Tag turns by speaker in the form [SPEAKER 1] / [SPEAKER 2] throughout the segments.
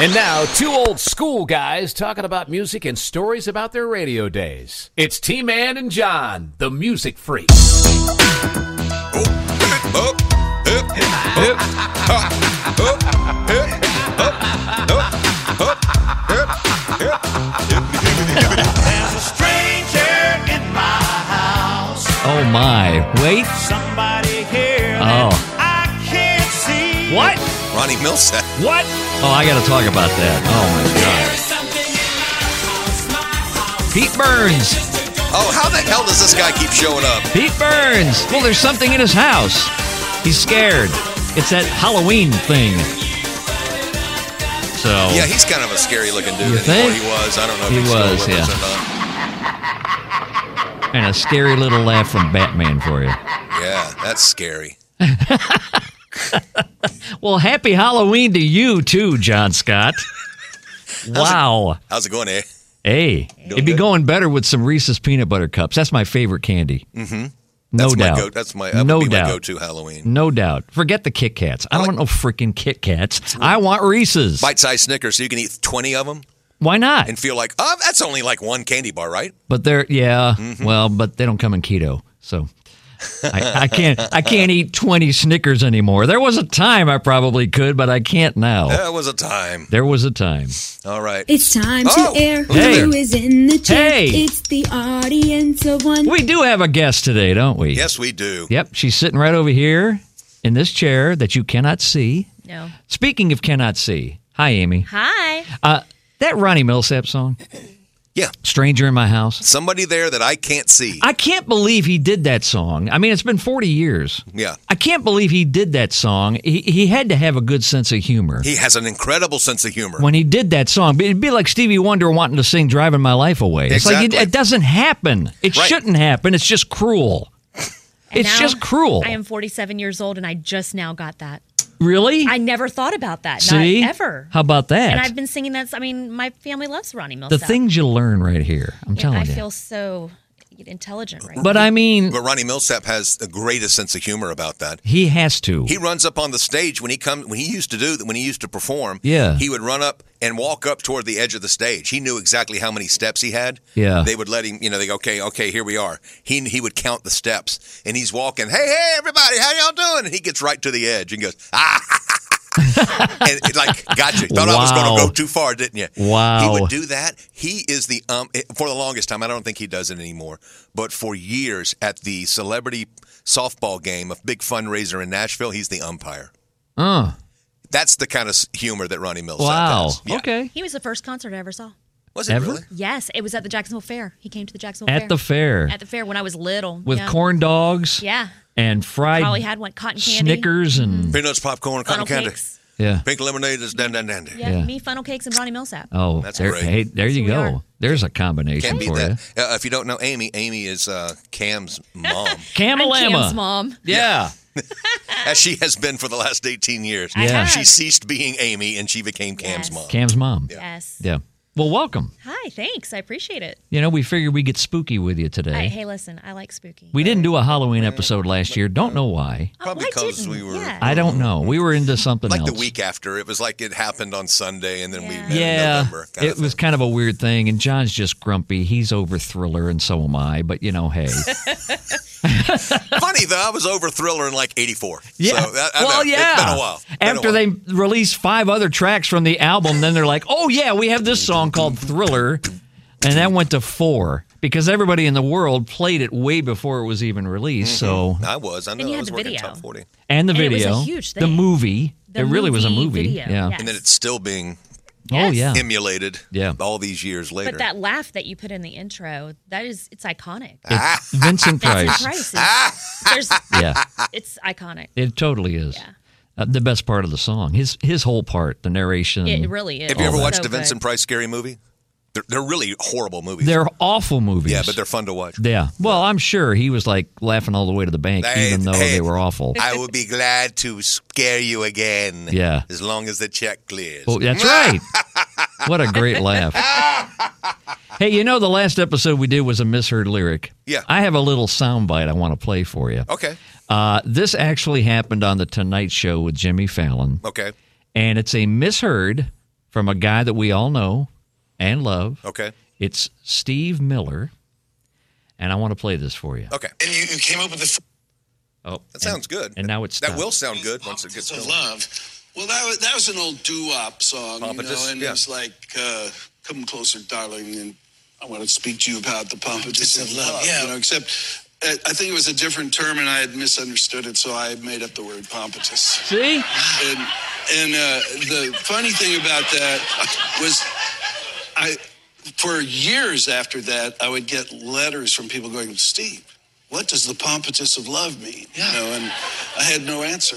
[SPEAKER 1] And now, two old school guys talking about music and stories about their radio days. It's T Man and John, the music freak.
[SPEAKER 2] There's a stranger in my house.
[SPEAKER 1] Oh my. Wait.
[SPEAKER 2] Somebody here. that
[SPEAKER 1] Oh.
[SPEAKER 2] I can't see.
[SPEAKER 1] What?
[SPEAKER 3] Ronnie Millsap.
[SPEAKER 1] What?
[SPEAKER 4] Oh, I got to talk about that. Oh my God. Pete Burns.
[SPEAKER 3] Oh, how the hell does this guy keep showing up?
[SPEAKER 4] Pete Burns. Well, there's something in his house. He's scared. It's that Halloween thing. So
[SPEAKER 3] Yeah, he's kind of a scary looking dude.
[SPEAKER 4] Oh. You
[SPEAKER 3] anymore.
[SPEAKER 4] think?
[SPEAKER 3] He was. I don't know if
[SPEAKER 4] He
[SPEAKER 3] he's still
[SPEAKER 4] was,
[SPEAKER 3] with us
[SPEAKER 4] yeah.
[SPEAKER 3] or not.
[SPEAKER 4] and a scary little laugh from Batman for you.
[SPEAKER 3] Yeah, that's scary.
[SPEAKER 4] Well, happy Halloween to you too, John Scott. Wow.
[SPEAKER 3] How's it going, eh?
[SPEAKER 4] Hey, it'd be
[SPEAKER 3] good?
[SPEAKER 4] going better with some Reese's peanut butter cups. That's my favorite candy. Mm-hmm. No
[SPEAKER 3] That's my
[SPEAKER 4] doubt.
[SPEAKER 3] Go, that's my, that
[SPEAKER 4] no
[SPEAKER 3] would be
[SPEAKER 4] doubt.
[SPEAKER 3] my go-to Halloween.
[SPEAKER 4] No doubt. Forget the Kit Kats. I, don't want no freaking Kit Kats. I want Reese's.
[SPEAKER 3] Bite-sized Snickers, so you can eat 20 of them
[SPEAKER 4] Why not?
[SPEAKER 3] and feel like, oh, that's only like one candy bar, right?
[SPEAKER 4] But they're yeah.
[SPEAKER 3] Mm-hmm.
[SPEAKER 4] Well, but they don't come in keto, so I, I can't. I can't eat twenty Snickers anymore. There was a time I probably could, but I can't now.
[SPEAKER 3] That was a time.
[SPEAKER 4] There was a time.
[SPEAKER 3] All right.
[SPEAKER 5] It's time
[SPEAKER 3] Oh,
[SPEAKER 5] to air
[SPEAKER 4] hey.
[SPEAKER 5] who is in the chair.
[SPEAKER 4] Hey.
[SPEAKER 5] It's the audience of one.
[SPEAKER 4] We do have a guest today, don't we?
[SPEAKER 3] Yes, we do.
[SPEAKER 4] Yep. She's sitting right over here in this chair that you cannot see.
[SPEAKER 6] No.
[SPEAKER 4] Speaking of cannot see, hi Amy.
[SPEAKER 6] Hi.
[SPEAKER 4] Uh, that Ronnie Millsap song,
[SPEAKER 3] Yeah.
[SPEAKER 4] "Stranger in My House."
[SPEAKER 3] Somebody there that I can't see.
[SPEAKER 4] I can't believe he did that song. I mean, it's been 40 years.
[SPEAKER 3] Yeah.
[SPEAKER 4] I can't believe he did that song. He, he had to have a good sense of humor.
[SPEAKER 3] He has an incredible sense of humor.
[SPEAKER 4] when he did that song, But it'd be like Stevie Wonder wanting to sing "Driving My Life Away." It's like
[SPEAKER 3] Exactly.
[SPEAKER 4] it, it doesn't happen. It
[SPEAKER 3] Right.
[SPEAKER 4] shouldn't happen. It's just cruel.
[SPEAKER 6] And
[SPEAKER 4] it's
[SPEAKER 6] now
[SPEAKER 4] just cruel.
[SPEAKER 6] I am 47 years old and I just now got that.
[SPEAKER 4] really?
[SPEAKER 6] I never thought about that.
[SPEAKER 4] See?
[SPEAKER 6] Not ever.
[SPEAKER 4] How about that?
[SPEAKER 6] And I've been singing that. I mean, my family loves Ronnie
[SPEAKER 4] the
[SPEAKER 6] Milsap.
[SPEAKER 4] things you learn right here. I'm
[SPEAKER 6] And
[SPEAKER 4] telling
[SPEAKER 6] I
[SPEAKER 4] you.
[SPEAKER 6] feel so intelligent right
[SPEAKER 4] but I mean,
[SPEAKER 3] But Ronnie Millsap has the greatest sense of humor about that.
[SPEAKER 4] he has to.
[SPEAKER 3] He runs up on the stage when he come when he used to do when he used to perform.
[SPEAKER 4] Yeah.
[SPEAKER 3] he would run up and walk up toward the edge of the stage. He knew exactly how many steps he had.
[SPEAKER 4] Yeah.
[SPEAKER 3] they would let him. You know, they go, okay, okay, here we are. He he would count the steps, and he's walking. Hey, hey, everybody, how y'all doing? And he gets right to the edge and goes, ah. and it, like, gotcha. Thought I was going
[SPEAKER 4] Wow.
[SPEAKER 3] to go too far, didn't you?
[SPEAKER 4] Wow.
[SPEAKER 3] He would do that. He is the um it- for the longest time. I don't think he does it anymore, but for years at the celebrity softball game, a big fundraiser in Nashville, he's the umpire.
[SPEAKER 4] Uh,
[SPEAKER 3] That's the kind of s- humor that Ronnie Mills.
[SPEAKER 4] wow.
[SPEAKER 3] Has. Yeah.
[SPEAKER 4] Okay.
[SPEAKER 6] He was the first concert I ever saw.
[SPEAKER 3] Was it
[SPEAKER 4] Ever?
[SPEAKER 3] really?
[SPEAKER 6] Yes, it was at the Jacksonville Fair. He came to the Jacksonville
[SPEAKER 4] At
[SPEAKER 6] Fair.
[SPEAKER 4] the fair
[SPEAKER 6] At the fair when I was little.
[SPEAKER 4] with
[SPEAKER 6] yeah.
[SPEAKER 4] corn dogs
[SPEAKER 6] Yeah.
[SPEAKER 4] and fried
[SPEAKER 6] Probably had one cotton candy. Mm-hmm.
[SPEAKER 4] Snickers and
[SPEAKER 3] Peanuts, popcorn, cotton
[SPEAKER 6] Funnel
[SPEAKER 3] candy,
[SPEAKER 6] cakes.
[SPEAKER 4] yeah.
[SPEAKER 3] pink lemonade is dan dan dandy.
[SPEAKER 6] Yeah,
[SPEAKER 4] Yeah.
[SPEAKER 6] me, funnel cakes, and Ronnie Millsap.
[SPEAKER 4] Oh,
[SPEAKER 3] That's
[SPEAKER 4] there,
[SPEAKER 3] great.
[SPEAKER 4] hey, there
[SPEAKER 6] That's
[SPEAKER 4] you
[SPEAKER 6] who we
[SPEAKER 4] go.
[SPEAKER 6] are.
[SPEAKER 4] There's a combination
[SPEAKER 3] Can't beat
[SPEAKER 4] for you.
[SPEAKER 3] that. Uh, if you don't know Amy, Amy is uh, Cam's mom,
[SPEAKER 6] I'm
[SPEAKER 4] Camelama.
[SPEAKER 6] Cam's mom.
[SPEAKER 4] Yeah.
[SPEAKER 3] as she has been for the last 18 years.
[SPEAKER 6] I
[SPEAKER 4] Yeah.
[SPEAKER 6] have.
[SPEAKER 3] She ceased being Amy and she became Cam's
[SPEAKER 6] Yes.
[SPEAKER 3] mom.
[SPEAKER 4] Cam's mom. Yeah.
[SPEAKER 6] Yes.
[SPEAKER 4] Well, welcome.
[SPEAKER 6] Hi, thanks. I appreciate it.
[SPEAKER 4] You know, we figured we'd get spooky with you today.
[SPEAKER 6] I- hey, listen, I like spooky.
[SPEAKER 4] we didn't do a Halloween episode last year. Don't know why.
[SPEAKER 6] Oh,
[SPEAKER 3] Probably
[SPEAKER 6] I
[SPEAKER 3] 'cause
[SPEAKER 6] didn't.
[SPEAKER 3] we were-
[SPEAKER 6] Yeah.
[SPEAKER 4] I don't know. We were into something
[SPEAKER 3] like
[SPEAKER 4] else.
[SPEAKER 3] the week after. It was like it happened on Sunday, and then we
[SPEAKER 6] Yeah.
[SPEAKER 3] met in
[SPEAKER 4] Yeah,
[SPEAKER 3] November. kind
[SPEAKER 4] it
[SPEAKER 3] of
[SPEAKER 4] was
[SPEAKER 3] thing.
[SPEAKER 4] kind of a weird thing, and John's just grumpy. He's over Thriller, and so am I. But you know, hey,
[SPEAKER 3] funny though. I was over Thriller in like '84.
[SPEAKER 4] yeah.
[SPEAKER 3] so that, I know,
[SPEAKER 4] well, yeah.
[SPEAKER 3] It's been a while. Been a
[SPEAKER 4] After
[SPEAKER 3] while.
[SPEAKER 4] they released five other tracks from the album, then they're like, "Oh yeah, we have this song called Thriller," and that went to four because everybody in the world played it way before it was even released. So,
[SPEAKER 3] I was. I know.
[SPEAKER 6] you
[SPEAKER 3] I
[SPEAKER 6] had
[SPEAKER 3] was
[SPEAKER 6] the
[SPEAKER 3] working
[SPEAKER 6] video.
[SPEAKER 3] top 40,
[SPEAKER 4] and the
[SPEAKER 6] And it was a
[SPEAKER 4] video,
[SPEAKER 6] huge
[SPEAKER 4] the
[SPEAKER 6] thing.
[SPEAKER 4] movie,
[SPEAKER 6] The
[SPEAKER 4] it really was a movie.
[SPEAKER 6] movie video,
[SPEAKER 4] Yeah.
[SPEAKER 6] yeah.
[SPEAKER 3] and then it's still being
[SPEAKER 4] Oh
[SPEAKER 6] Yes.
[SPEAKER 4] yeah.
[SPEAKER 3] emulated.
[SPEAKER 4] Yeah.
[SPEAKER 3] All these years later.
[SPEAKER 6] But that laugh that you put in the intro, that is, it's iconic.
[SPEAKER 4] It's Vincent
[SPEAKER 6] That's
[SPEAKER 4] Price.
[SPEAKER 6] Price. is-
[SPEAKER 3] Ah.
[SPEAKER 6] There's,
[SPEAKER 4] Yeah.
[SPEAKER 6] it's iconic.
[SPEAKER 4] It totally is.
[SPEAKER 6] Yeah.
[SPEAKER 4] Uh, the best part of the song, his his whole part, the narration.
[SPEAKER 6] It really is.
[SPEAKER 3] Have you ever
[SPEAKER 6] So
[SPEAKER 3] watched the
[SPEAKER 6] good.
[SPEAKER 3] Vincent Price scary movie? They're, they're really horrible movies.
[SPEAKER 4] they're awful movies.
[SPEAKER 3] yeah, but they're fun to watch.
[SPEAKER 4] Yeah. Well, I'm sure he was like laughing all the way to the bank,
[SPEAKER 3] Hey,
[SPEAKER 4] even though
[SPEAKER 3] hey.
[SPEAKER 4] they were awful.
[SPEAKER 3] I would be glad to scare you again.
[SPEAKER 4] Yeah.
[SPEAKER 3] As long as the check clears.
[SPEAKER 4] Oh, that's right. What a great laugh. Hey, you know, the last episode we did was a misheard lyric.
[SPEAKER 3] Yeah. Oh.
[SPEAKER 4] I have a little soundbite I want to play for you.
[SPEAKER 3] Okay.
[SPEAKER 4] Uh, this actually happened on The Tonight Show with Jimmy Fallon,
[SPEAKER 3] Okay.
[SPEAKER 4] and it's a misheard from a guy that we all know and love.
[SPEAKER 3] Okay.
[SPEAKER 4] It's Steve Miller, and I want to play this for you.
[SPEAKER 3] Okay.
[SPEAKER 7] And you, you came up with the f-
[SPEAKER 4] Oh,
[SPEAKER 3] That sounds good.
[SPEAKER 4] And now it's
[SPEAKER 3] that will sound good once it gets
[SPEAKER 7] of
[SPEAKER 3] going.
[SPEAKER 7] love. Well, that was, that was an old doo-wop song, you
[SPEAKER 3] Pompatus,
[SPEAKER 7] know, and
[SPEAKER 3] yeah.
[SPEAKER 7] it was like, uh, "Come closer, darling," and I want to speak to you about the pompatus of love. Yeah, you know, except. uh, I think it was a different term, and I had misunderstood it, so I made up the word pompatus.
[SPEAKER 4] See,
[SPEAKER 7] and and uh, the funny thing about that was, I for years after that, I would get letters from people going, "Steve, what does the pompatus of love mean?" You know, and I had no answer.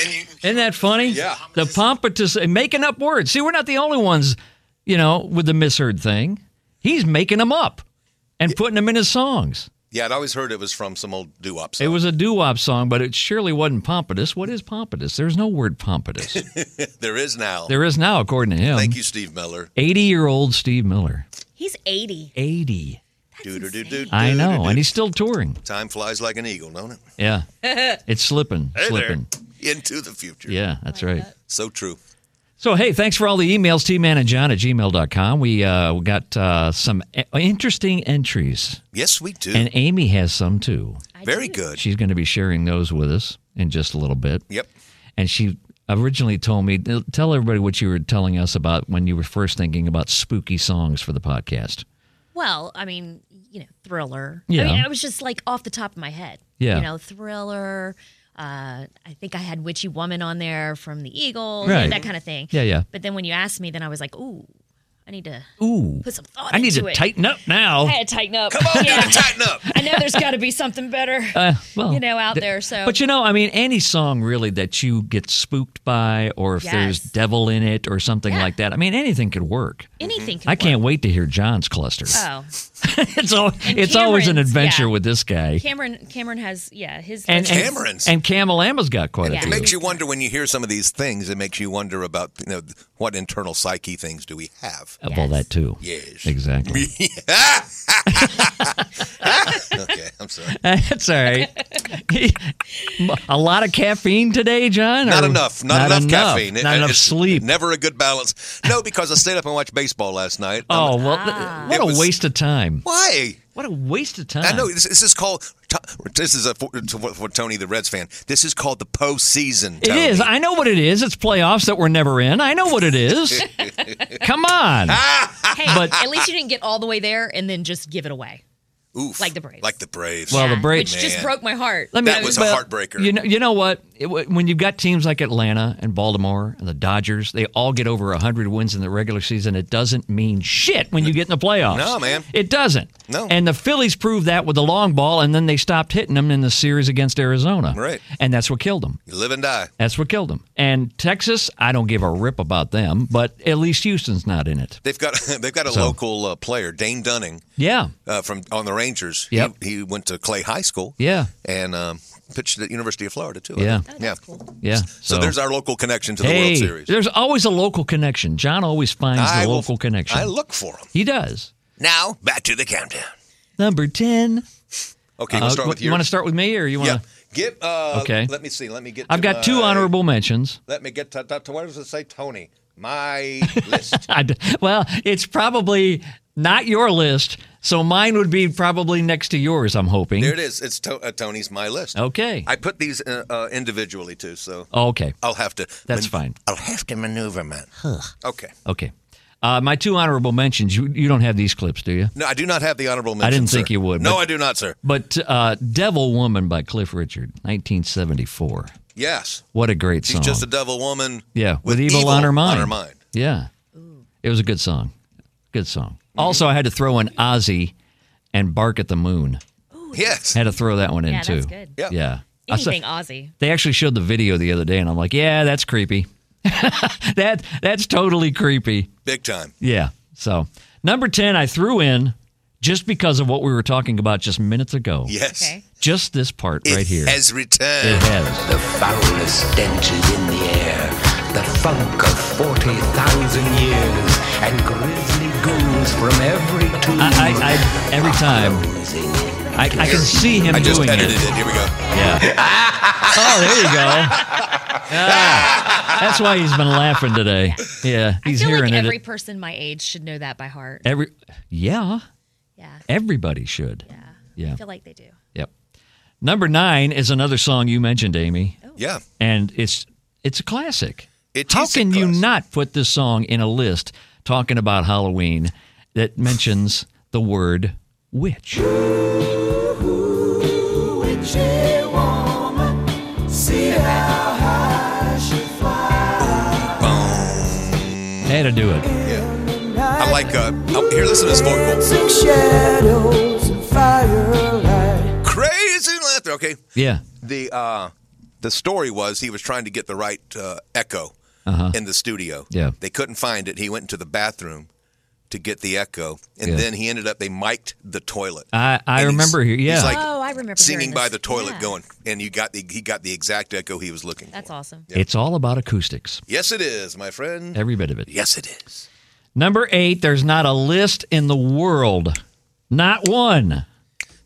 [SPEAKER 7] and you,
[SPEAKER 4] isn't that funny?
[SPEAKER 3] Yeah.
[SPEAKER 4] The pompatus and making up words. See, we're not the only ones, you know, with the misheard thing. He's making them up and putting them in his songs.
[SPEAKER 3] Yeah, I'd always heard it was from some old doo-wop song.
[SPEAKER 4] It was a doo-wop song, but it surely wasn't pompatus. What is pompatus? There's no word pompatus.
[SPEAKER 3] there is now.
[SPEAKER 4] there is now, according to him.
[SPEAKER 3] Thank you, Steve Miller.
[SPEAKER 4] 80-year-old Steve Miller.
[SPEAKER 6] He's 80.
[SPEAKER 4] 80.
[SPEAKER 3] Doo-doo-doo-doo.
[SPEAKER 4] I know, and he's still touring.
[SPEAKER 3] Time flies like an eagle, don't it?
[SPEAKER 4] Yeah. It's slipping, slipping.
[SPEAKER 3] Into the future.
[SPEAKER 4] Yeah, that's right.
[SPEAKER 3] So true.
[SPEAKER 4] So, hey, thanks for all the emails, tman and john at gmail.com. We, uh, we got uh, some e- interesting entries,
[SPEAKER 3] Yes, we do.
[SPEAKER 4] and Amy has some too.
[SPEAKER 6] I
[SPEAKER 3] Very
[SPEAKER 6] do.
[SPEAKER 3] good.
[SPEAKER 4] She's going to be sharing those with us in just a little bit.
[SPEAKER 3] Yep.
[SPEAKER 4] And she originally told me, tell everybody what you were telling us about when you were first thinking about spooky songs for the podcast.
[SPEAKER 6] Well, I mean, you know, Thriller. I
[SPEAKER 4] Yeah.
[SPEAKER 6] mean, I was just like off the top of my head.
[SPEAKER 4] Yeah.
[SPEAKER 6] You know, Thriller. Uh, I think I had Witchy Woman on there from the Eagle,
[SPEAKER 4] Right.
[SPEAKER 6] that kind of thing.
[SPEAKER 4] Yeah, yeah.
[SPEAKER 6] But then when you asked me, then I was like, ooh, I need to
[SPEAKER 4] Ooh.
[SPEAKER 6] put some thought
[SPEAKER 4] I need
[SPEAKER 6] into
[SPEAKER 4] to
[SPEAKER 6] it.
[SPEAKER 4] tighten up now.
[SPEAKER 6] I had to tighten up.
[SPEAKER 3] Come on
[SPEAKER 6] Yeah.
[SPEAKER 3] down, tighten up.
[SPEAKER 6] I know there's got to be something better,
[SPEAKER 4] Uh, well,
[SPEAKER 6] you know, out there. So
[SPEAKER 4] But you know, I mean, any song really that you get spooked by, or if there's
[SPEAKER 6] Yes.
[SPEAKER 4] devil in it, or something like that. I mean, anything could work.
[SPEAKER 6] anything can
[SPEAKER 4] I can't
[SPEAKER 6] work.
[SPEAKER 4] wait to hear John's cluster.
[SPEAKER 6] Oh,
[SPEAKER 4] it's al- it's always an
[SPEAKER 6] Cameron's,
[SPEAKER 4] adventure
[SPEAKER 6] yeah.
[SPEAKER 4] with this guy.
[SPEAKER 6] Cameron. Cameron has yeah his
[SPEAKER 4] And, and
[SPEAKER 3] Cameron's.
[SPEAKER 4] and Camelama's got quite
[SPEAKER 6] Yeah.
[SPEAKER 4] a
[SPEAKER 3] It
[SPEAKER 4] few.
[SPEAKER 3] makes you wonder when you hear some of these things. It makes you wonder about you know what internal psyche things do we have.
[SPEAKER 4] of all that too.
[SPEAKER 3] Yes.
[SPEAKER 4] Exactly.
[SPEAKER 3] Okay, I'm sorry.
[SPEAKER 4] That's all right. a lot of caffeine today, John.
[SPEAKER 3] Not
[SPEAKER 4] or-
[SPEAKER 3] enough. Not, enough, caffeine. It-
[SPEAKER 4] Not enough
[SPEAKER 3] it's
[SPEAKER 4] sleep.
[SPEAKER 3] Never a good balance. No, because I stayed up and watched baseball last night.
[SPEAKER 4] Oh well, th- what
[SPEAKER 3] Ah. It
[SPEAKER 4] a
[SPEAKER 3] was-
[SPEAKER 4] waste of time.
[SPEAKER 3] why?
[SPEAKER 4] What a waste of time.
[SPEAKER 3] I know this, this is called. This is a for, for Tony the Reds fan. This is called the postseason.
[SPEAKER 4] It
[SPEAKER 3] Tony.
[SPEAKER 4] is. I know what it is. It's playoffs that we're never in. I know what it is. Come on.
[SPEAKER 3] Ah,
[SPEAKER 6] hey,
[SPEAKER 4] but-
[SPEAKER 6] at least you didn't get all the way there and then just give it away.
[SPEAKER 3] Oof.
[SPEAKER 6] Like the Braves.
[SPEAKER 3] Like the Braves.
[SPEAKER 4] Well, the
[SPEAKER 6] Yeah,
[SPEAKER 4] Braves-
[SPEAKER 6] which just
[SPEAKER 3] Man.
[SPEAKER 6] broke my heart.
[SPEAKER 4] Let me-
[SPEAKER 3] That was a
[SPEAKER 4] but
[SPEAKER 3] heartbreaker.
[SPEAKER 4] You know, you know what? It, when you've got teams like Atlanta and Baltimore and the Dodgers, they all get over 100 wins in the regular season. It doesn't mean shit when you get in the playoffs.
[SPEAKER 3] No, man.
[SPEAKER 4] It doesn't.
[SPEAKER 3] No.
[SPEAKER 4] And the Phillies proved that with the long ball, and then they stopped hitting them in the series against Arizona.
[SPEAKER 3] Right.
[SPEAKER 4] And that's what killed them.
[SPEAKER 3] you live and die.
[SPEAKER 4] That's what killed them. And Texas, I don't give a rip about them, but at least Houston's not in it.
[SPEAKER 3] They've got they've got a local uh, player, Dane Dunning,
[SPEAKER 4] Yeah.
[SPEAKER 3] uh, from on the Rangers.
[SPEAKER 4] Yep.
[SPEAKER 3] He, he went to Clay High School.
[SPEAKER 4] Yeah.
[SPEAKER 3] And um, pitched at University of Florida too. I
[SPEAKER 4] Yeah.
[SPEAKER 3] think.
[SPEAKER 6] Oh,
[SPEAKER 3] yeah.
[SPEAKER 6] that's cool.
[SPEAKER 4] Yeah.
[SPEAKER 3] So, there's our local connection to the
[SPEAKER 4] hey,
[SPEAKER 3] World Series.
[SPEAKER 4] There's always a local connection. John always finds
[SPEAKER 3] I
[SPEAKER 4] the
[SPEAKER 3] will-
[SPEAKER 4] local connection.
[SPEAKER 3] I look for them.
[SPEAKER 4] he does.
[SPEAKER 3] Now back to the countdown.
[SPEAKER 4] Number 10.
[SPEAKER 3] Okay, we'll
[SPEAKER 4] Uh,
[SPEAKER 3] start
[SPEAKER 4] wh-
[SPEAKER 3] with
[SPEAKER 4] you
[SPEAKER 3] yours?
[SPEAKER 4] want to start with me or you want
[SPEAKER 3] Yeah. uh,
[SPEAKER 4] to?
[SPEAKER 3] Give. Uh,
[SPEAKER 4] Okay.
[SPEAKER 3] Let me see. Let me get.
[SPEAKER 4] I've
[SPEAKER 3] to
[SPEAKER 4] got two
[SPEAKER 3] my-
[SPEAKER 4] honorable mentions.
[SPEAKER 3] Let me get to, to, to- what does it say, Tony? My list.
[SPEAKER 4] I d well, it's probably not your list, so mine would be probably next to yours, I'm hoping.
[SPEAKER 3] There it is. It's to, uh, Tony's my list.
[SPEAKER 4] Okay.
[SPEAKER 3] I put these uh, uh, individually too, so
[SPEAKER 4] okay.
[SPEAKER 3] I'll have to.
[SPEAKER 4] That's fine.
[SPEAKER 3] I'll have to maneuver, man. Okay.
[SPEAKER 4] Okay. Uh, my two honorable mentions, you, you don't have these clips, do you?
[SPEAKER 3] No, I do not have the honorable mention.
[SPEAKER 4] didn't think
[SPEAKER 3] sir.
[SPEAKER 4] you would,
[SPEAKER 3] No,
[SPEAKER 4] but-
[SPEAKER 3] I do not, sir.
[SPEAKER 4] But uh, Devil Woman by Cliff Richard, 1974.
[SPEAKER 3] Yes,
[SPEAKER 4] What a great
[SPEAKER 3] she's
[SPEAKER 4] song.
[SPEAKER 3] just a devil woman.
[SPEAKER 4] Yeah, with, evil, on her mind.
[SPEAKER 3] On her mind.
[SPEAKER 4] Yeah, it was a good song. Good song. Also, I had to throw in Ozzy and "Bark at the Moon."
[SPEAKER 3] Yes.
[SPEAKER 4] Had to throw that one in
[SPEAKER 6] Yeah,
[SPEAKER 4] too.
[SPEAKER 6] that's good.
[SPEAKER 3] Yeah.
[SPEAKER 4] Yeah. I saw-
[SPEAKER 6] Anything Aussie.
[SPEAKER 4] they actually showed the video the other day, and I'm like, yeah, that's creepy. that that's totally creepy.
[SPEAKER 3] Big time.
[SPEAKER 4] Yeah. So number ten, I threw in just because of what we were talking about just minutes ago.
[SPEAKER 3] Yes.
[SPEAKER 6] Okay.
[SPEAKER 4] Just this part
[SPEAKER 3] It
[SPEAKER 4] right here.
[SPEAKER 3] has returned.
[SPEAKER 4] it has.
[SPEAKER 8] The foulest stench is in the air. The funk of 40,000 years and grisly goons from every tomb.
[SPEAKER 4] I, I, I every time
[SPEAKER 8] Oozing
[SPEAKER 4] I, I can see him
[SPEAKER 3] I just
[SPEAKER 4] doing
[SPEAKER 3] edited
[SPEAKER 4] it.
[SPEAKER 3] it. Here we go.
[SPEAKER 4] Oh, there you go. Ah, that's why he's been laughing today. Yeah,
[SPEAKER 6] I
[SPEAKER 4] he's
[SPEAKER 6] feel
[SPEAKER 4] hearing
[SPEAKER 6] like every
[SPEAKER 4] it.
[SPEAKER 6] person my age should know that by heart.
[SPEAKER 4] Every, yeah,
[SPEAKER 6] Yeah.
[SPEAKER 4] everybody should.
[SPEAKER 6] Yeah.
[SPEAKER 4] Yeah.
[SPEAKER 6] I feel like they do.
[SPEAKER 4] Yep. Number nine is another song you mentioned, Amy,
[SPEAKER 3] Yeah.
[SPEAKER 4] and it's it's a classic.
[SPEAKER 3] It
[SPEAKER 4] how
[SPEAKER 3] is a
[SPEAKER 4] can you
[SPEAKER 3] classic.
[SPEAKER 4] not put this song in a list talking about Halloween that mentions the word witch? Had to do it.
[SPEAKER 3] I like. Uh, oh, here, listen to this vocal. Crazy laughter. Okay.
[SPEAKER 4] Yeah.
[SPEAKER 3] The uh, the story was he was trying to get the right uh, echo in the studio.
[SPEAKER 4] Uh-huh. Yeah.
[SPEAKER 3] They couldn't find it. He went into the bathroom to get the echo, and
[SPEAKER 4] Yeah. Ah.
[SPEAKER 3] then he ended up. They mic'd the toilet.
[SPEAKER 4] I,
[SPEAKER 3] And
[SPEAKER 4] I
[SPEAKER 3] he's-
[SPEAKER 4] remember here. Yeah.
[SPEAKER 3] He's like
[SPEAKER 6] Oh, I remember
[SPEAKER 3] singing
[SPEAKER 6] hearing
[SPEAKER 3] by
[SPEAKER 6] this.
[SPEAKER 3] the toilet,
[SPEAKER 6] Yeah.
[SPEAKER 3] going, and you got the he got the exact echo he was looking
[SPEAKER 6] That's
[SPEAKER 3] for.
[SPEAKER 6] awesome.
[SPEAKER 4] It's all about acoustics,
[SPEAKER 3] Yes, it is, my friend.
[SPEAKER 4] every bit of it.
[SPEAKER 3] Yes, it is.
[SPEAKER 4] Number eight, there's not a list in the world, not one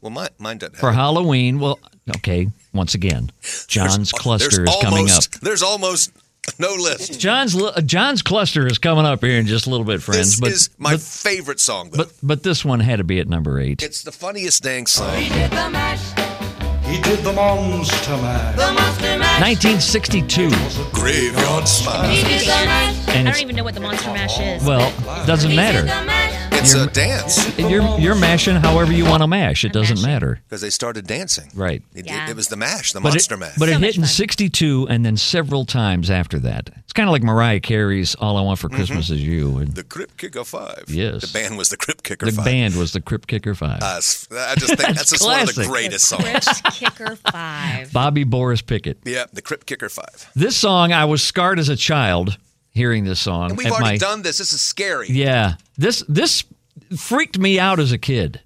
[SPEAKER 3] Well, my, mine doesn't.
[SPEAKER 4] for
[SPEAKER 3] have it.
[SPEAKER 4] Halloween. Well, okay, once again, John's
[SPEAKER 3] There's-
[SPEAKER 4] cluster
[SPEAKER 3] there's
[SPEAKER 4] is coming up.
[SPEAKER 3] almost- There's almost no list.
[SPEAKER 4] John's li- uh, John's cluster is coming up here in just a little bit, friends.
[SPEAKER 3] This
[SPEAKER 4] but
[SPEAKER 3] is my
[SPEAKER 4] but,
[SPEAKER 3] favorite song, though.
[SPEAKER 4] but but this one had to be at number eight.
[SPEAKER 3] it's the funniest dang song.
[SPEAKER 2] He did the monster mash.
[SPEAKER 4] 1962,
[SPEAKER 3] Graveyard Smile.
[SPEAKER 4] and
[SPEAKER 6] I don't
[SPEAKER 4] it's
[SPEAKER 6] even know what the Monster Mash is.
[SPEAKER 4] well, doesn't matter.
[SPEAKER 3] It's a dance
[SPEAKER 4] You're you're mashing however you want to mash. It doesn't
[SPEAKER 6] mashing.
[SPEAKER 4] matter,
[SPEAKER 3] because they started dancing.
[SPEAKER 4] right?
[SPEAKER 3] It,
[SPEAKER 6] Yeah.
[SPEAKER 3] it, it was the mash, the
[SPEAKER 4] But
[SPEAKER 3] monster
[SPEAKER 4] it,
[SPEAKER 3] mash.
[SPEAKER 4] But
[SPEAKER 6] So
[SPEAKER 4] it hit
[SPEAKER 6] much
[SPEAKER 4] in
[SPEAKER 6] fun.
[SPEAKER 4] 62 and then several times after that. It's kind of like Mariah Carey's All I Want
[SPEAKER 3] Mm-hmm.
[SPEAKER 4] for Christmas Is You. And the,
[SPEAKER 3] the Crip Kicker Five.
[SPEAKER 4] Yes.
[SPEAKER 3] The band was the Crip Kicker Five.
[SPEAKER 4] band was the Crip Kicker Five.
[SPEAKER 3] Uh, s- I just think that's just one of the
[SPEAKER 4] classic.
[SPEAKER 3] greatest songs.
[SPEAKER 6] Crypt Kicker Five.
[SPEAKER 4] Bobby Boris Pickett.
[SPEAKER 3] Yeah, the Crip Kicker Five.
[SPEAKER 4] This song, I was scarred as a child hearing this song.
[SPEAKER 3] And we've
[SPEAKER 4] at
[SPEAKER 3] already
[SPEAKER 4] my-
[SPEAKER 3] done this. This is scary.
[SPEAKER 4] Yeah. This this freaked me out as a kid.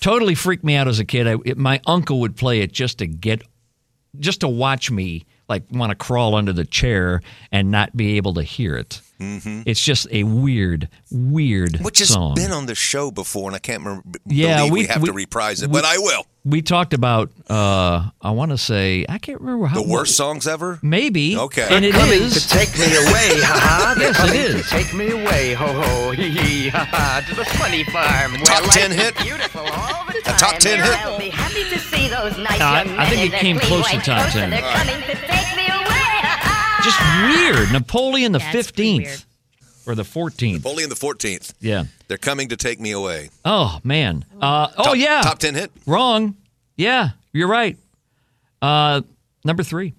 [SPEAKER 4] Totally freaked me out as a kid. I, it, my uncle would play it just to get, just to watch me like want to crawl under the chair and not be able to hear it. Mm-hmm. It's just a weird, weird
[SPEAKER 3] Which has
[SPEAKER 4] song.
[SPEAKER 3] been on the show before, and I can't remember.
[SPEAKER 4] Yeah,
[SPEAKER 3] believe we,
[SPEAKER 4] we-
[SPEAKER 3] have
[SPEAKER 4] we-
[SPEAKER 3] to reprise it,
[SPEAKER 4] we-
[SPEAKER 3] but I will.
[SPEAKER 4] we talked about. uh I want to say I can't remember how
[SPEAKER 3] The worst songs ever.
[SPEAKER 4] Maybe
[SPEAKER 3] Okay.
[SPEAKER 4] and it
[SPEAKER 8] coming
[SPEAKER 4] is.
[SPEAKER 8] to take me away, ha ha. They're
[SPEAKER 4] Yes, it
[SPEAKER 8] coming
[SPEAKER 4] is.
[SPEAKER 8] to take me away, ho ho, hee hee, ha ha, to the funny farm. Where
[SPEAKER 3] Top
[SPEAKER 8] life
[SPEAKER 3] 10
[SPEAKER 8] is
[SPEAKER 3] hit.
[SPEAKER 8] Beautiful all the
[SPEAKER 3] A top
[SPEAKER 8] time.
[SPEAKER 3] 10 hit.
[SPEAKER 9] I'll be happy to see those nice
[SPEAKER 4] Uh,
[SPEAKER 9] young
[SPEAKER 4] I
[SPEAKER 9] men
[SPEAKER 4] think
[SPEAKER 9] in
[SPEAKER 4] it
[SPEAKER 9] their
[SPEAKER 4] came
[SPEAKER 9] clean
[SPEAKER 4] close
[SPEAKER 9] white
[SPEAKER 4] to top
[SPEAKER 9] coats,
[SPEAKER 4] 10.
[SPEAKER 9] and They're coming to take me away.
[SPEAKER 4] just weird. Napoleon the
[SPEAKER 6] Yeah, it's pretty weird.
[SPEAKER 4] fifteenth or the fourteenth.
[SPEAKER 3] Only in the 14th.
[SPEAKER 4] Yeah.
[SPEAKER 3] They're coming to take me away.
[SPEAKER 4] Oh man. Uh, oh
[SPEAKER 3] Top-
[SPEAKER 4] yeah.
[SPEAKER 3] Top 10 hit.
[SPEAKER 4] Wrong. Yeah, you're right. Uh, number three.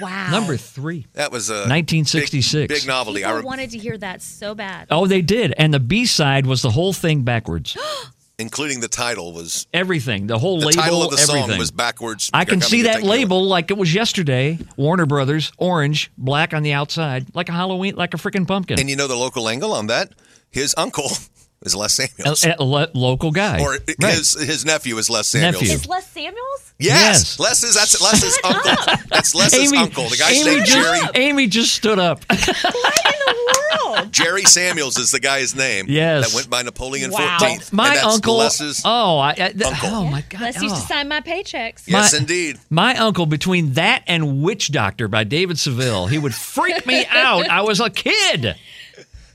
[SPEAKER 6] Wow.
[SPEAKER 4] Number three.
[SPEAKER 3] that was a
[SPEAKER 4] 1966.
[SPEAKER 3] Big, big novelty.
[SPEAKER 6] People
[SPEAKER 3] I re-
[SPEAKER 6] wanted to hear that so bad.
[SPEAKER 4] Oh, they did, and the B side was the whole thing backwards.
[SPEAKER 3] including the title was
[SPEAKER 4] Everything, the whole
[SPEAKER 3] the
[SPEAKER 4] label,
[SPEAKER 3] title of the
[SPEAKER 4] everything.
[SPEAKER 3] song was backwards.
[SPEAKER 4] I can
[SPEAKER 3] They're
[SPEAKER 4] see
[SPEAKER 3] coming to
[SPEAKER 4] that
[SPEAKER 3] take me away.
[SPEAKER 4] label like it was yesterday. Warner Brothers, orange, black on the outside, like a Halloween, like a freaking pumpkin.
[SPEAKER 3] And you know the local angle on that? His uncle is Les
[SPEAKER 4] a,
[SPEAKER 3] Samuels.
[SPEAKER 4] a lo- local guy.
[SPEAKER 3] or
[SPEAKER 4] Right.
[SPEAKER 3] his his nephew is Les Samuels.
[SPEAKER 4] Nephew.
[SPEAKER 9] It's Les Samuels?
[SPEAKER 3] Yes,
[SPEAKER 4] Yes.
[SPEAKER 3] Les is that's Les's uncle. That's Les's
[SPEAKER 4] Amy,
[SPEAKER 3] uncle. The guy's
[SPEAKER 4] Amy
[SPEAKER 3] named Jerry.
[SPEAKER 4] just, Amy just stood up.
[SPEAKER 3] Jerry Samuels is the guy's name.
[SPEAKER 4] Yes.
[SPEAKER 3] that went by Napoleon
[SPEAKER 6] Wow.
[SPEAKER 3] 14th.
[SPEAKER 4] my
[SPEAKER 3] and that's
[SPEAKER 4] uncle.
[SPEAKER 3] Les's,
[SPEAKER 4] oh, I, I, th-
[SPEAKER 3] uncle.
[SPEAKER 4] oh my God.
[SPEAKER 6] Let's used
[SPEAKER 4] oh.
[SPEAKER 6] to sign my paychecks.
[SPEAKER 3] yes,
[SPEAKER 4] my-
[SPEAKER 3] indeed.
[SPEAKER 4] My uncle, between that and Witch Doctor by David Seville, he would freak me out. I was a kid.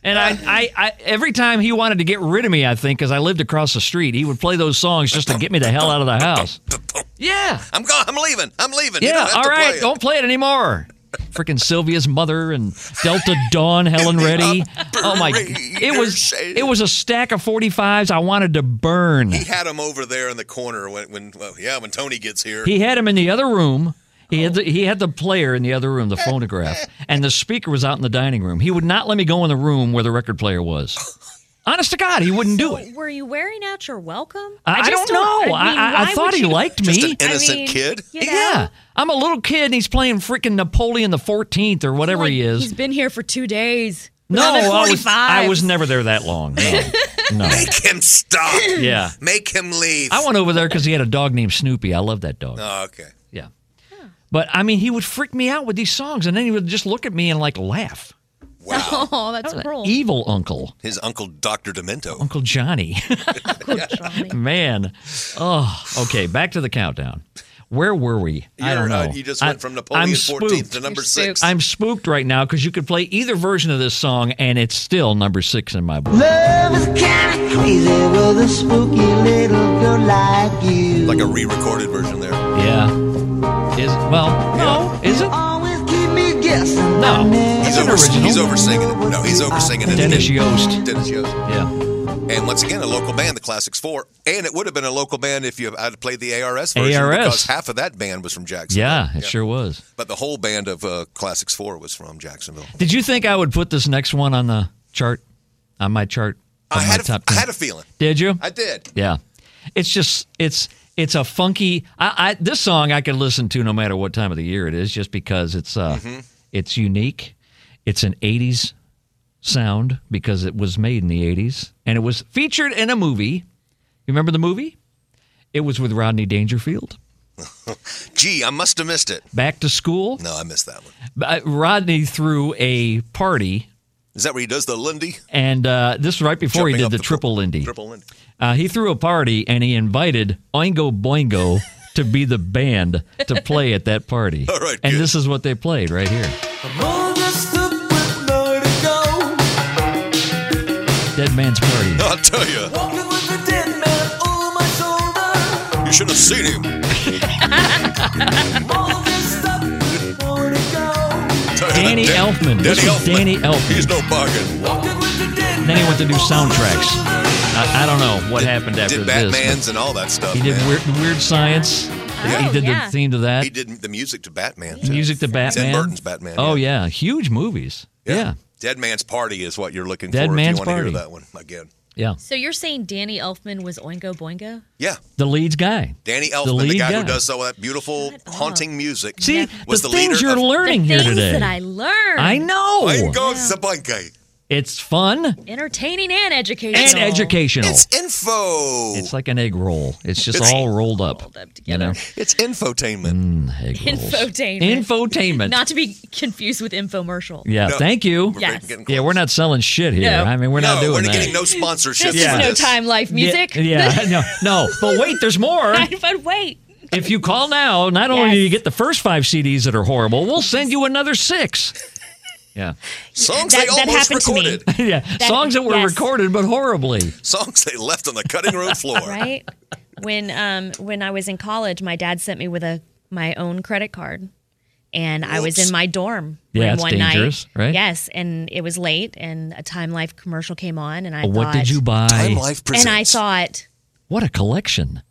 [SPEAKER 4] And I, I, I, every time he wanted to get rid of me, I think, because I lived across the street, he would play those songs just to get me the hell out of the house. Yeah.
[SPEAKER 3] I'm going. I'm leaving. I'm leaving. you
[SPEAKER 4] Yeah.
[SPEAKER 3] don't have
[SPEAKER 4] All
[SPEAKER 3] to
[SPEAKER 4] right.
[SPEAKER 3] Play it.
[SPEAKER 4] Don't play it anymore. Freaking Sylvia's mother and Delta Dawn, Helen Reddy. Oh my! It was it was a stack of forty fives. I wanted to burn.
[SPEAKER 3] He had him over there in the corner when when well, yeah when Tony gets here.
[SPEAKER 4] He had him in the other room. He had the, he had the player in the other room, the phonograph, and the speaker was out in the dining room. He would not let me go in the room where the record player was. Honest to God, he wouldn't do it.
[SPEAKER 6] Were you wearing out your welcome?
[SPEAKER 4] I, I
[SPEAKER 6] just
[SPEAKER 4] don't know. I,
[SPEAKER 6] mean,
[SPEAKER 4] I, I
[SPEAKER 6] why
[SPEAKER 4] thought
[SPEAKER 6] would
[SPEAKER 4] he
[SPEAKER 6] you-
[SPEAKER 4] liked
[SPEAKER 3] Just
[SPEAKER 4] me.
[SPEAKER 3] an innocent
[SPEAKER 6] mean,
[SPEAKER 3] kid.
[SPEAKER 6] you know?
[SPEAKER 4] yeah, I'm a little kid, and he's playing freaking Napoleon the Fourteenth or whatever
[SPEAKER 6] Like,
[SPEAKER 4] he is.
[SPEAKER 6] He's been here for two days.
[SPEAKER 4] no,
[SPEAKER 6] Another
[SPEAKER 4] I was,
[SPEAKER 6] 45.
[SPEAKER 4] I was never there that long. No, no.
[SPEAKER 3] Make him stop.
[SPEAKER 4] Yeah,
[SPEAKER 3] Make him leave.
[SPEAKER 4] I went over there because he had a dog named Snoopy. I love that dog.
[SPEAKER 3] oh, okay.
[SPEAKER 4] Yeah. But I mean, he would freak me out with these songs, and then he would just look at me and like laugh.
[SPEAKER 3] Wow.
[SPEAKER 6] Oh, that's cruel.
[SPEAKER 4] Evil uncle,
[SPEAKER 3] His uncle, Dr. Demento.
[SPEAKER 4] Uncle Johnny. Man. Oh, okay. Back to the countdown. Where were we? I
[SPEAKER 3] You're,
[SPEAKER 4] don't know.
[SPEAKER 3] uh, you just went
[SPEAKER 4] I-
[SPEAKER 3] from
[SPEAKER 4] I'm
[SPEAKER 3] Napoleon 14th
[SPEAKER 4] spooked.
[SPEAKER 3] to number
[SPEAKER 6] You're spooked.
[SPEAKER 3] 6.
[SPEAKER 4] I'm spooked right now because you could play either version of this song and it's still number six in my book.
[SPEAKER 3] Like a re recorded version there.
[SPEAKER 4] Yeah. Is well, no, is it? No.
[SPEAKER 3] He's
[SPEAKER 4] It's an
[SPEAKER 3] over,
[SPEAKER 4] original.
[SPEAKER 3] he's over singing it. No, he's over singing it.
[SPEAKER 4] Dennis
[SPEAKER 3] again.
[SPEAKER 4] Yost.
[SPEAKER 3] Dennis Yost.
[SPEAKER 4] Yeah.
[SPEAKER 3] And once again, a local band, the Classics Four, and it would have been a local band if you had played the ARS version
[SPEAKER 4] ARS.
[SPEAKER 3] because half of that band was from Jacksonville.
[SPEAKER 4] Yeah, it sure was.
[SPEAKER 3] But the whole band of uh, Classics Four was from Jacksonville.
[SPEAKER 4] Did you think I would put this next one on the chart? On my chart?
[SPEAKER 3] I
[SPEAKER 4] Of my
[SPEAKER 3] had, a,
[SPEAKER 4] top
[SPEAKER 3] I
[SPEAKER 4] 10?
[SPEAKER 3] had a feeling.
[SPEAKER 4] Did you?
[SPEAKER 3] I did.
[SPEAKER 4] yeah. It's just it's it's a funky I, I this song I could listen to no matter what time of the year it is just because it's uh
[SPEAKER 3] Mm-hmm.
[SPEAKER 4] it's unique. It's an 80s sound because it was made in the 80s and it was featured in a movie. You remember the movie? It was with Rodney Dangerfield.
[SPEAKER 3] Gee, I must have missed it.
[SPEAKER 4] Back to school.
[SPEAKER 3] No, I missed that one.
[SPEAKER 4] Uh, Rodney threw a party,
[SPEAKER 3] Is that where he does the Lindy?
[SPEAKER 4] and uh, this was right before
[SPEAKER 3] Jumping
[SPEAKER 4] he
[SPEAKER 3] off
[SPEAKER 4] did
[SPEAKER 3] the
[SPEAKER 4] the, triple Lindy.
[SPEAKER 3] Triple Lindy.
[SPEAKER 4] Uh, he threw a party, and he invited Oingo Boingo to be the band to play at that party.
[SPEAKER 3] All right,
[SPEAKER 4] and
[SPEAKER 3] good.
[SPEAKER 4] this is what they played right here. Dead Man's Party.
[SPEAKER 3] I'll tell you, you should have seen him. Tell you
[SPEAKER 4] Danny
[SPEAKER 3] that Dan-
[SPEAKER 4] Elfman. This was Danny Elfman.
[SPEAKER 3] He's no bargain.
[SPEAKER 4] And then he went to do soundtracks. I, I don't know what happened after
[SPEAKER 3] did
[SPEAKER 4] this. but
[SPEAKER 3] Batman's and all that stuff.
[SPEAKER 4] He did
[SPEAKER 3] man.
[SPEAKER 4] weird, weird science. he did
[SPEAKER 6] Oh, yeah.
[SPEAKER 4] the theme to that.
[SPEAKER 3] He did the music to Batman. Too.
[SPEAKER 4] music to Batman.
[SPEAKER 3] Burton's Batman,
[SPEAKER 4] Oh yeah, huge movies. Yeah. yeah.
[SPEAKER 3] Dead Man's Party is what you're looking
[SPEAKER 4] Dead
[SPEAKER 3] for
[SPEAKER 4] Man's
[SPEAKER 3] if you want to
[SPEAKER 4] Party.
[SPEAKER 3] hear that one again.
[SPEAKER 6] So you're saying Danny Elfman was Oingo Boingo?
[SPEAKER 3] Yeah.
[SPEAKER 4] The leads guy.
[SPEAKER 3] Danny
[SPEAKER 4] the,
[SPEAKER 3] Elfman, the,
[SPEAKER 4] lead
[SPEAKER 3] guy, who does all that beautiful, haunting music,
[SPEAKER 4] See,
[SPEAKER 3] was
[SPEAKER 4] the,
[SPEAKER 3] the,
[SPEAKER 4] things
[SPEAKER 3] leader
[SPEAKER 4] you're
[SPEAKER 3] of
[SPEAKER 4] learning
[SPEAKER 6] the
[SPEAKER 4] here
[SPEAKER 6] things
[SPEAKER 4] today.
[SPEAKER 6] that I learned.
[SPEAKER 4] I know.
[SPEAKER 3] Oingo Zabunga.
[SPEAKER 4] Oh. It's fun and
[SPEAKER 6] Entertaining and educational.
[SPEAKER 4] educational.
[SPEAKER 3] It's
[SPEAKER 4] It's,
[SPEAKER 3] info. It's,
[SPEAKER 4] like an egg roll. It's just all rolled up.
[SPEAKER 6] Rolled up together.
[SPEAKER 4] You know, Mm.
[SPEAKER 3] infotainment.
[SPEAKER 4] egg rolls.
[SPEAKER 6] Infotainment.
[SPEAKER 4] Infotainment.
[SPEAKER 6] Not to be confused with infomercial.
[SPEAKER 4] yeah.
[SPEAKER 3] No.
[SPEAKER 4] Thank you.
[SPEAKER 3] We're
[SPEAKER 6] Yes.
[SPEAKER 3] getting
[SPEAKER 4] Yeah, we're
[SPEAKER 3] close.
[SPEAKER 4] not selling shit here.
[SPEAKER 6] No.
[SPEAKER 4] I mean, we're
[SPEAKER 3] no,
[SPEAKER 4] not doing
[SPEAKER 3] we're
[SPEAKER 4] that.
[SPEAKER 3] getting no sponsorships.
[SPEAKER 6] This is
[SPEAKER 3] for
[SPEAKER 6] no
[SPEAKER 3] this.
[SPEAKER 6] time life
[SPEAKER 4] Yeah,
[SPEAKER 6] music.
[SPEAKER 4] Yeah, no, no. But wait, there's more.
[SPEAKER 6] but wait.
[SPEAKER 4] If you call now, not only do
[SPEAKER 6] Yes.
[SPEAKER 4] you get the first five CDs that are horrible, we'll send you another six. Yeah,
[SPEAKER 3] Songs
[SPEAKER 6] That-
[SPEAKER 3] they
[SPEAKER 6] that
[SPEAKER 3] almost
[SPEAKER 6] happened to me.
[SPEAKER 3] recorded.
[SPEAKER 4] yeah. Songs that were
[SPEAKER 6] yes.
[SPEAKER 4] recorded but horribly.
[SPEAKER 3] Songs they left on the cutting room floor.
[SPEAKER 6] Right? when um when I was in college, my dad sent me with a my own credit card. And I was
[SPEAKER 3] Whoops.
[SPEAKER 6] in my dorm
[SPEAKER 4] Yeah,
[SPEAKER 6] room
[SPEAKER 4] it's
[SPEAKER 6] one
[SPEAKER 4] dangerous,
[SPEAKER 6] night.
[SPEAKER 4] right?
[SPEAKER 6] Yes, and it was late and a Time Life commercial came on and I
[SPEAKER 4] What
[SPEAKER 6] thought
[SPEAKER 4] did you buy?
[SPEAKER 3] Time Life presents.
[SPEAKER 6] And I thought
[SPEAKER 4] What a collection!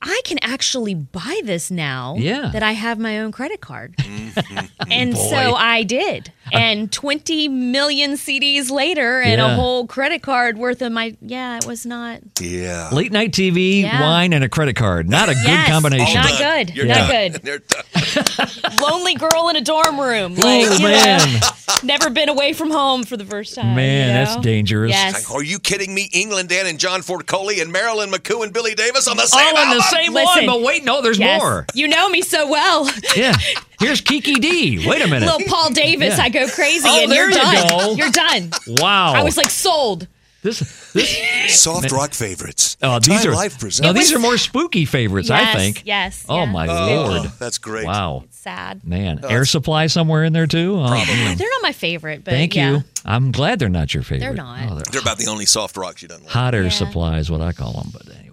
[SPEAKER 6] I can actually buy this now
[SPEAKER 4] Yeah.
[SPEAKER 6] that I have my own credit card. Mm-hmm. and so I did. And 20 million CDs later and
[SPEAKER 4] Yeah.
[SPEAKER 6] a whole credit card worth of my yeah, it was not
[SPEAKER 3] Yeah.
[SPEAKER 4] Late night TV,
[SPEAKER 6] Yeah.
[SPEAKER 4] wine, and a credit card. Not a good
[SPEAKER 6] Yes.
[SPEAKER 4] combination.
[SPEAKER 6] Not
[SPEAKER 3] Done.
[SPEAKER 6] good.
[SPEAKER 3] You're
[SPEAKER 6] Not
[SPEAKER 3] done.
[SPEAKER 6] good.
[SPEAKER 3] They're done.
[SPEAKER 6] lonely girl in a dorm room. Like,
[SPEAKER 4] Oh
[SPEAKER 6] you
[SPEAKER 4] man,
[SPEAKER 6] know, never been away from home for the first time.
[SPEAKER 4] man,
[SPEAKER 6] you know?
[SPEAKER 4] that's dangerous.
[SPEAKER 6] Yes.
[SPEAKER 3] Are you kidding me? England Dan and John Ford Coley and Marilyn McCoo and Billy Davis on the same
[SPEAKER 4] All on
[SPEAKER 3] album?
[SPEAKER 4] the same one,
[SPEAKER 6] Listen.
[SPEAKER 4] but wait, no, there's
[SPEAKER 6] Yes.
[SPEAKER 4] more.
[SPEAKER 6] You know me so well.
[SPEAKER 4] Yeah, here's Kiki D. Wait a minute.
[SPEAKER 6] Little Paul Davis,
[SPEAKER 4] Yeah.
[SPEAKER 6] I go crazy
[SPEAKER 4] Oh,
[SPEAKER 6] and
[SPEAKER 4] there
[SPEAKER 6] you're
[SPEAKER 4] you
[SPEAKER 6] done.
[SPEAKER 4] go.
[SPEAKER 6] You're done.
[SPEAKER 4] wow,
[SPEAKER 6] I was like sold.
[SPEAKER 4] this, this.
[SPEAKER 3] Soft rock favorites.
[SPEAKER 4] Oh, these
[SPEAKER 3] Time
[SPEAKER 4] are
[SPEAKER 3] Life presents.
[SPEAKER 4] no, these are more spooky favorites.
[SPEAKER 6] Yes,
[SPEAKER 4] I think.
[SPEAKER 6] yes,
[SPEAKER 4] Oh
[SPEAKER 6] yes.
[SPEAKER 4] my
[SPEAKER 3] Oh,
[SPEAKER 4] lord.
[SPEAKER 3] That's great.
[SPEAKER 4] Wow.
[SPEAKER 6] Sad.
[SPEAKER 4] Man, air supply somewhere in there too. Oh, man.
[SPEAKER 6] They're not my favorite, but
[SPEAKER 4] Thank
[SPEAKER 6] yeah.
[SPEAKER 4] you. I'm glad they're not your favorite.
[SPEAKER 6] They're not.
[SPEAKER 4] Oh, they're
[SPEAKER 3] They're about the only soft rock she doesn't like.
[SPEAKER 4] hot air supply is what I call them. But anyway,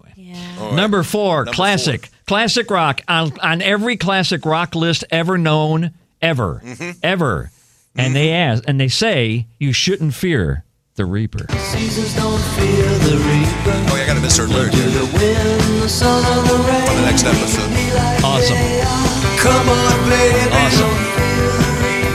[SPEAKER 4] number four, classic, classic rock on on every classic rock list ever known, ever, ever. And they ask, and they say you shouldn't fear the reaper.
[SPEAKER 3] Oh, yeah, I got to miss her lyric here. For the next episode.
[SPEAKER 4] Awesome.
[SPEAKER 3] Come on, baby.
[SPEAKER 4] Awesome.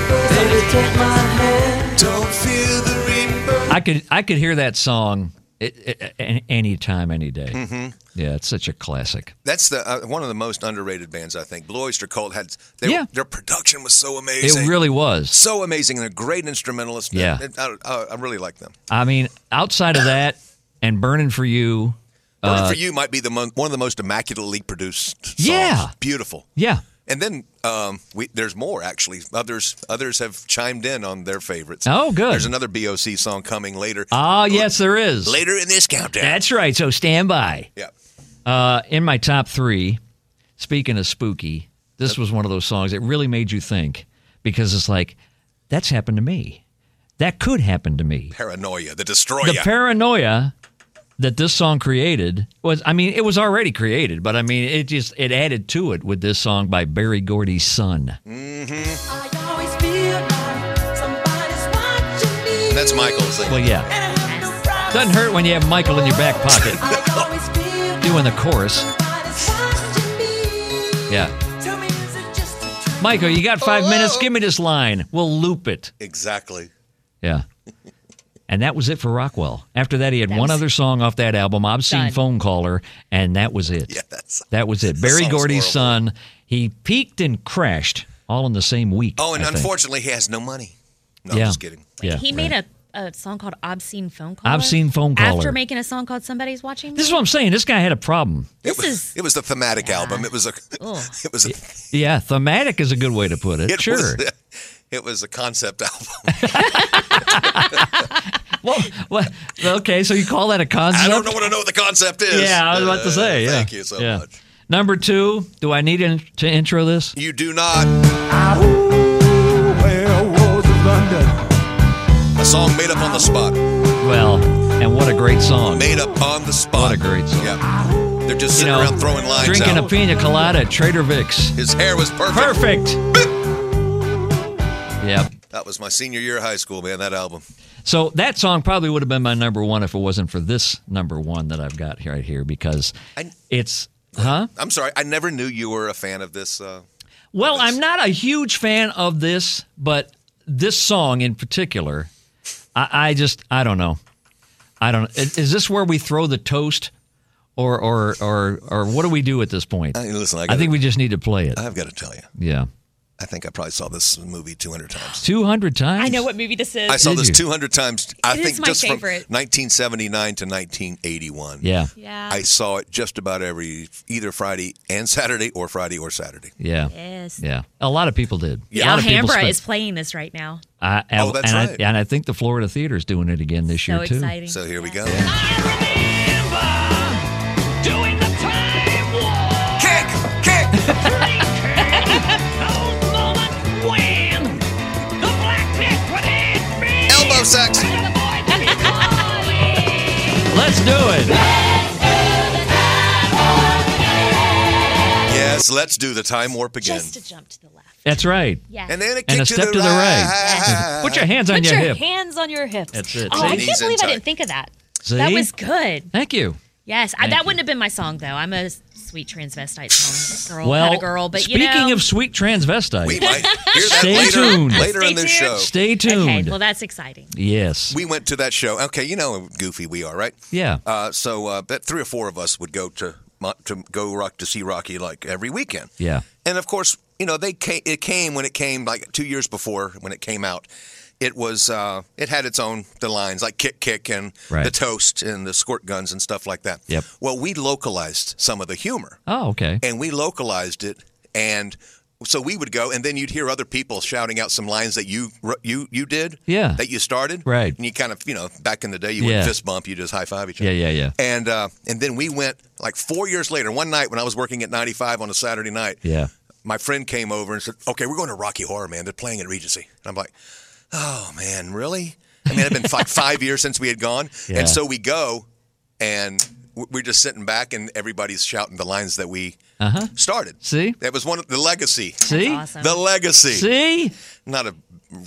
[SPEAKER 3] Don't fear the reaper.
[SPEAKER 4] I could I could hear that song a- a- a- any time, any day. Yeah, it's such a classic.
[SPEAKER 3] That's the uh, one of the most underrated bands, I think. Blue Oyster Cult had they,
[SPEAKER 4] Yeah.
[SPEAKER 3] their production was so
[SPEAKER 4] It
[SPEAKER 3] amazing.
[SPEAKER 4] really was.
[SPEAKER 3] so amazing. They're great instrumentalists.
[SPEAKER 4] Yeah.
[SPEAKER 3] I, I, I really like them.
[SPEAKER 4] I mean, outside of that, and burning for you. Uh,
[SPEAKER 3] Burning for You might be the mon- one of the most immaculately produced songs.
[SPEAKER 4] Yeah.
[SPEAKER 3] Beautiful.
[SPEAKER 4] Yeah.
[SPEAKER 3] And then um, we, there's more actually. Others others have chimed in on their favorites.
[SPEAKER 4] Oh, good.
[SPEAKER 3] There's another BOC song coming later.
[SPEAKER 4] Ah, yes, there is.
[SPEAKER 3] later in this countdown.
[SPEAKER 4] That's right. So stand by.
[SPEAKER 3] yeah.
[SPEAKER 4] Uh, in my top three, speaking of spooky, this was one of those songs that really made you think because it's like, that's happened to me. That could happen to me.
[SPEAKER 3] Paranoia, the destroyer.
[SPEAKER 4] the paranoia that this song created was I mean it was already created but I mean it just it added to it with this song by Barry Gordy's son.
[SPEAKER 3] That's Michael's thing.
[SPEAKER 4] Well yeah, doesn't hurt when you have Michael in your back pocket doing the chorus. Yeah. Michael, you got 5 minutes. Give me this line. We'll loop it.
[SPEAKER 3] exactly.
[SPEAKER 4] Yeah. And that was it for Rockwell. After that, he had one other song off that album, Obscene
[SPEAKER 6] Done.
[SPEAKER 4] Phone Caller, and that was it.
[SPEAKER 3] Yeah, that's.
[SPEAKER 4] That was it.
[SPEAKER 3] That
[SPEAKER 4] Barry
[SPEAKER 3] song's
[SPEAKER 4] Gordy's
[SPEAKER 3] horrible.
[SPEAKER 4] son. He peaked and crashed all in the same week.
[SPEAKER 3] Oh, and
[SPEAKER 4] I think.
[SPEAKER 3] unfortunately, he has no money. No,
[SPEAKER 4] Yeah.
[SPEAKER 3] I'm just kidding.
[SPEAKER 4] yeah,
[SPEAKER 6] he made a, a song called Obscene Phone Caller.
[SPEAKER 4] Obscene Phone Caller.
[SPEAKER 6] After making a song called Somebody's Watching.
[SPEAKER 4] This is what I'm saying. This guy had a problem.
[SPEAKER 6] This
[SPEAKER 3] it was,
[SPEAKER 6] is-
[SPEAKER 3] It was the thematic album. It was a. It was a.
[SPEAKER 4] Yeah, thematic is a good way to put it.
[SPEAKER 3] It
[SPEAKER 4] sure.
[SPEAKER 3] Was a, it was a concept album.
[SPEAKER 4] well, well, okay. So you call that a concept?
[SPEAKER 3] I don't know what I know what the concept is.
[SPEAKER 4] Yeah, I was about to say.
[SPEAKER 3] Uh,
[SPEAKER 4] yeah.
[SPEAKER 3] Thank you so
[SPEAKER 4] Yeah.
[SPEAKER 3] much.
[SPEAKER 4] Number two. Do I need in- to intro this?
[SPEAKER 3] You do not. A song made up on the spot.
[SPEAKER 4] Well, and what a great song.
[SPEAKER 3] Made up on the spot.
[SPEAKER 4] What a great song.
[SPEAKER 3] Yeah. They're just
[SPEAKER 4] You
[SPEAKER 3] sitting
[SPEAKER 4] know,
[SPEAKER 3] around throwing lines
[SPEAKER 4] drinking
[SPEAKER 3] out.
[SPEAKER 4] a pina colada at Trader Vic's.
[SPEAKER 3] His hair was perfect.
[SPEAKER 4] Perfect. yep.
[SPEAKER 3] That was my senior year of high school, man. That album.
[SPEAKER 4] So that song probably would have been my number one if it wasn't for this number one that I've got here- right here because
[SPEAKER 3] I-
[SPEAKER 4] it's huh.
[SPEAKER 3] I'm sorry, I never knew you were a fan of this. Uh,
[SPEAKER 4] Well, I'm not a huge fan of this, but this song in particular, I, I just I don't know. I don't. Is is this where we throw the toast, or or or or what do we do at this point?
[SPEAKER 3] I mean, listen, I,
[SPEAKER 4] I
[SPEAKER 3] gotta,
[SPEAKER 4] think we just need to play it.
[SPEAKER 3] I've got to tell you,
[SPEAKER 4] Yeah,
[SPEAKER 3] I think I probably saw this movie 200 times.
[SPEAKER 4] two hundred times.
[SPEAKER 6] I know what movie this is.
[SPEAKER 3] I saw
[SPEAKER 4] Did
[SPEAKER 3] this
[SPEAKER 4] you?
[SPEAKER 3] 200 times. I
[SPEAKER 6] It is
[SPEAKER 3] think
[SPEAKER 6] my
[SPEAKER 3] just
[SPEAKER 6] favorite.
[SPEAKER 3] from 1979 to 1981.
[SPEAKER 4] Yeah,
[SPEAKER 6] yeah.
[SPEAKER 3] I saw it just about every either Friday and Saturday or Friday or Saturday.
[SPEAKER 4] yeah,
[SPEAKER 6] yes.
[SPEAKER 4] yeah. A lot of people did.
[SPEAKER 3] Yeah.
[SPEAKER 4] A lot of people
[SPEAKER 6] Alhambra
[SPEAKER 4] spent-
[SPEAKER 6] is playing this right now.
[SPEAKER 4] I, I-
[SPEAKER 3] Oh, that's
[SPEAKER 4] and
[SPEAKER 3] right.
[SPEAKER 4] I, and I think the Florida Theater is doing it again this
[SPEAKER 6] So
[SPEAKER 4] year too.
[SPEAKER 6] exciting.
[SPEAKER 3] So here we
[SPEAKER 6] Yeah.
[SPEAKER 3] go.
[SPEAKER 8] Kick! Kick!
[SPEAKER 3] Elbow sex.
[SPEAKER 4] Let's do it.
[SPEAKER 3] Yes, let's do the time warp again.
[SPEAKER 6] Just to jump to the left.
[SPEAKER 4] That's right.
[SPEAKER 6] Yeah.
[SPEAKER 3] and then a kick
[SPEAKER 4] And a
[SPEAKER 3] to,
[SPEAKER 4] step
[SPEAKER 3] the
[SPEAKER 4] to the
[SPEAKER 3] right.
[SPEAKER 4] Put your hands on
[SPEAKER 6] Put
[SPEAKER 4] your,
[SPEAKER 6] your
[SPEAKER 4] hip.
[SPEAKER 6] hands on your hips.
[SPEAKER 4] That's it.
[SPEAKER 6] Oh,
[SPEAKER 4] See?
[SPEAKER 6] I
[SPEAKER 3] Knees
[SPEAKER 6] can't believe
[SPEAKER 3] in
[SPEAKER 6] I
[SPEAKER 3] tight.
[SPEAKER 6] didn't think of that.
[SPEAKER 4] See?
[SPEAKER 6] That was good.
[SPEAKER 4] Thank you.
[SPEAKER 6] Yes, I,
[SPEAKER 4] Thank
[SPEAKER 6] that wouldn't have been my song though. I'm a sweet transvestite song girl,
[SPEAKER 4] Well,
[SPEAKER 6] kind of girl. But
[SPEAKER 4] speaking
[SPEAKER 6] you know,
[SPEAKER 4] of sweet transvestite,
[SPEAKER 3] We might hear that
[SPEAKER 4] Stay
[SPEAKER 3] later,
[SPEAKER 4] tuned.
[SPEAKER 3] later in
[SPEAKER 6] Stay
[SPEAKER 3] this show.
[SPEAKER 6] tuned.
[SPEAKER 4] stay tuned.
[SPEAKER 6] okay, well that's exciting.
[SPEAKER 4] yes.
[SPEAKER 3] We went to that show. Okay, you know how goofy we are, right?
[SPEAKER 4] yeah.
[SPEAKER 3] Uh, so uh, that three or four of us would go to Mo- to go rock to see Rocky like every weekend.
[SPEAKER 4] yeah.
[SPEAKER 3] And of course, you know they came, it came when it came like two years before when it came out. It was uh, it had its own the lines like kick kick and
[SPEAKER 4] Right.
[SPEAKER 3] the toast and the squirt guns and stuff like that.
[SPEAKER 4] Yep.
[SPEAKER 3] Well, we localized some of the humor
[SPEAKER 4] Oh, okay.
[SPEAKER 3] and we localized it and so we would go and then you'd hear other people shouting out some lines that you you you did
[SPEAKER 4] Yeah.
[SPEAKER 3] that you started
[SPEAKER 4] Right.
[SPEAKER 3] and you kind of you know back in the day you would
[SPEAKER 4] Yeah.
[SPEAKER 3] would fist bump you just high five each other
[SPEAKER 4] Yeah, yeah, yeah.
[SPEAKER 3] and uh, and then we went like four years later one night when I was working at 95 on a Saturday night
[SPEAKER 4] Yeah.
[SPEAKER 3] my friend came over and said okay we're going to Rocky Horror man they're playing at Regency and I'm like oh man really I mean it had been like five years since we had gone
[SPEAKER 4] Yeah.
[SPEAKER 3] and so we go and w- we're just sitting back and everybody's shouting the lines that we started.
[SPEAKER 4] Uh-huh. See?
[SPEAKER 3] That was one of the legacy.
[SPEAKER 4] See?
[SPEAKER 6] Awesome.
[SPEAKER 3] The legacy.
[SPEAKER 4] See?
[SPEAKER 3] Not a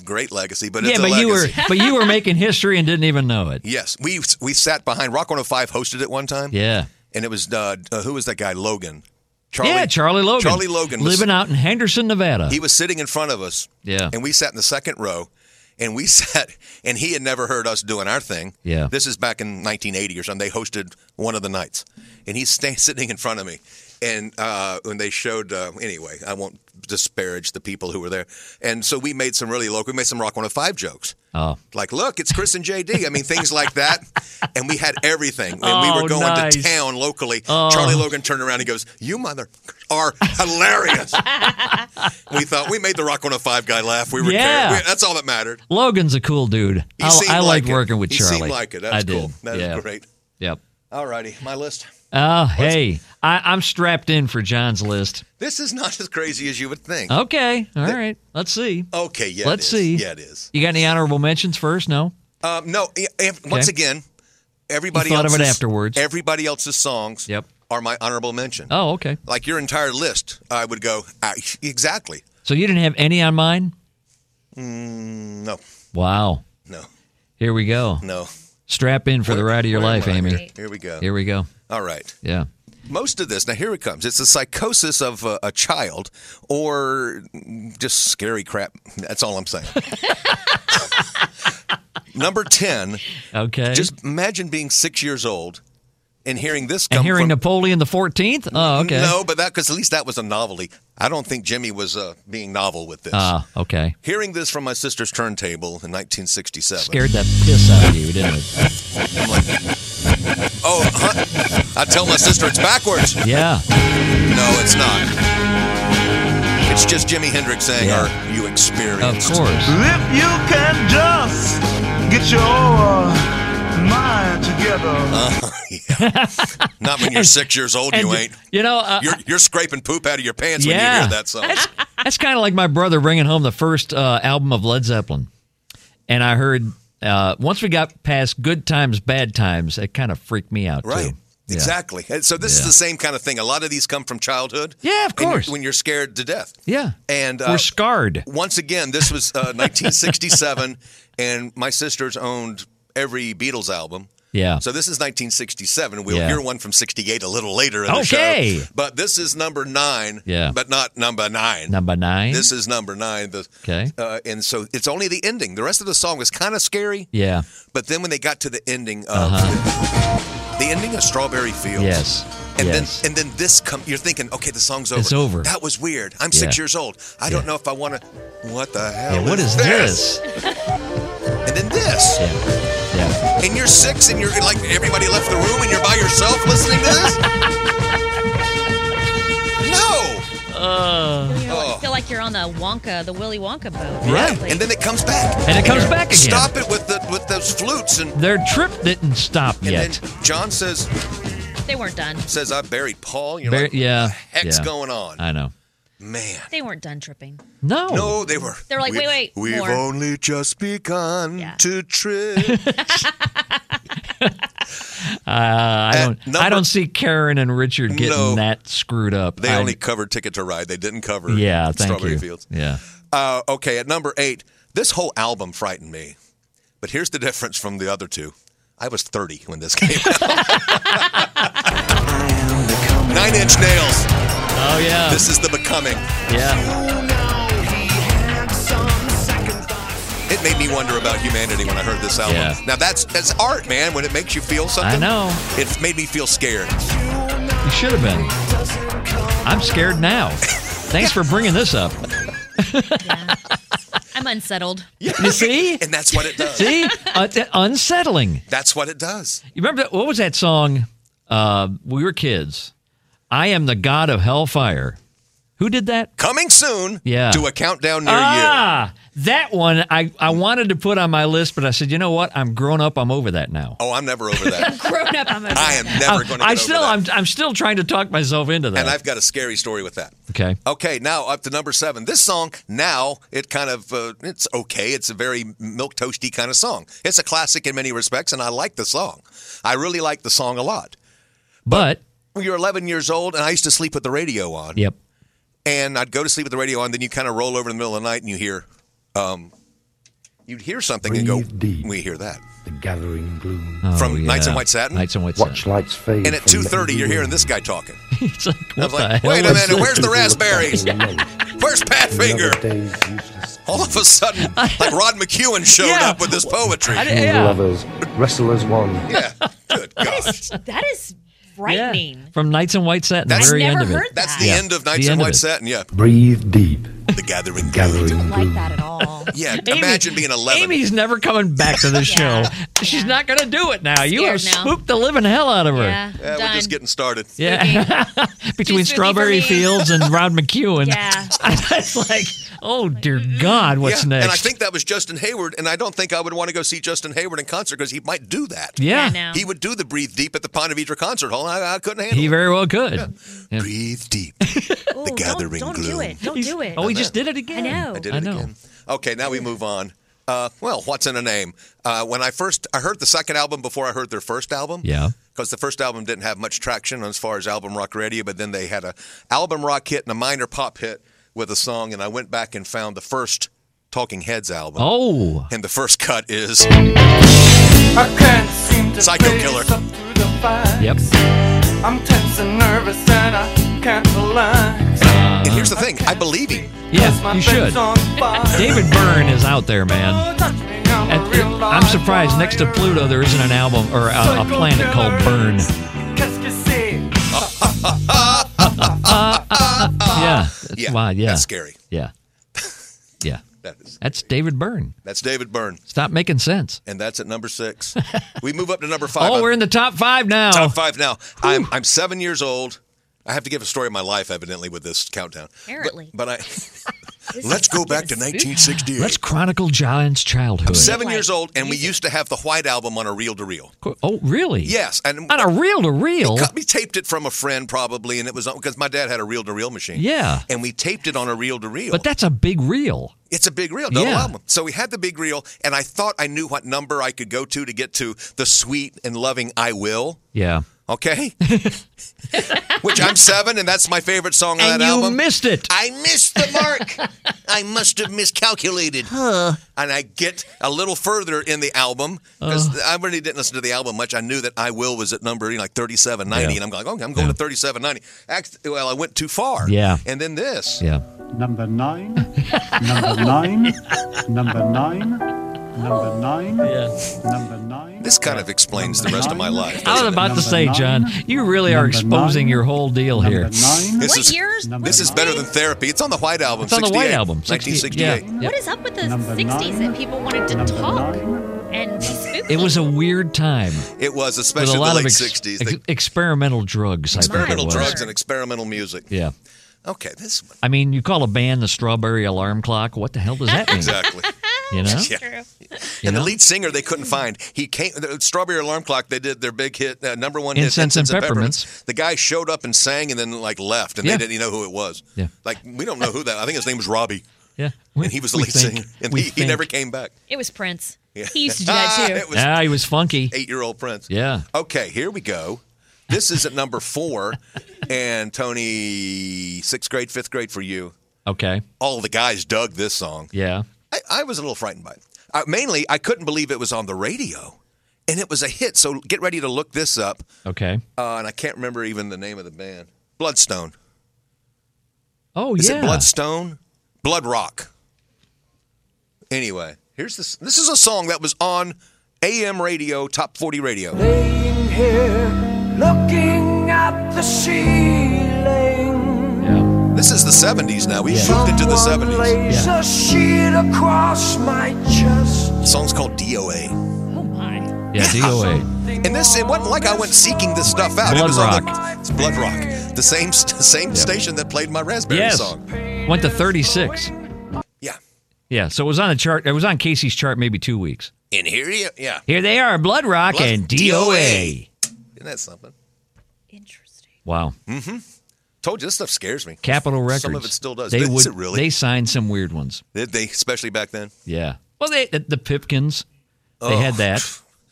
[SPEAKER 3] great legacy, but
[SPEAKER 4] Yeah,
[SPEAKER 3] it's a
[SPEAKER 4] but
[SPEAKER 3] legacy.
[SPEAKER 4] you were but you were making history and didn't even know it.
[SPEAKER 3] Yes, we we sat behind Rock 105 hosted it one time.
[SPEAKER 4] Yeah.
[SPEAKER 3] And it was uh, uh, who was that guy Logan? Charlie.
[SPEAKER 4] yeah, Charlie Logan.
[SPEAKER 3] Charlie Logan was-
[SPEAKER 4] living out in Henderson, Nevada.
[SPEAKER 3] He was sitting in front of us.
[SPEAKER 4] Yeah.
[SPEAKER 3] And we sat in the second row and we sat and he had never heard us doing our thing.
[SPEAKER 4] Yeah.
[SPEAKER 3] This is back in 1980 or something. They hosted one of the nights. And he's sta- sitting in front of me. and uh, when they showed uh, anyway, I won't disparage the people who were there. And so we made some really local, we made some Rock 105 jokes.
[SPEAKER 4] Oh.
[SPEAKER 3] Like, look, it's Chris and JD. I mean, things like that. And we had everything. And we
[SPEAKER 4] Oh,
[SPEAKER 3] were going to
[SPEAKER 4] nice. Oh.
[SPEAKER 3] town locally. Charlie Logan turned around and goes, You mother are hilarious. we thought we made the Rock 105 guy laugh. We were
[SPEAKER 4] Yeah.
[SPEAKER 3] care- we- That's all that mattered.
[SPEAKER 4] Logan's a cool dude.
[SPEAKER 3] He
[SPEAKER 4] I,
[SPEAKER 3] seemed
[SPEAKER 4] I like
[SPEAKER 3] like it.
[SPEAKER 4] working with
[SPEAKER 3] He
[SPEAKER 4] Charlie.
[SPEAKER 3] seemed like it. That
[SPEAKER 4] I
[SPEAKER 3] was
[SPEAKER 4] did.
[SPEAKER 3] cool. That was
[SPEAKER 4] yeah.
[SPEAKER 3] great.
[SPEAKER 4] Yep.
[SPEAKER 3] All righty, my list.
[SPEAKER 4] Oh, hey, I, I'm strapped in for John's list.
[SPEAKER 3] This is not as crazy as you would think.
[SPEAKER 4] Okay. All right. Let's see.
[SPEAKER 3] Okay, yeah.
[SPEAKER 4] Uh, Let's
[SPEAKER 3] it is.
[SPEAKER 4] see.
[SPEAKER 3] Yeah, it is.
[SPEAKER 4] You got any honorable mentions first? No.
[SPEAKER 3] Um, no, yeah, and once
[SPEAKER 4] Okay.
[SPEAKER 3] again, everybody
[SPEAKER 4] You thought of
[SPEAKER 3] else's,
[SPEAKER 4] it afterwards.
[SPEAKER 3] Everybody else's songs
[SPEAKER 4] Yep.
[SPEAKER 3] are my honorable mention.
[SPEAKER 4] Oh, okay.
[SPEAKER 3] Like your entire list, I would go I, exactly.
[SPEAKER 4] So you didn't have any on mine?
[SPEAKER 3] No,
[SPEAKER 4] Wow.
[SPEAKER 3] no,
[SPEAKER 4] Here we go.
[SPEAKER 3] no.
[SPEAKER 4] Strap in for the ride of your life, Amy.
[SPEAKER 3] Here we go.
[SPEAKER 4] Here we go.
[SPEAKER 3] All right.
[SPEAKER 4] Yeah.
[SPEAKER 3] Most of this now here it comes. It's the psychosis of a, a child, or just scary crap. That's all I'm saying. Number ten.
[SPEAKER 4] Okay.
[SPEAKER 3] Just imagine being six years old and hearing this. Come
[SPEAKER 4] and hearing
[SPEAKER 3] from,
[SPEAKER 4] Napoleon the Fourteenth. Oh, okay.
[SPEAKER 3] No, but that because at least that was a novelty. I don't think Jimmy was uh, being novel with this.
[SPEAKER 4] Ah, okay.
[SPEAKER 3] Hearing this from my sister's turntable in 1967.
[SPEAKER 4] Scared that piss out of you, didn't it?
[SPEAKER 3] I'm like, oh, huh? I tell my sister it's backwards.
[SPEAKER 4] Yeah.
[SPEAKER 3] No, it's not. It's just Jimi Hendrix saying,
[SPEAKER 4] Yeah.
[SPEAKER 3] "Are you
[SPEAKER 4] Of
[SPEAKER 3] experienced?"
[SPEAKER 4] course.
[SPEAKER 2] If you can just get your mind together.
[SPEAKER 3] Uh-huh. Not when you're six years old.
[SPEAKER 4] And,
[SPEAKER 3] you ain't.
[SPEAKER 4] You know, uh,
[SPEAKER 3] You're, you're scraping poop out of your pants when you
[SPEAKER 4] Yeah.
[SPEAKER 3] hear that song.
[SPEAKER 4] That's kind of like my brother bringing home the first uh, album of Led Zeppelin. And I heard uh, once we got past Good Times, Bad Times, it kind of freaked me out.
[SPEAKER 3] Right.
[SPEAKER 4] Too. Yeah.
[SPEAKER 3] Exactly. And so this
[SPEAKER 4] Yeah.
[SPEAKER 3] is the same kind of thing. A lot of these come from childhood.
[SPEAKER 4] Yeah, of
[SPEAKER 3] and you're-
[SPEAKER 4] course.
[SPEAKER 3] when you're scared to death.
[SPEAKER 4] Yeah.
[SPEAKER 3] And uh,
[SPEAKER 4] We're scarred.
[SPEAKER 3] once again, this was uh, 1967, and my sisters owned every Beatles album.
[SPEAKER 4] Yeah.
[SPEAKER 3] So this is 1967. We'll
[SPEAKER 4] Yeah.
[SPEAKER 3] hear one from 68 a little later in the
[SPEAKER 4] Okay.
[SPEAKER 3] show. But this is number nine.
[SPEAKER 4] Yeah.
[SPEAKER 3] But not number nine.
[SPEAKER 4] Number nine.
[SPEAKER 3] This is number nine. The,
[SPEAKER 4] Okay.
[SPEAKER 3] Uh, and so it's only the ending. The rest of the song is kind of scary.
[SPEAKER 4] yeah. Uh-huh.
[SPEAKER 3] But then when they got to the ending of the ending of Strawberry Fields.
[SPEAKER 4] Yes.
[SPEAKER 3] And
[SPEAKER 4] yes.
[SPEAKER 3] then and then this come you're thinking, okay, the song's over.
[SPEAKER 4] It's over.
[SPEAKER 3] That was weird. I'm six
[SPEAKER 4] Yeah.
[SPEAKER 3] years old. I
[SPEAKER 4] Yeah.
[SPEAKER 3] don't know if I wanna what the hell
[SPEAKER 4] yeah, what is this?
[SPEAKER 3] And then this.
[SPEAKER 4] Yeah. Yeah.
[SPEAKER 3] And you're six and you're like everybody left the room and you're by yourself listening to this? no.
[SPEAKER 4] Uh.
[SPEAKER 6] You know, I feel like you're on the Wonka, the Willy Wonka boat.
[SPEAKER 3] Right.
[SPEAKER 6] Like,
[SPEAKER 3] And then it comes back.
[SPEAKER 4] And it comes
[SPEAKER 3] you're,
[SPEAKER 4] back again.
[SPEAKER 3] Stop it with the with those flutes and
[SPEAKER 4] Their trip didn't stop
[SPEAKER 3] and
[SPEAKER 4] yet.
[SPEAKER 3] then John says
[SPEAKER 6] they weren't done.
[SPEAKER 3] says I buried Paul. You're
[SPEAKER 4] Very-
[SPEAKER 3] like,
[SPEAKER 4] yeah.
[SPEAKER 3] heck's
[SPEAKER 4] yeah.
[SPEAKER 3] going on?
[SPEAKER 4] I Oh. know.
[SPEAKER 3] Man.
[SPEAKER 6] They weren't done tripping.
[SPEAKER 4] No.
[SPEAKER 3] No, they were.
[SPEAKER 6] They were like,
[SPEAKER 3] "We-
[SPEAKER 6] wait, wait,
[SPEAKER 3] We've
[SPEAKER 6] more."
[SPEAKER 3] only just begun
[SPEAKER 6] Yeah.
[SPEAKER 3] to trip.
[SPEAKER 4] I don't.
[SPEAKER 3] number-
[SPEAKER 4] I don't see Karen and Richard getting
[SPEAKER 3] No.
[SPEAKER 4] that screwed up.
[SPEAKER 3] They
[SPEAKER 4] I-
[SPEAKER 3] only covered Ticket to Ride. They didn't cover
[SPEAKER 4] Yeah. Thank
[SPEAKER 3] Strawberry
[SPEAKER 4] you.
[SPEAKER 3] Fields.
[SPEAKER 4] Yeah.
[SPEAKER 3] Uh, okay, at number eight, this whole album frightened me. But here's the difference from the other two. I was 30 when this came out. Nine Inch Nails.
[SPEAKER 4] Oh yeah.
[SPEAKER 3] This is the becoming.
[SPEAKER 4] yeah.
[SPEAKER 3] It made me wonder about humanity when I heard this album.
[SPEAKER 4] Yeah.
[SPEAKER 3] Now that's that's art, man. When it makes you feel something.
[SPEAKER 4] I know.
[SPEAKER 3] It made me feel scared.
[SPEAKER 4] You should have been. I'm scared now. Thanks for bringing this up.
[SPEAKER 6] I'm unsettled.
[SPEAKER 4] You see?
[SPEAKER 3] And that's what it does.
[SPEAKER 4] See? Uh, th- unsettling.
[SPEAKER 3] That's what it does.
[SPEAKER 4] You remember that, what was that song? Uh, we were kids. I am the god of hellfire. Who did that?
[SPEAKER 3] Coming soon
[SPEAKER 4] Yeah.
[SPEAKER 3] to a countdown near you.
[SPEAKER 4] Ah, that one I, I wanted to put on my list, but I said, you know what? I'm grown up. I'm over that now. Uh,
[SPEAKER 3] Oh, I'm never over that.
[SPEAKER 6] Grown up, I'm a
[SPEAKER 3] I am never going to.
[SPEAKER 4] I still,
[SPEAKER 3] over that.
[SPEAKER 4] I'm, I'm still trying to talk myself into that.
[SPEAKER 3] and I've got a scary story with that.
[SPEAKER 4] okay.
[SPEAKER 3] Okay, now up to number seven. This song now it kind of uh, it's okay. It's a very milk toasty kind of song. It's a classic in many respects, and I like the song. I really like the song a lot.
[SPEAKER 4] But,
[SPEAKER 3] When you're 11 years old, and I used to sleep with the radio on,
[SPEAKER 4] yep.
[SPEAKER 3] and I'd go to sleep with the radio on. Then you kind of roll over in the middle of the night, and you hear, um, you'd hear something and go,
[SPEAKER 10] Breathe deep.
[SPEAKER 3] we hear that
[SPEAKER 10] The gathering gloom.
[SPEAKER 3] from
[SPEAKER 4] Oh, yeah.
[SPEAKER 3] Nights in White Satin.
[SPEAKER 4] Nights and White
[SPEAKER 10] Watch
[SPEAKER 4] Satin.
[SPEAKER 10] lights fade.
[SPEAKER 3] and at
[SPEAKER 10] from
[SPEAKER 3] 2:30, you're
[SPEAKER 10] every
[SPEAKER 3] hearing
[SPEAKER 10] wind.
[SPEAKER 3] this guy talking.
[SPEAKER 4] It's like,
[SPEAKER 3] I
[SPEAKER 4] what
[SPEAKER 3] was
[SPEAKER 4] the
[SPEAKER 3] like,
[SPEAKER 4] hell
[SPEAKER 3] wait a
[SPEAKER 4] is
[SPEAKER 3] minute,
[SPEAKER 4] this?
[SPEAKER 3] where's the
[SPEAKER 10] People look back
[SPEAKER 3] raspberries?
[SPEAKER 10] on the road.
[SPEAKER 3] Where's Pat Finger?
[SPEAKER 10] Another day's useless
[SPEAKER 3] All of a sudden, like Rod McEwen showed
[SPEAKER 4] Yeah.
[SPEAKER 3] up with his poetry.
[SPEAKER 4] I didn't-
[SPEAKER 10] Single
[SPEAKER 4] yeah.
[SPEAKER 10] lovers, wrestlers one.
[SPEAKER 3] Yeah, good gosh.
[SPEAKER 6] That is frightening.
[SPEAKER 4] From Knights in White Satin.
[SPEAKER 3] That's-
[SPEAKER 4] the very
[SPEAKER 3] I've
[SPEAKER 4] end
[SPEAKER 6] never
[SPEAKER 4] of
[SPEAKER 6] heard
[SPEAKER 4] it.
[SPEAKER 3] That's the
[SPEAKER 4] Yeah,
[SPEAKER 3] end of Nights
[SPEAKER 4] the
[SPEAKER 3] in
[SPEAKER 4] end of
[SPEAKER 3] White
[SPEAKER 4] it.
[SPEAKER 3] Satin. Yeah,
[SPEAKER 10] Breathe deep.
[SPEAKER 3] the Gathering.
[SPEAKER 10] Gathering gloom.
[SPEAKER 6] that at all.
[SPEAKER 3] Yeah,
[SPEAKER 4] Amy-
[SPEAKER 3] imagine being 11.
[SPEAKER 4] Amy's never coming back to the show.
[SPEAKER 6] Yeah,
[SPEAKER 4] She's
[SPEAKER 6] yeah.
[SPEAKER 4] not going to do it now. you
[SPEAKER 6] Scared
[SPEAKER 4] have
[SPEAKER 6] now.
[SPEAKER 4] spooked the living hell out of her.
[SPEAKER 6] yeah,
[SPEAKER 3] Yeah, we're
[SPEAKER 6] done.
[SPEAKER 3] just getting started.
[SPEAKER 4] Yeah.
[SPEAKER 6] spooky
[SPEAKER 4] Between
[SPEAKER 6] for
[SPEAKER 4] Strawberry
[SPEAKER 6] me.
[SPEAKER 4] Fields and Rod McEwen.
[SPEAKER 6] Yeah.
[SPEAKER 4] it's like, oh, dear God, what's
[SPEAKER 3] yeah.
[SPEAKER 4] next?
[SPEAKER 3] And I think that was Justin Hayward, and I don't think I would want to go see Justin Hayward in concert because he might do that.
[SPEAKER 4] yeah.
[SPEAKER 6] I know.
[SPEAKER 3] He would do the Breathe Deep at the Ponte Vedra Concert Hall, and I, I couldn't handle
[SPEAKER 4] He
[SPEAKER 3] it.
[SPEAKER 4] very well could. Yeah.
[SPEAKER 3] Breathe Deep.
[SPEAKER 6] Ooh,
[SPEAKER 3] gathering
[SPEAKER 6] don't, don't
[SPEAKER 3] gloom.
[SPEAKER 6] do it. Don't
[SPEAKER 4] He's-
[SPEAKER 6] do it.
[SPEAKER 4] Oh, he just did it again.
[SPEAKER 6] I know.
[SPEAKER 3] I did it
[SPEAKER 4] I know.
[SPEAKER 3] again. Okay, now we move on. Uh, well, what's in a name? Uh, when I first I heard the second album before I heard their first album.
[SPEAKER 4] Yeah.
[SPEAKER 3] Because the first album didn't have much traction as far as album rock radio, but then they had a album rock hit and a minor pop hit with a song, and I went back and found the first Talking Heads album.
[SPEAKER 4] Oh,
[SPEAKER 3] And the first cut is
[SPEAKER 11] I can't seem to
[SPEAKER 3] Psycho
[SPEAKER 11] face
[SPEAKER 3] killer.
[SPEAKER 11] up through the fight.
[SPEAKER 4] yep.
[SPEAKER 11] I'm tense and nervous and I can't relax.
[SPEAKER 3] and here's the thing, I believe him.
[SPEAKER 11] Cause
[SPEAKER 4] Yeah,
[SPEAKER 11] my
[SPEAKER 4] you
[SPEAKER 11] bed's
[SPEAKER 4] should.
[SPEAKER 11] on fire.
[SPEAKER 4] David Byrne is out there,
[SPEAKER 11] Don't
[SPEAKER 4] man.
[SPEAKER 11] touch me, I'm a
[SPEAKER 4] At-
[SPEAKER 11] real
[SPEAKER 4] I'm
[SPEAKER 11] live
[SPEAKER 4] surprised. Next to
[SPEAKER 11] wire.
[SPEAKER 4] Pluto, there isn't an album or a, a
[SPEAKER 11] Psycho
[SPEAKER 4] planet called Burn.
[SPEAKER 11] killers. Qu'est-ce que c'est?
[SPEAKER 4] yeah.
[SPEAKER 3] Yeah,
[SPEAKER 4] Wow, yeah.
[SPEAKER 3] that's scary.
[SPEAKER 4] Yeah. Yeah.
[SPEAKER 3] That is
[SPEAKER 4] That's David Byrne.
[SPEAKER 3] that's David Byrne,
[SPEAKER 4] Stop making sense.
[SPEAKER 3] and that's at number six. we move up to number five.
[SPEAKER 4] oh,
[SPEAKER 3] I'm-
[SPEAKER 4] we're in the top five now.
[SPEAKER 3] top five now. I'm I'm seven years old. I have to give a story of my life, evidently, with this countdown. But-
[SPEAKER 6] Apparently.
[SPEAKER 3] but, I let's go back to 1968.
[SPEAKER 4] Let's chronicle John's childhood.
[SPEAKER 3] Seven
[SPEAKER 6] Like
[SPEAKER 3] years old, and we used to have the white album on a reel to reel.
[SPEAKER 4] Oh, really?
[SPEAKER 3] Yes, and
[SPEAKER 4] On a reel to reel.
[SPEAKER 3] we taped it from a friend probably, and it was because my dad had a reel to reel machine.
[SPEAKER 4] Yeah.
[SPEAKER 3] and we taped it on a reel to reel.
[SPEAKER 4] But that's a big reel.
[SPEAKER 3] It's a big reel, double
[SPEAKER 4] Yeah.
[SPEAKER 3] album. So we had the big reel, and I thought I knew what number I could go to to get to the sweet and loving "I Will."
[SPEAKER 4] Yeah.
[SPEAKER 3] Okay, which I'm seven, and that's my favorite song on
[SPEAKER 4] And
[SPEAKER 3] that
[SPEAKER 4] you
[SPEAKER 3] album.
[SPEAKER 4] missed it.
[SPEAKER 3] I missed the mark. I must have miscalculated. And I get a little further in the album because
[SPEAKER 4] Uh.
[SPEAKER 3] I really didn't listen to the album much. I knew that I Will was at number you know, like 3790,
[SPEAKER 4] Yeah.
[SPEAKER 3] and I'm going, okay, I'm going to 3790. Act- well, I went too far.
[SPEAKER 4] Yeah.
[SPEAKER 3] And then this.
[SPEAKER 4] Yeah.
[SPEAKER 10] Number nine. Number nine. Number nine. Number nine. Number nine.
[SPEAKER 3] This kind of explains the rest of my life.
[SPEAKER 4] I was
[SPEAKER 3] doesn't it?
[SPEAKER 4] about to
[SPEAKER 10] Number
[SPEAKER 4] say,
[SPEAKER 10] nine.
[SPEAKER 4] John, you really are
[SPEAKER 10] Number
[SPEAKER 4] exposing
[SPEAKER 10] nine.
[SPEAKER 4] your whole deal here.
[SPEAKER 10] Number nine.
[SPEAKER 3] This
[SPEAKER 6] What
[SPEAKER 3] is-
[SPEAKER 6] years?
[SPEAKER 10] Number
[SPEAKER 3] This is
[SPEAKER 10] nine.
[SPEAKER 3] better than therapy. It's on the White Album.
[SPEAKER 4] It's on the White
[SPEAKER 3] 68,
[SPEAKER 4] Album.
[SPEAKER 3] 1968.
[SPEAKER 4] 68. Yeah.
[SPEAKER 6] What is up with the
[SPEAKER 10] Number
[SPEAKER 6] 60s
[SPEAKER 10] nine.
[SPEAKER 6] that people wanted to
[SPEAKER 10] Number
[SPEAKER 6] talk
[SPEAKER 10] nine.
[SPEAKER 6] and be spooky?
[SPEAKER 4] It was a weird time
[SPEAKER 3] It was,
[SPEAKER 4] with
[SPEAKER 3] especially
[SPEAKER 4] a lot
[SPEAKER 3] the late
[SPEAKER 4] of ex-
[SPEAKER 3] 60s.
[SPEAKER 4] ex-
[SPEAKER 3] the
[SPEAKER 4] experimental drugs.
[SPEAKER 3] experimental
[SPEAKER 4] I think it was.
[SPEAKER 3] drugs and experimental music.
[SPEAKER 4] Yeah.
[SPEAKER 3] Okay, this one.
[SPEAKER 4] I mean, you call a band the Strawberry Alarm Clock. What the hell does that mean?
[SPEAKER 3] Exactly.
[SPEAKER 4] You know?
[SPEAKER 3] Yeah.
[SPEAKER 4] You
[SPEAKER 3] and
[SPEAKER 4] know?
[SPEAKER 3] the lead singer they couldn't find. He came. The Strawberry Alarm Clock. They did their big hit, uh, number one hit,
[SPEAKER 4] Incense and
[SPEAKER 3] The guy showed up and sang, and then like left, and
[SPEAKER 4] Yeah.
[SPEAKER 3] they didn't even know who it was.
[SPEAKER 4] Yeah.
[SPEAKER 3] Like we don't know who that. I think his name was Robbie,
[SPEAKER 4] Yeah.
[SPEAKER 3] and he was the
[SPEAKER 4] We
[SPEAKER 3] lead
[SPEAKER 4] think-
[SPEAKER 3] singer, and
[SPEAKER 4] we
[SPEAKER 3] he, he never
[SPEAKER 4] think-
[SPEAKER 3] came back.
[SPEAKER 6] It was Prince.
[SPEAKER 3] Yeah.
[SPEAKER 6] He used to do that too.
[SPEAKER 3] it was
[SPEAKER 4] Ah, he was funky.
[SPEAKER 3] eight-year-old Prince.
[SPEAKER 4] Yeah.
[SPEAKER 3] Okay, here we go. This is at number four, and Tony, sixth grade, fifth grade for you.
[SPEAKER 4] Okay.
[SPEAKER 3] All the guys dug this song.
[SPEAKER 4] Yeah.
[SPEAKER 3] I, I was a little frightened by it. Uh, mainly, I couldn't believe it was on the radio, and it was a hit. So get ready to look this up.
[SPEAKER 4] Okay.
[SPEAKER 3] Uh, and I can't remember even the name of the band. Bloodstone.
[SPEAKER 4] Oh,
[SPEAKER 3] Is
[SPEAKER 4] yeah.
[SPEAKER 3] it Bloodstone? Blood Rock. Anyway, here's this. This is a song that was on AM radio, top 40 radio.
[SPEAKER 11] Laying here, looking at the ceiling.
[SPEAKER 4] Yeah.
[SPEAKER 3] This is the 70s now. We
[SPEAKER 4] Yeah.
[SPEAKER 3] moved into the
[SPEAKER 11] Someone
[SPEAKER 3] 70s.
[SPEAKER 11] lays
[SPEAKER 4] Yeah.
[SPEAKER 11] a sheet across my chest.
[SPEAKER 3] The song's called DOA.
[SPEAKER 6] Oh my.
[SPEAKER 4] Yeah, DOA.
[SPEAKER 3] And this, it wasn't like I went seeking this stuff out. it
[SPEAKER 4] Blood
[SPEAKER 3] was on
[SPEAKER 4] Rock.
[SPEAKER 3] the, it's Blood Rock, the same same station that played my Raspberry
[SPEAKER 4] Yes.
[SPEAKER 3] song.
[SPEAKER 4] Went to 36.
[SPEAKER 3] Yeah.
[SPEAKER 4] Yeah. So it was on the chart. It was on Casey's chart maybe two weeks.
[SPEAKER 3] And here you, yeah.
[SPEAKER 4] Here they are Blood Rock
[SPEAKER 3] Blood-
[SPEAKER 4] and DOA.
[SPEAKER 3] Isn't that something?
[SPEAKER 6] Interesting.
[SPEAKER 4] Wow.
[SPEAKER 3] Told you this stuff scares me.
[SPEAKER 4] Capitol Records.
[SPEAKER 3] Hmm. Some of it still does.
[SPEAKER 4] They
[SPEAKER 3] Is
[SPEAKER 4] would,
[SPEAKER 3] it really?
[SPEAKER 4] They signed some weird ones.
[SPEAKER 3] Did they, especially back then?
[SPEAKER 4] Yeah. Well, they the, the Pipkins. They had that.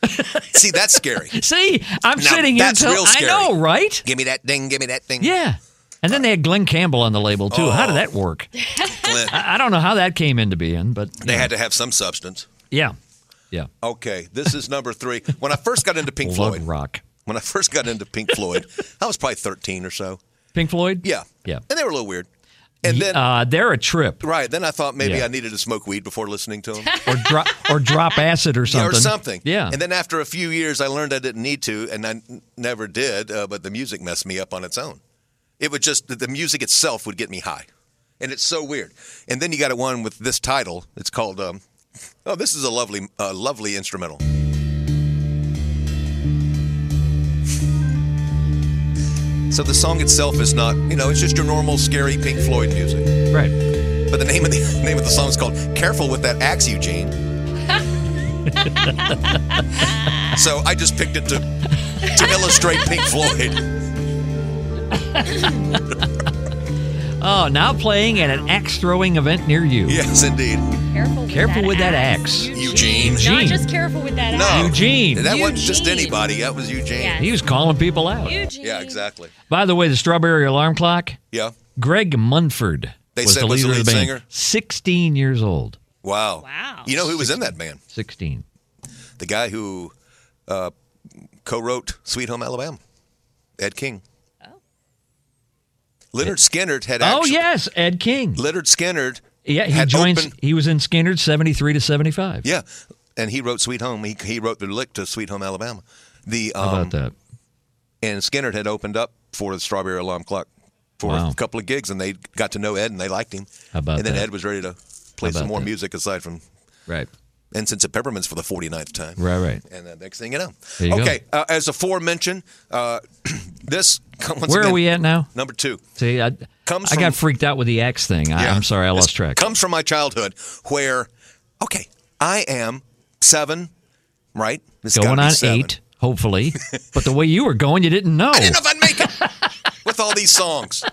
[SPEAKER 3] See, that's scary.
[SPEAKER 4] See, I'm
[SPEAKER 3] Now,
[SPEAKER 4] sitting here.
[SPEAKER 3] that's
[SPEAKER 4] tell-
[SPEAKER 3] real
[SPEAKER 4] I
[SPEAKER 3] scary.
[SPEAKER 4] know, right?
[SPEAKER 3] give me that thing. Give me that thing.
[SPEAKER 4] Yeah. And then they had Glenn Campbell on the label too. How did that work?
[SPEAKER 3] Oh. Glenn.
[SPEAKER 4] I, I don't know how that came into being, but
[SPEAKER 3] They had to have some substance.
[SPEAKER 4] yeah, yeah.
[SPEAKER 3] Okay, this is number three. When I first got into Pink
[SPEAKER 4] Blood
[SPEAKER 3] Floyd,
[SPEAKER 4] Rock,
[SPEAKER 3] when I first got into Pink Floyd, I was probably 13 or so.
[SPEAKER 4] Pink Floyd.
[SPEAKER 3] Yeah.
[SPEAKER 4] Yeah.
[SPEAKER 3] And they were a little weird. And then
[SPEAKER 4] uh, they're a trip,
[SPEAKER 3] right? Then I thought maybe
[SPEAKER 4] Yeah.
[SPEAKER 3] I needed to smoke weed before listening to them.
[SPEAKER 4] or drop or drop acid or
[SPEAKER 3] Yeah,
[SPEAKER 4] something.
[SPEAKER 3] or something.
[SPEAKER 4] Yeah.
[SPEAKER 3] And then after a few years, I learned I didn't need to, and I n- never did. Uh, but the music messed me up on its own. It would just the- the music itself would get me high, and it's so weird. And then you got a one with this title. It's called. Um, oh, this is a lovely, uh, lovely instrumental. So the song itself is not, you know, it's just your normal scary Pink Floyd music.
[SPEAKER 4] Right.
[SPEAKER 3] But the name of the name of the song is called "Careful with That Axe, Eugene." so I just picked it to to illustrate Pink Floyd.
[SPEAKER 4] Oh, now playing at an axe throwing event near you.
[SPEAKER 3] Yes, indeed.
[SPEAKER 6] Careful with
[SPEAKER 4] Careful
[SPEAKER 6] that
[SPEAKER 4] with that
[SPEAKER 6] axe.
[SPEAKER 4] axe.
[SPEAKER 3] Eugene.
[SPEAKER 6] Not just careful with that
[SPEAKER 3] No,
[SPEAKER 6] axe.
[SPEAKER 4] Eugene.
[SPEAKER 3] That wasn't just anybody. That was Eugene.
[SPEAKER 6] Yes.
[SPEAKER 4] He was calling people out.
[SPEAKER 6] Eugene.
[SPEAKER 3] Yeah, exactly.
[SPEAKER 4] By the way, the Strawberry Alarm Clock.
[SPEAKER 3] Yeah.
[SPEAKER 4] Greg Munford
[SPEAKER 3] They
[SPEAKER 4] was
[SPEAKER 3] said
[SPEAKER 4] the
[SPEAKER 3] was
[SPEAKER 4] leader
[SPEAKER 3] the
[SPEAKER 4] of the
[SPEAKER 3] lead
[SPEAKER 4] band.
[SPEAKER 3] singer?
[SPEAKER 4] Sixteen years old.
[SPEAKER 3] Wow.
[SPEAKER 6] Wow.
[SPEAKER 3] You know who was in that band?
[SPEAKER 4] Sixteen.
[SPEAKER 3] The guy who uh, co-wrote "Sweet Home Alabama," Ed King.
[SPEAKER 6] Oh.
[SPEAKER 3] Leonard Skinnerd had
[SPEAKER 4] Oh
[SPEAKER 3] actually,
[SPEAKER 4] yes, Ed King.
[SPEAKER 3] Leonard Skinnerd
[SPEAKER 4] Yeah, he
[SPEAKER 3] had
[SPEAKER 4] joins.
[SPEAKER 3] opened-
[SPEAKER 4] He was in Skinnerd seventy three to seventy five.
[SPEAKER 3] Yeah, and he wrote "Sweet Home." He, he wrote the lick to "Sweet Home Alabama." The
[SPEAKER 4] How
[SPEAKER 3] um,
[SPEAKER 4] about that?
[SPEAKER 3] and Skinner had opened up for the Strawberry Alarm Clock for
[SPEAKER 4] Wow.
[SPEAKER 3] a couple of gigs, and they got to know Ed and they liked him.
[SPEAKER 4] How about
[SPEAKER 3] and then
[SPEAKER 4] that?
[SPEAKER 3] Ed was ready to play
[SPEAKER 4] How
[SPEAKER 3] some
[SPEAKER 4] about
[SPEAKER 3] more
[SPEAKER 4] that?
[SPEAKER 3] music aside from
[SPEAKER 4] Right.
[SPEAKER 3] Incense and Peppermints for the 49th time.
[SPEAKER 4] Right. Right.
[SPEAKER 3] And the next thing you know,
[SPEAKER 4] There you go.
[SPEAKER 3] okay. Uh, as aforementioned, uh, this once
[SPEAKER 4] Where
[SPEAKER 3] again,
[SPEAKER 4] are we at now?
[SPEAKER 3] Number two.
[SPEAKER 4] See, I,
[SPEAKER 3] Comes
[SPEAKER 4] I got
[SPEAKER 3] from-
[SPEAKER 4] freaked out with the axe thing. I,
[SPEAKER 3] Yeah.
[SPEAKER 4] I'm sorry, I
[SPEAKER 3] This
[SPEAKER 4] lost track.
[SPEAKER 3] Comes from my childhood, where okay, I am seven, right? This has
[SPEAKER 4] Going
[SPEAKER 3] gotta be
[SPEAKER 4] on
[SPEAKER 3] seven.
[SPEAKER 4] eight, hopefully. but the way you were going, you didn't know.
[SPEAKER 3] I didn't know if I'd make it with all these songs.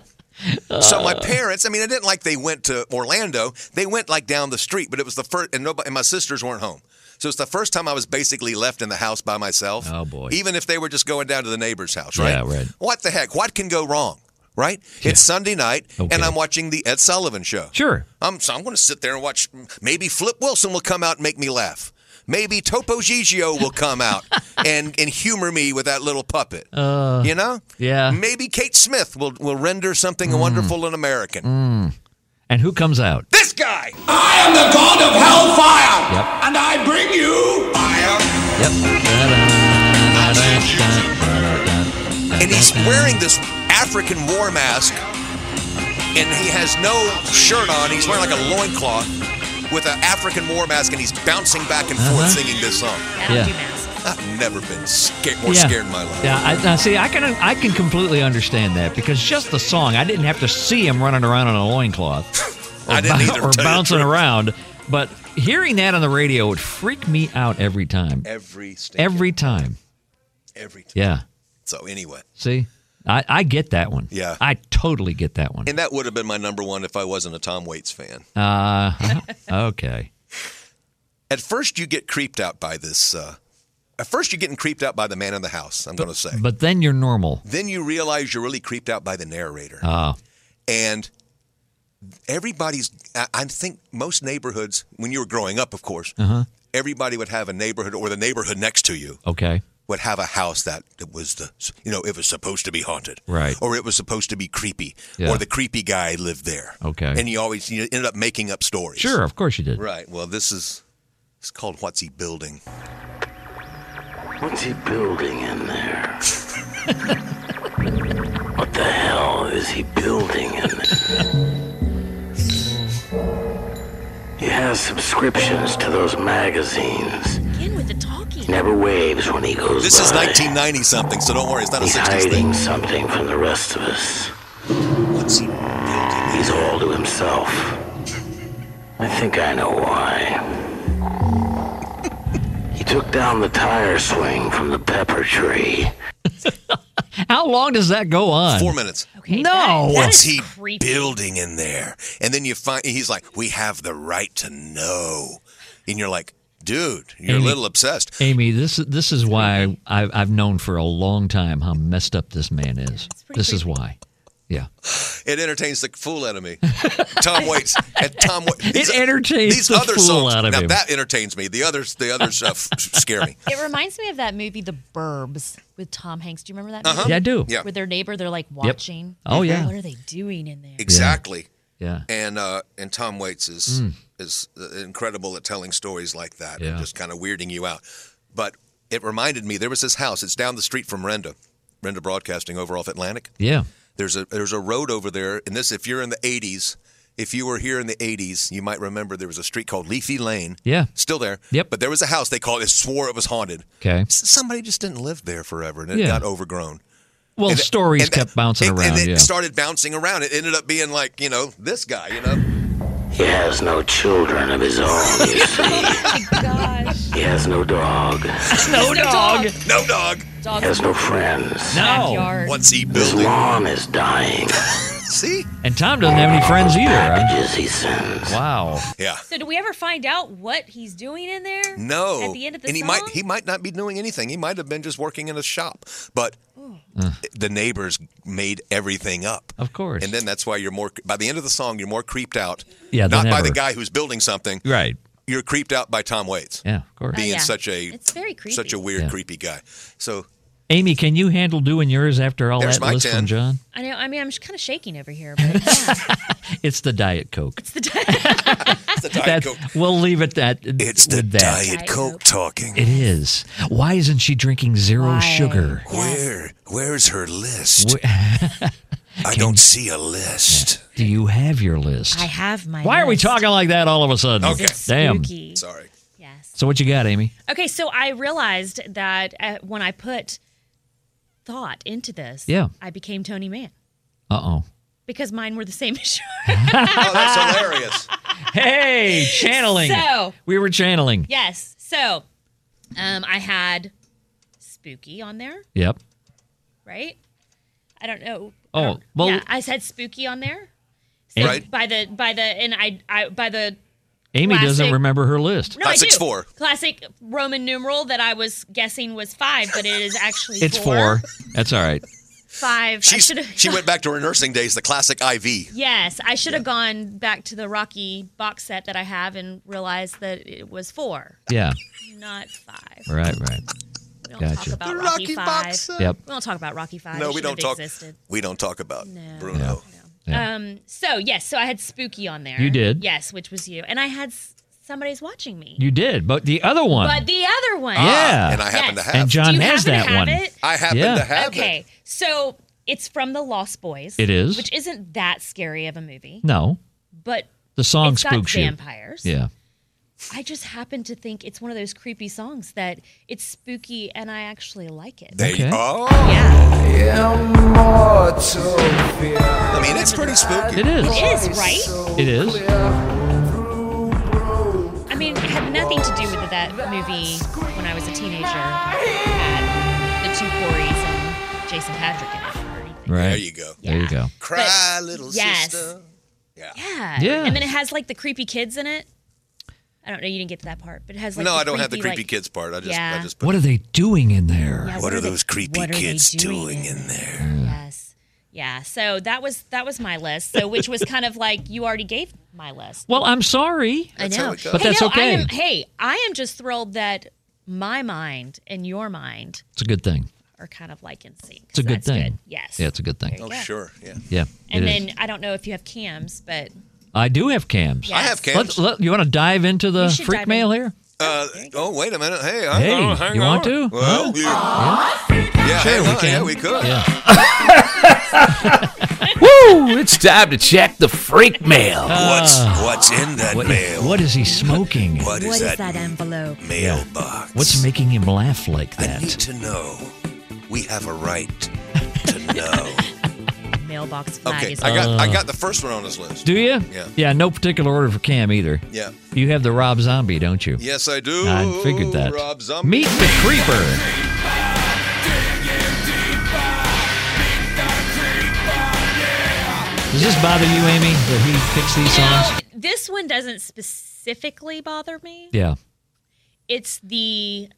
[SPEAKER 3] So
[SPEAKER 4] Uh.
[SPEAKER 3] my parents, I mean, it didn't like they went to Orlando. They went like down the street, but it was the first, and nobody, and my sisters weren't home. So it's the first time I was basically left in the house by myself.
[SPEAKER 4] Oh, boy.
[SPEAKER 3] Even if they were just going down to the neighbor's house, right?
[SPEAKER 4] Yeah, right.
[SPEAKER 3] What the heck? What can go wrong? Right? It's Sunday night,
[SPEAKER 4] Okay.
[SPEAKER 3] and I'm watching the Ed Sullivan Show.
[SPEAKER 4] Sure.
[SPEAKER 3] I'm Um, so I'm going to sit there and watch. Maybe Flip Wilson will come out and make me laugh. Maybe Topo Gigio will come out and, and humor me with that little puppet. you know?
[SPEAKER 4] Uh, yeah. Mm.
[SPEAKER 3] Maybe Kate Smith will, will render something wonderful and American.
[SPEAKER 4] And who comes out?
[SPEAKER 3] This guy!
[SPEAKER 2] I am the god of hellfire,
[SPEAKER 4] Yep.
[SPEAKER 2] and I bring you fire.
[SPEAKER 4] Yep.
[SPEAKER 3] And he's wearing this African war mask, and he has no shirt on. He's wearing like a loincloth with an African war mask, and he's bouncing back and forth
[SPEAKER 4] Uh-huh.
[SPEAKER 3] singing this song.
[SPEAKER 6] That'll
[SPEAKER 4] Yeah.
[SPEAKER 6] do masks.
[SPEAKER 3] I've never been scared, more
[SPEAKER 4] yeah.
[SPEAKER 3] scared in my life.
[SPEAKER 4] Yeah, I, now see, I can I can completely understand that because just the song, I didn't have to see him running around in a loincloth
[SPEAKER 3] I didn't either, to tell you
[SPEAKER 4] or
[SPEAKER 3] the
[SPEAKER 4] bouncing
[SPEAKER 3] truth.
[SPEAKER 4] around, but hearing that on the radio would freak me out every time.
[SPEAKER 3] Every stinking,
[SPEAKER 4] Every time.
[SPEAKER 3] every time.
[SPEAKER 4] Yeah.
[SPEAKER 3] So anyway,
[SPEAKER 4] See? I, I get that one.
[SPEAKER 3] Yeah.
[SPEAKER 4] I totally get that one.
[SPEAKER 3] and that would have been my number one if I wasn't a Tom Waits fan.
[SPEAKER 4] Uh, okay.
[SPEAKER 3] At first, you get creeped out by this. Uh, at first, you're getting creeped out by the man in the house. I'm going to say.
[SPEAKER 4] But then you're normal.
[SPEAKER 3] then you realize you're really creeped out by the narrator.
[SPEAKER 4] Uh,
[SPEAKER 3] and everybody's I- i think most neighborhoods when you were growing up of course
[SPEAKER 4] Uh-huh.
[SPEAKER 3] everybody would have a neighborhood or the neighborhood next to you
[SPEAKER 4] okay.
[SPEAKER 3] would have a house that that was the you know it was supposed to be haunted
[SPEAKER 4] Right.
[SPEAKER 3] or it was supposed to be creepy
[SPEAKER 4] Yeah.
[SPEAKER 3] or the creepy guy lived there
[SPEAKER 4] Okay.
[SPEAKER 3] and you always you ended up making up stories
[SPEAKER 4] Sure, of course you did.
[SPEAKER 3] right well this is it's called what's he building
[SPEAKER 12] What's he building in there? what the hell is he building in there? He has subscriptions to those magazines.
[SPEAKER 6] Again with the talking.
[SPEAKER 12] Never waves when he goes
[SPEAKER 3] this is
[SPEAKER 12] by.
[SPEAKER 3] 1990 something so don't worry it's not a
[SPEAKER 12] He's
[SPEAKER 3] 60s thing
[SPEAKER 12] hiding something from the rest of us.
[SPEAKER 3] what's he building
[SPEAKER 12] He's all to himself. I think I know why. He took down the tire swing from the pepper tree.
[SPEAKER 4] How long does that go on?
[SPEAKER 3] four minutes
[SPEAKER 6] Okay,
[SPEAKER 4] No.
[SPEAKER 6] that- that
[SPEAKER 3] What's
[SPEAKER 6] is
[SPEAKER 3] he
[SPEAKER 6] creepy.
[SPEAKER 3] building in there? And then you find he's like, "We have the right to know," and you're like, "Dude, you're
[SPEAKER 4] Amy.
[SPEAKER 3] a little obsessed."
[SPEAKER 4] Amy, this this is why I've, I've known for a long time how messed up this man is.
[SPEAKER 6] pretty
[SPEAKER 4] This is why. Yeah.
[SPEAKER 3] It entertains the fool out of me. Tom Waits and Tom. Waits.
[SPEAKER 4] It entertains the fool out of
[SPEAKER 3] now
[SPEAKER 4] him.
[SPEAKER 3] that entertains me. The others, the other stuff scare me.
[SPEAKER 6] It reminds me of that movie, The Burbs, with Tom Hanks. Do you remember that?
[SPEAKER 3] Uh-huh.
[SPEAKER 6] Movie?
[SPEAKER 4] Yeah, I do.
[SPEAKER 3] Yeah.
[SPEAKER 6] With their neighbor, they're like watching.
[SPEAKER 4] Oh, yeah.
[SPEAKER 6] What are they doing in there?
[SPEAKER 3] Exactly.
[SPEAKER 4] Yeah.
[SPEAKER 3] And uh, and Tom Waits is
[SPEAKER 4] Mm.
[SPEAKER 3] is uh, incredible at telling stories like that
[SPEAKER 4] Yeah.
[SPEAKER 3] and just kind of weirding you out. But it reminded me there was this house. It's down the street from Renda, Renda Broadcasting over off Atlantic.
[SPEAKER 4] Yeah.
[SPEAKER 3] There's a there's a road over there, and this if you're in the '80s, if you were here in the '80s, you might remember there was a street called Leafy Lane.
[SPEAKER 4] Yeah.
[SPEAKER 3] Still there.
[SPEAKER 4] Yep.
[SPEAKER 3] But there was a house they called it swore it was haunted.
[SPEAKER 4] Okay.
[SPEAKER 3] S- Somebody just didn't live there forever, and it
[SPEAKER 4] Yeah.
[SPEAKER 3] got overgrown.
[SPEAKER 4] Well,
[SPEAKER 3] And it-
[SPEAKER 4] stories
[SPEAKER 3] and
[SPEAKER 4] kept bouncing
[SPEAKER 3] and-
[SPEAKER 4] around.
[SPEAKER 3] And it
[SPEAKER 4] yeah.
[SPEAKER 3] started bouncing around. It ended up being like you know this guy. You know.
[SPEAKER 12] He has no children of his own, you see. He has no dog.
[SPEAKER 4] No dog.
[SPEAKER 3] No dog.
[SPEAKER 12] He has no friends.
[SPEAKER 4] No.
[SPEAKER 3] What's he
[SPEAKER 12] His lawn is dying.
[SPEAKER 3] See?
[SPEAKER 4] And Tom doesn't have any friends either.
[SPEAKER 12] Packages he sends.
[SPEAKER 4] Wow.
[SPEAKER 3] Yeah.
[SPEAKER 6] So do we ever find out what he's doing in there?
[SPEAKER 3] No.
[SPEAKER 6] At the end of the
[SPEAKER 3] and he
[SPEAKER 6] song?
[SPEAKER 3] might he might not be doing anything. He might have been just working in a shop. But the neighbors made everything up.
[SPEAKER 4] Mm. Of course.
[SPEAKER 3] And then that's why you're more by the end of the song you're more creeped out.
[SPEAKER 4] Yeah,
[SPEAKER 3] Not
[SPEAKER 4] than
[SPEAKER 3] by the
[SPEAKER 4] ever.
[SPEAKER 3] guy who's building something.
[SPEAKER 4] Right.
[SPEAKER 3] You're creeped out by Tom Waits.
[SPEAKER 4] Yeah, of course.
[SPEAKER 3] Being
[SPEAKER 6] Oh, yeah.
[SPEAKER 3] such a
[SPEAKER 6] It's very creepy.
[SPEAKER 3] such a weird
[SPEAKER 4] Yeah.
[SPEAKER 3] creepy guy. So
[SPEAKER 4] Amy, can you handle doing yours after all
[SPEAKER 3] There's
[SPEAKER 4] that
[SPEAKER 3] my
[SPEAKER 4] list
[SPEAKER 3] 10.
[SPEAKER 4] from John?
[SPEAKER 6] I know. I mean, I'm kind of shaking over here, but
[SPEAKER 4] It's the Diet Coke.
[SPEAKER 6] it's the time.
[SPEAKER 3] it's the Diet
[SPEAKER 4] That-
[SPEAKER 3] Coke.
[SPEAKER 4] We'll leave it that. It's
[SPEAKER 3] The
[SPEAKER 4] with that.
[SPEAKER 3] Diet Coke talking.
[SPEAKER 4] It is. Why isn't she drinking zero sugar?
[SPEAKER 3] Where where's her list? I
[SPEAKER 4] Can-
[SPEAKER 3] don't see a list.
[SPEAKER 4] Do you have your list?
[SPEAKER 6] I have my.
[SPEAKER 4] Why are we talking like that all of a sudden?
[SPEAKER 3] Okay.
[SPEAKER 6] It's
[SPEAKER 4] Damn.
[SPEAKER 6] spooky.
[SPEAKER 3] Sorry.
[SPEAKER 6] Yes.
[SPEAKER 4] So what you got, Amy?
[SPEAKER 6] Okay, so I realized that uh, when I put thought into this,
[SPEAKER 4] Yeah.
[SPEAKER 6] I became Tony Mann
[SPEAKER 4] Uh oh.
[SPEAKER 6] because mine were the same issue.
[SPEAKER 3] Oh, that's hilarious.
[SPEAKER 4] Hey, channeling.
[SPEAKER 6] So-
[SPEAKER 4] we were channeling.
[SPEAKER 6] yes. So, um, I had spooky on there,
[SPEAKER 4] Yep.
[SPEAKER 6] right? I don't know. I
[SPEAKER 4] Oh
[SPEAKER 6] don't-
[SPEAKER 4] well.
[SPEAKER 6] yeah, I said spooky on there.
[SPEAKER 4] Amy,
[SPEAKER 3] Right.
[SPEAKER 6] By the by the and I I by the
[SPEAKER 4] Amy doesn't
[SPEAKER 6] Classic.
[SPEAKER 4] remember her list.
[SPEAKER 6] no I
[SPEAKER 3] Classic
[SPEAKER 6] do.
[SPEAKER 3] four.
[SPEAKER 6] classic Roman numeral that I was guessing was five, but it is actually
[SPEAKER 4] It's four. That's all right.
[SPEAKER 6] five. I
[SPEAKER 3] She's,
[SPEAKER 6] should've-
[SPEAKER 3] she went back to her nursing days, the classic IV.
[SPEAKER 6] Yes, I should have gone back to the Rocky box set that I have and realized that it was four,
[SPEAKER 4] Yeah.
[SPEAKER 6] not five.
[SPEAKER 4] Right. Right.
[SPEAKER 6] We don't
[SPEAKER 4] Gotcha.
[SPEAKER 6] talk about
[SPEAKER 3] The
[SPEAKER 6] Rocky,
[SPEAKER 3] Rocky
[SPEAKER 6] Five.
[SPEAKER 3] box set.
[SPEAKER 4] Yep.
[SPEAKER 6] We don't talk about Rocky Five.
[SPEAKER 3] No,
[SPEAKER 6] It
[SPEAKER 3] we don't
[SPEAKER 6] shouldn't
[SPEAKER 3] talk.
[SPEAKER 6] have Existed.
[SPEAKER 3] We don't talk about Bruno.
[SPEAKER 4] Yeah.
[SPEAKER 6] Um. So yes, so I had spooky on there.
[SPEAKER 4] You did.
[SPEAKER 6] Yes, which was you, and I had s- somebody's watching me.
[SPEAKER 4] You did, but the other one.
[SPEAKER 6] But the other one.
[SPEAKER 4] Yeah.
[SPEAKER 3] Ah, And I happen
[SPEAKER 6] Yes.
[SPEAKER 3] to have.
[SPEAKER 4] and John
[SPEAKER 6] Do you
[SPEAKER 4] has
[SPEAKER 6] happen to
[SPEAKER 4] that
[SPEAKER 6] have
[SPEAKER 4] one.
[SPEAKER 6] It?
[SPEAKER 3] I happen
[SPEAKER 4] Yeah.
[SPEAKER 3] to have it.
[SPEAKER 6] Okay, so it's from the Lost Boys.
[SPEAKER 4] It is.
[SPEAKER 6] which isn't that scary of a movie,
[SPEAKER 4] No,
[SPEAKER 6] but
[SPEAKER 4] the song
[SPEAKER 6] it's got
[SPEAKER 4] spooks you.
[SPEAKER 6] vampires.
[SPEAKER 4] Yeah.
[SPEAKER 6] I just happen to think it's one of those creepy songs that it's spooky and I actually like it.
[SPEAKER 3] There you-
[SPEAKER 4] Okay.
[SPEAKER 3] oh,
[SPEAKER 6] yeah,
[SPEAKER 3] I mean, it's pretty spooky.
[SPEAKER 4] It is.
[SPEAKER 6] it is right.
[SPEAKER 4] It is.
[SPEAKER 6] I mean, it had nothing to do with that movie when I was a teenager. It had the two Corys and Jason Patrick in it or anything.
[SPEAKER 4] Right.
[SPEAKER 3] There you go.
[SPEAKER 4] There you
[SPEAKER 6] Yeah.
[SPEAKER 4] go.
[SPEAKER 3] Cry, little
[SPEAKER 6] yes.
[SPEAKER 3] sister. Yeah.
[SPEAKER 6] Yeah.
[SPEAKER 4] Yeah.
[SPEAKER 6] And then it has like the creepy kids in it. I don't know. You didn't get to that part, but it has like
[SPEAKER 3] no,
[SPEAKER 6] the
[SPEAKER 3] I don't have the
[SPEAKER 6] creepy,
[SPEAKER 3] creepy
[SPEAKER 6] like-
[SPEAKER 3] kids part. I just,
[SPEAKER 6] Yeah.
[SPEAKER 3] I just. Put,
[SPEAKER 4] What are they doing in there?
[SPEAKER 6] Yeah,
[SPEAKER 3] what are
[SPEAKER 6] they-
[SPEAKER 3] those creepy
[SPEAKER 6] what are they
[SPEAKER 3] kids doing
[SPEAKER 6] there?
[SPEAKER 3] in there?
[SPEAKER 6] Yes. Yeah. So that was that was my list. So which was kind of like you already gave my list.
[SPEAKER 4] Well, I'm sorry.
[SPEAKER 6] I
[SPEAKER 3] That's
[SPEAKER 6] know.
[SPEAKER 3] how it goes.
[SPEAKER 4] But
[SPEAKER 6] hey,
[SPEAKER 4] that's
[SPEAKER 6] no,
[SPEAKER 4] okay.
[SPEAKER 6] I am, hey, I am just thrilled that my mind and your mind
[SPEAKER 4] It's a good thing.
[SPEAKER 6] are kind of like in sync.
[SPEAKER 4] It's a
[SPEAKER 6] So
[SPEAKER 4] good
[SPEAKER 6] that's
[SPEAKER 4] thing.
[SPEAKER 6] Yes.
[SPEAKER 4] Yeah, it's a good thing.
[SPEAKER 6] There
[SPEAKER 3] Oh,
[SPEAKER 6] you go.
[SPEAKER 3] sure. Yeah.
[SPEAKER 4] Yeah.
[SPEAKER 6] And
[SPEAKER 4] it is.
[SPEAKER 6] then I don't know if you have cams, but
[SPEAKER 4] I do have cams.
[SPEAKER 6] Yeah.
[SPEAKER 3] I have
[SPEAKER 4] Let,
[SPEAKER 3] cams.
[SPEAKER 4] let, you want to dive into the
[SPEAKER 6] We should
[SPEAKER 4] freak
[SPEAKER 6] dive
[SPEAKER 4] mail
[SPEAKER 6] in.
[SPEAKER 4] here?
[SPEAKER 3] Uh, oh, wait a minute. Hey,
[SPEAKER 4] Hey,
[SPEAKER 3] I, oh, hang
[SPEAKER 4] you want
[SPEAKER 3] on.
[SPEAKER 4] to?
[SPEAKER 3] Well,
[SPEAKER 4] Huh?
[SPEAKER 3] you- yeah. hang on. Yeah, we could.
[SPEAKER 4] Oh, Yeah.
[SPEAKER 1] Woo! It's time to check the freak mail.
[SPEAKER 3] What's what's in that
[SPEAKER 4] Uh, What,
[SPEAKER 3] mail?
[SPEAKER 4] what is he smoking?
[SPEAKER 3] what is that,
[SPEAKER 6] envelope?
[SPEAKER 3] mailbox?
[SPEAKER 4] What's making him laugh like
[SPEAKER 3] I need
[SPEAKER 4] that?
[SPEAKER 3] to know. We have a right to know.
[SPEAKER 6] Mailbox flag
[SPEAKER 3] okay,
[SPEAKER 6] is
[SPEAKER 3] I got I got the first one on this list.
[SPEAKER 4] Uh. Do you?
[SPEAKER 3] Yeah.
[SPEAKER 4] Yeah, no particular order for Cam either.
[SPEAKER 3] Yeah.
[SPEAKER 4] You have the Rob Zombie, don't you?
[SPEAKER 3] Yes, I do.
[SPEAKER 4] I figured that.
[SPEAKER 3] Rob Zombie.
[SPEAKER 4] Meet the Creeper. Does this bother you, Amy, that he picks these songs?
[SPEAKER 6] this one doesn't specifically bother me.
[SPEAKER 4] Yeah.
[SPEAKER 6] It's the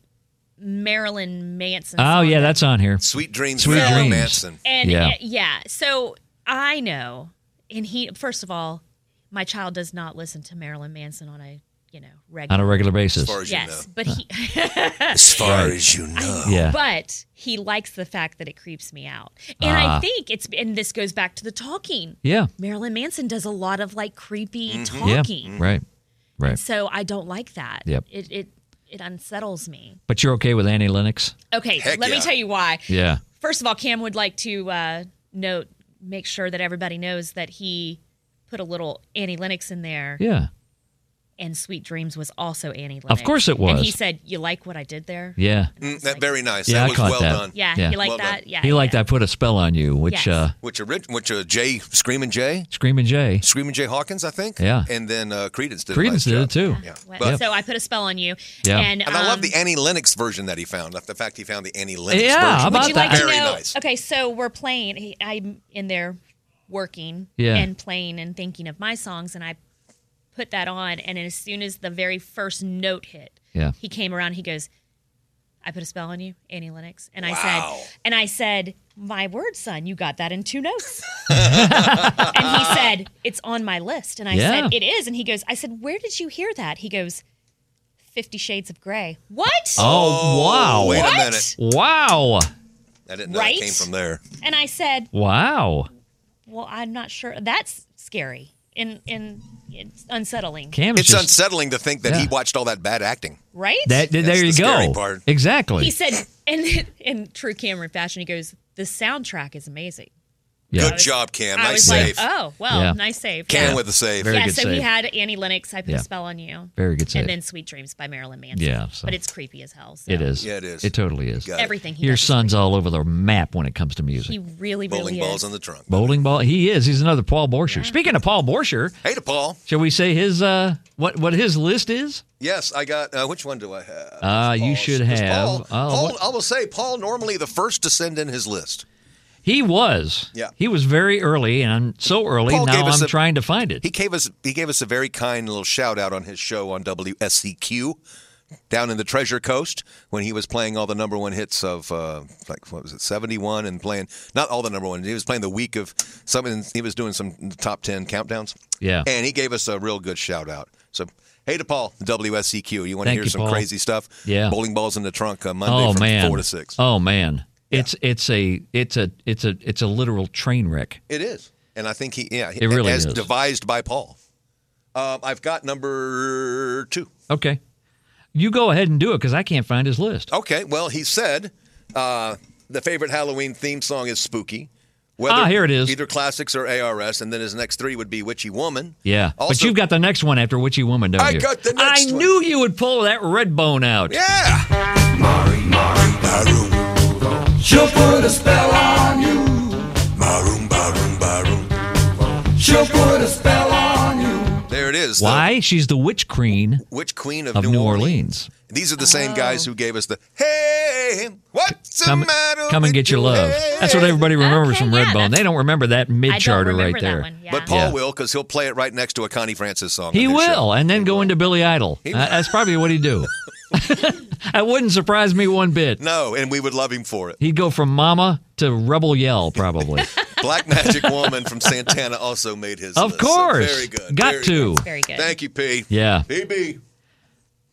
[SPEAKER 6] Marilyn Manson.
[SPEAKER 4] Oh,
[SPEAKER 6] song
[SPEAKER 4] yeah, that's on here.
[SPEAKER 3] Sweet dreams,
[SPEAKER 4] Sweet
[SPEAKER 3] Marilyn
[SPEAKER 4] dreams.
[SPEAKER 3] Manson.
[SPEAKER 6] And
[SPEAKER 4] Yeah.
[SPEAKER 6] yeah. yeah, so I know, and he first of all, my child does not listen to Marilyn Manson on a you know
[SPEAKER 4] On
[SPEAKER 6] regular.
[SPEAKER 4] a regular
[SPEAKER 3] As
[SPEAKER 4] basis.
[SPEAKER 3] far as
[SPEAKER 6] yes,
[SPEAKER 3] you
[SPEAKER 6] but he,
[SPEAKER 3] know. As far as you know.
[SPEAKER 4] Yeah.
[SPEAKER 6] but he likes the fact that it creeps me out. And I
[SPEAKER 4] Ah.
[SPEAKER 6] think it's and this goes back to the talking.
[SPEAKER 4] Yeah.
[SPEAKER 6] Marilyn Manson does a lot of like creepy
[SPEAKER 4] Mm-hmm. Yeah.
[SPEAKER 6] talking.
[SPEAKER 4] Right. Right.
[SPEAKER 6] So I don't like that.
[SPEAKER 4] Yep.
[SPEAKER 6] It it it unsettles me.
[SPEAKER 4] But you're okay with Annie Lennox?
[SPEAKER 6] Okay, so
[SPEAKER 4] Heck
[SPEAKER 6] let me
[SPEAKER 4] yeah.
[SPEAKER 6] tell you why.
[SPEAKER 4] Yeah.
[SPEAKER 6] First of all, Cam would like to uh, note, make sure that everybody knows that he put a little Annie Lennox in there.
[SPEAKER 4] Yeah.
[SPEAKER 6] And Sweet Dreams was also Annie Lennox.
[SPEAKER 4] course it
[SPEAKER 6] And he
[SPEAKER 4] was.
[SPEAKER 6] said, "You like what I did there?"
[SPEAKER 4] Yeah.
[SPEAKER 3] Mm, that very nice.
[SPEAKER 4] Yeah,
[SPEAKER 3] that
[SPEAKER 4] I
[SPEAKER 3] was
[SPEAKER 4] caught
[SPEAKER 3] well
[SPEAKER 4] that.
[SPEAKER 3] done.
[SPEAKER 6] Yeah,
[SPEAKER 4] Yeah.
[SPEAKER 6] you like
[SPEAKER 3] Well
[SPEAKER 6] that? Yeah.
[SPEAKER 4] he liked I put a spell on you,
[SPEAKER 6] Yes.
[SPEAKER 4] which uh,
[SPEAKER 3] Which a rich- which a Jay Screaming Jay,
[SPEAKER 4] Screaming Jay.
[SPEAKER 3] Screaming Jay Hawkins, I think.
[SPEAKER 4] Yeah.
[SPEAKER 3] And then uh, Credence did.
[SPEAKER 4] Credence
[SPEAKER 3] a nice
[SPEAKER 4] did it
[SPEAKER 3] job.
[SPEAKER 4] too.
[SPEAKER 3] Yeah.
[SPEAKER 6] What-
[SPEAKER 3] But-
[SPEAKER 6] So I put a spell on you.
[SPEAKER 4] Yeah.
[SPEAKER 6] And,
[SPEAKER 3] I love
[SPEAKER 6] um,
[SPEAKER 3] the Annie Lennox version that he found. The fact he found the Annie Lennox
[SPEAKER 4] Yeah,
[SPEAKER 3] version.
[SPEAKER 4] how
[SPEAKER 3] which
[SPEAKER 4] about
[SPEAKER 3] is
[SPEAKER 4] that?
[SPEAKER 6] I'd like to
[SPEAKER 3] Very
[SPEAKER 6] know-
[SPEAKER 3] nice.
[SPEAKER 6] Okay, so we're playing. he- I'm in there working
[SPEAKER 4] Yeah.
[SPEAKER 6] and playing and thinking of my songs, and I put that on. And as soon as the very first note hit,
[SPEAKER 4] Yeah.
[SPEAKER 6] he came around. He goes, "I put a spell on you, Annie Lennox," and I
[SPEAKER 4] Wow.
[SPEAKER 6] said, "And I said, my word, son, you got that in two notes." and he said, "It's on my list," and I
[SPEAKER 4] Yeah.
[SPEAKER 6] said, "It is." And he goes, "I said, where did you hear that?" He goes. Fifty Shades of Grey. What?
[SPEAKER 4] Oh, wow.
[SPEAKER 3] wait a What? minute.
[SPEAKER 4] Wow.
[SPEAKER 3] I didn't know
[SPEAKER 6] Right?
[SPEAKER 3] it came from there.
[SPEAKER 6] And I said,
[SPEAKER 4] Wow.
[SPEAKER 6] Well, I'm not sure. That's scary and and it's unsettling.
[SPEAKER 3] it's unsettling to think that he watched all that bad acting.
[SPEAKER 6] right?
[SPEAKER 4] That, there
[SPEAKER 3] That's
[SPEAKER 4] you
[SPEAKER 3] the
[SPEAKER 4] go.
[SPEAKER 3] scary part.
[SPEAKER 4] Exactly.
[SPEAKER 6] He said, and in true Cameron fashion, he goes, "The soundtrack is amazing."
[SPEAKER 4] Yeah.
[SPEAKER 3] Good job, Cam.
[SPEAKER 6] I
[SPEAKER 3] Nice
[SPEAKER 6] was
[SPEAKER 3] save.
[SPEAKER 6] like, "Oh, well,
[SPEAKER 3] Yeah.
[SPEAKER 6] nice save."
[SPEAKER 3] Cam
[SPEAKER 6] yeah.
[SPEAKER 3] with a save.
[SPEAKER 4] Very
[SPEAKER 6] yeah,
[SPEAKER 4] good
[SPEAKER 6] so he
[SPEAKER 4] save.
[SPEAKER 6] had Annie Lennox. I put
[SPEAKER 4] Yeah.
[SPEAKER 6] a spell on you.
[SPEAKER 4] Very good save.
[SPEAKER 6] And then Sweet Dreams by Marilyn Manson.
[SPEAKER 4] Yeah, so-
[SPEAKER 6] but it's creepy as hell. So.
[SPEAKER 4] It is.
[SPEAKER 3] Yeah, it is.
[SPEAKER 4] It totally is.
[SPEAKER 6] Got it. Everything he
[SPEAKER 4] Your
[SPEAKER 6] does is
[SPEAKER 4] son's all over the map when it comes to music.
[SPEAKER 6] He really, really
[SPEAKER 3] Bowling
[SPEAKER 6] is.
[SPEAKER 3] balls in the trunk.
[SPEAKER 4] Bowling ball. He is. He's another Paul Borscher. Speaking of Paul Borscher,
[SPEAKER 3] Hey to Paul.
[SPEAKER 4] shall we say his uh what what his list is?
[SPEAKER 3] Yes, I got. Uh, which one do I have?
[SPEAKER 4] Uh you should have.
[SPEAKER 3] Paul.
[SPEAKER 4] uh,
[SPEAKER 3] Paul
[SPEAKER 4] what-
[SPEAKER 3] I will say Paul normally the first to send in his list.
[SPEAKER 4] he was.
[SPEAKER 3] Yeah.
[SPEAKER 4] He was very early and I'm so early
[SPEAKER 3] Paul
[SPEAKER 4] now
[SPEAKER 3] gave us
[SPEAKER 4] I'm
[SPEAKER 3] a-
[SPEAKER 4] trying to find it.
[SPEAKER 3] He gave us he gave us a very kind little shout out on his show on WSCQ down in the Treasure Coast when he was playing all the number one hits of uh, like what was it seventy one and playing not all the number one he was playing the week of something he was doing some top ten countdowns
[SPEAKER 4] Yeah.
[SPEAKER 3] and he gave us a real good shout out so. Hey to Paul, WSCQ. E You want to
[SPEAKER 4] Thank
[SPEAKER 3] hear
[SPEAKER 4] you,
[SPEAKER 3] some
[SPEAKER 4] Paul.
[SPEAKER 3] crazy stuff?
[SPEAKER 4] Yeah.
[SPEAKER 3] Bowling balls in the trunk uh, Monday
[SPEAKER 4] oh
[SPEAKER 3] from
[SPEAKER 4] man.
[SPEAKER 3] four to six.
[SPEAKER 4] Oh man. It's it's a it's a it's a it's a literal train wreck.
[SPEAKER 3] It is, and I think he yeah
[SPEAKER 4] It really
[SPEAKER 3] as
[SPEAKER 4] is.
[SPEAKER 3] devised by Paul. Um, I've got number two.
[SPEAKER 4] Okay. You go ahead and do it because I can't find his list.
[SPEAKER 3] Okay, well, he said uh, the favorite Halloween theme song is Spooky.
[SPEAKER 4] Ah, here it is.
[SPEAKER 3] Either classics or ARS, and then his next three would be Witchy Woman.
[SPEAKER 4] Yeah, but
[SPEAKER 3] Also-
[SPEAKER 4] you've got the next one after Witchy Woman, don't
[SPEAKER 3] I
[SPEAKER 4] you?
[SPEAKER 3] got the next
[SPEAKER 4] I
[SPEAKER 3] one.
[SPEAKER 4] knew you would pull that red bone out.
[SPEAKER 3] Yeah.
[SPEAKER 2] Mari, Mari, Baru. She'll put a spell on you. Maroon, Baroon, Baroon. She'll put a spell on you.
[SPEAKER 3] There it is. the
[SPEAKER 4] Why? She's the witch queen
[SPEAKER 3] Witch Queen of,
[SPEAKER 4] of New, Orleans.
[SPEAKER 3] These are the same guys who gave us the Hey, what's
[SPEAKER 4] Come,
[SPEAKER 3] the matter?
[SPEAKER 4] come and
[SPEAKER 3] with
[SPEAKER 4] get your
[SPEAKER 3] you?"
[SPEAKER 4] love. That's what everybody remembers from
[SPEAKER 6] yeah,
[SPEAKER 4] Red Bone. They don't remember that mid charter right there.
[SPEAKER 3] But Paul will because he'll play it right next to a Connie Francis song.
[SPEAKER 4] He
[SPEAKER 3] on his
[SPEAKER 4] will,
[SPEAKER 3] show.
[SPEAKER 4] and then go into Billy Idol.
[SPEAKER 3] He
[SPEAKER 4] Uh, that's probably what he'd do. that wouldn't surprise me one bit.
[SPEAKER 3] No, and we would love him for it.
[SPEAKER 4] He'd go from Mama to Rebel Yell, probably.
[SPEAKER 3] Black Magic Woman from Santana also made his.
[SPEAKER 4] Of
[SPEAKER 3] list, so
[SPEAKER 4] course.
[SPEAKER 3] very good.
[SPEAKER 4] Got
[SPEAKER 3] very
[SPEAKER 4] to.
[SPEAKER 3] Good.
[SPEAKER 4] Very
[SPEAKER 6] good.
[SPEAKER 3] Thank you, P.
[SPEAKER 4] Yeah.
[SPEAKER 3] PB.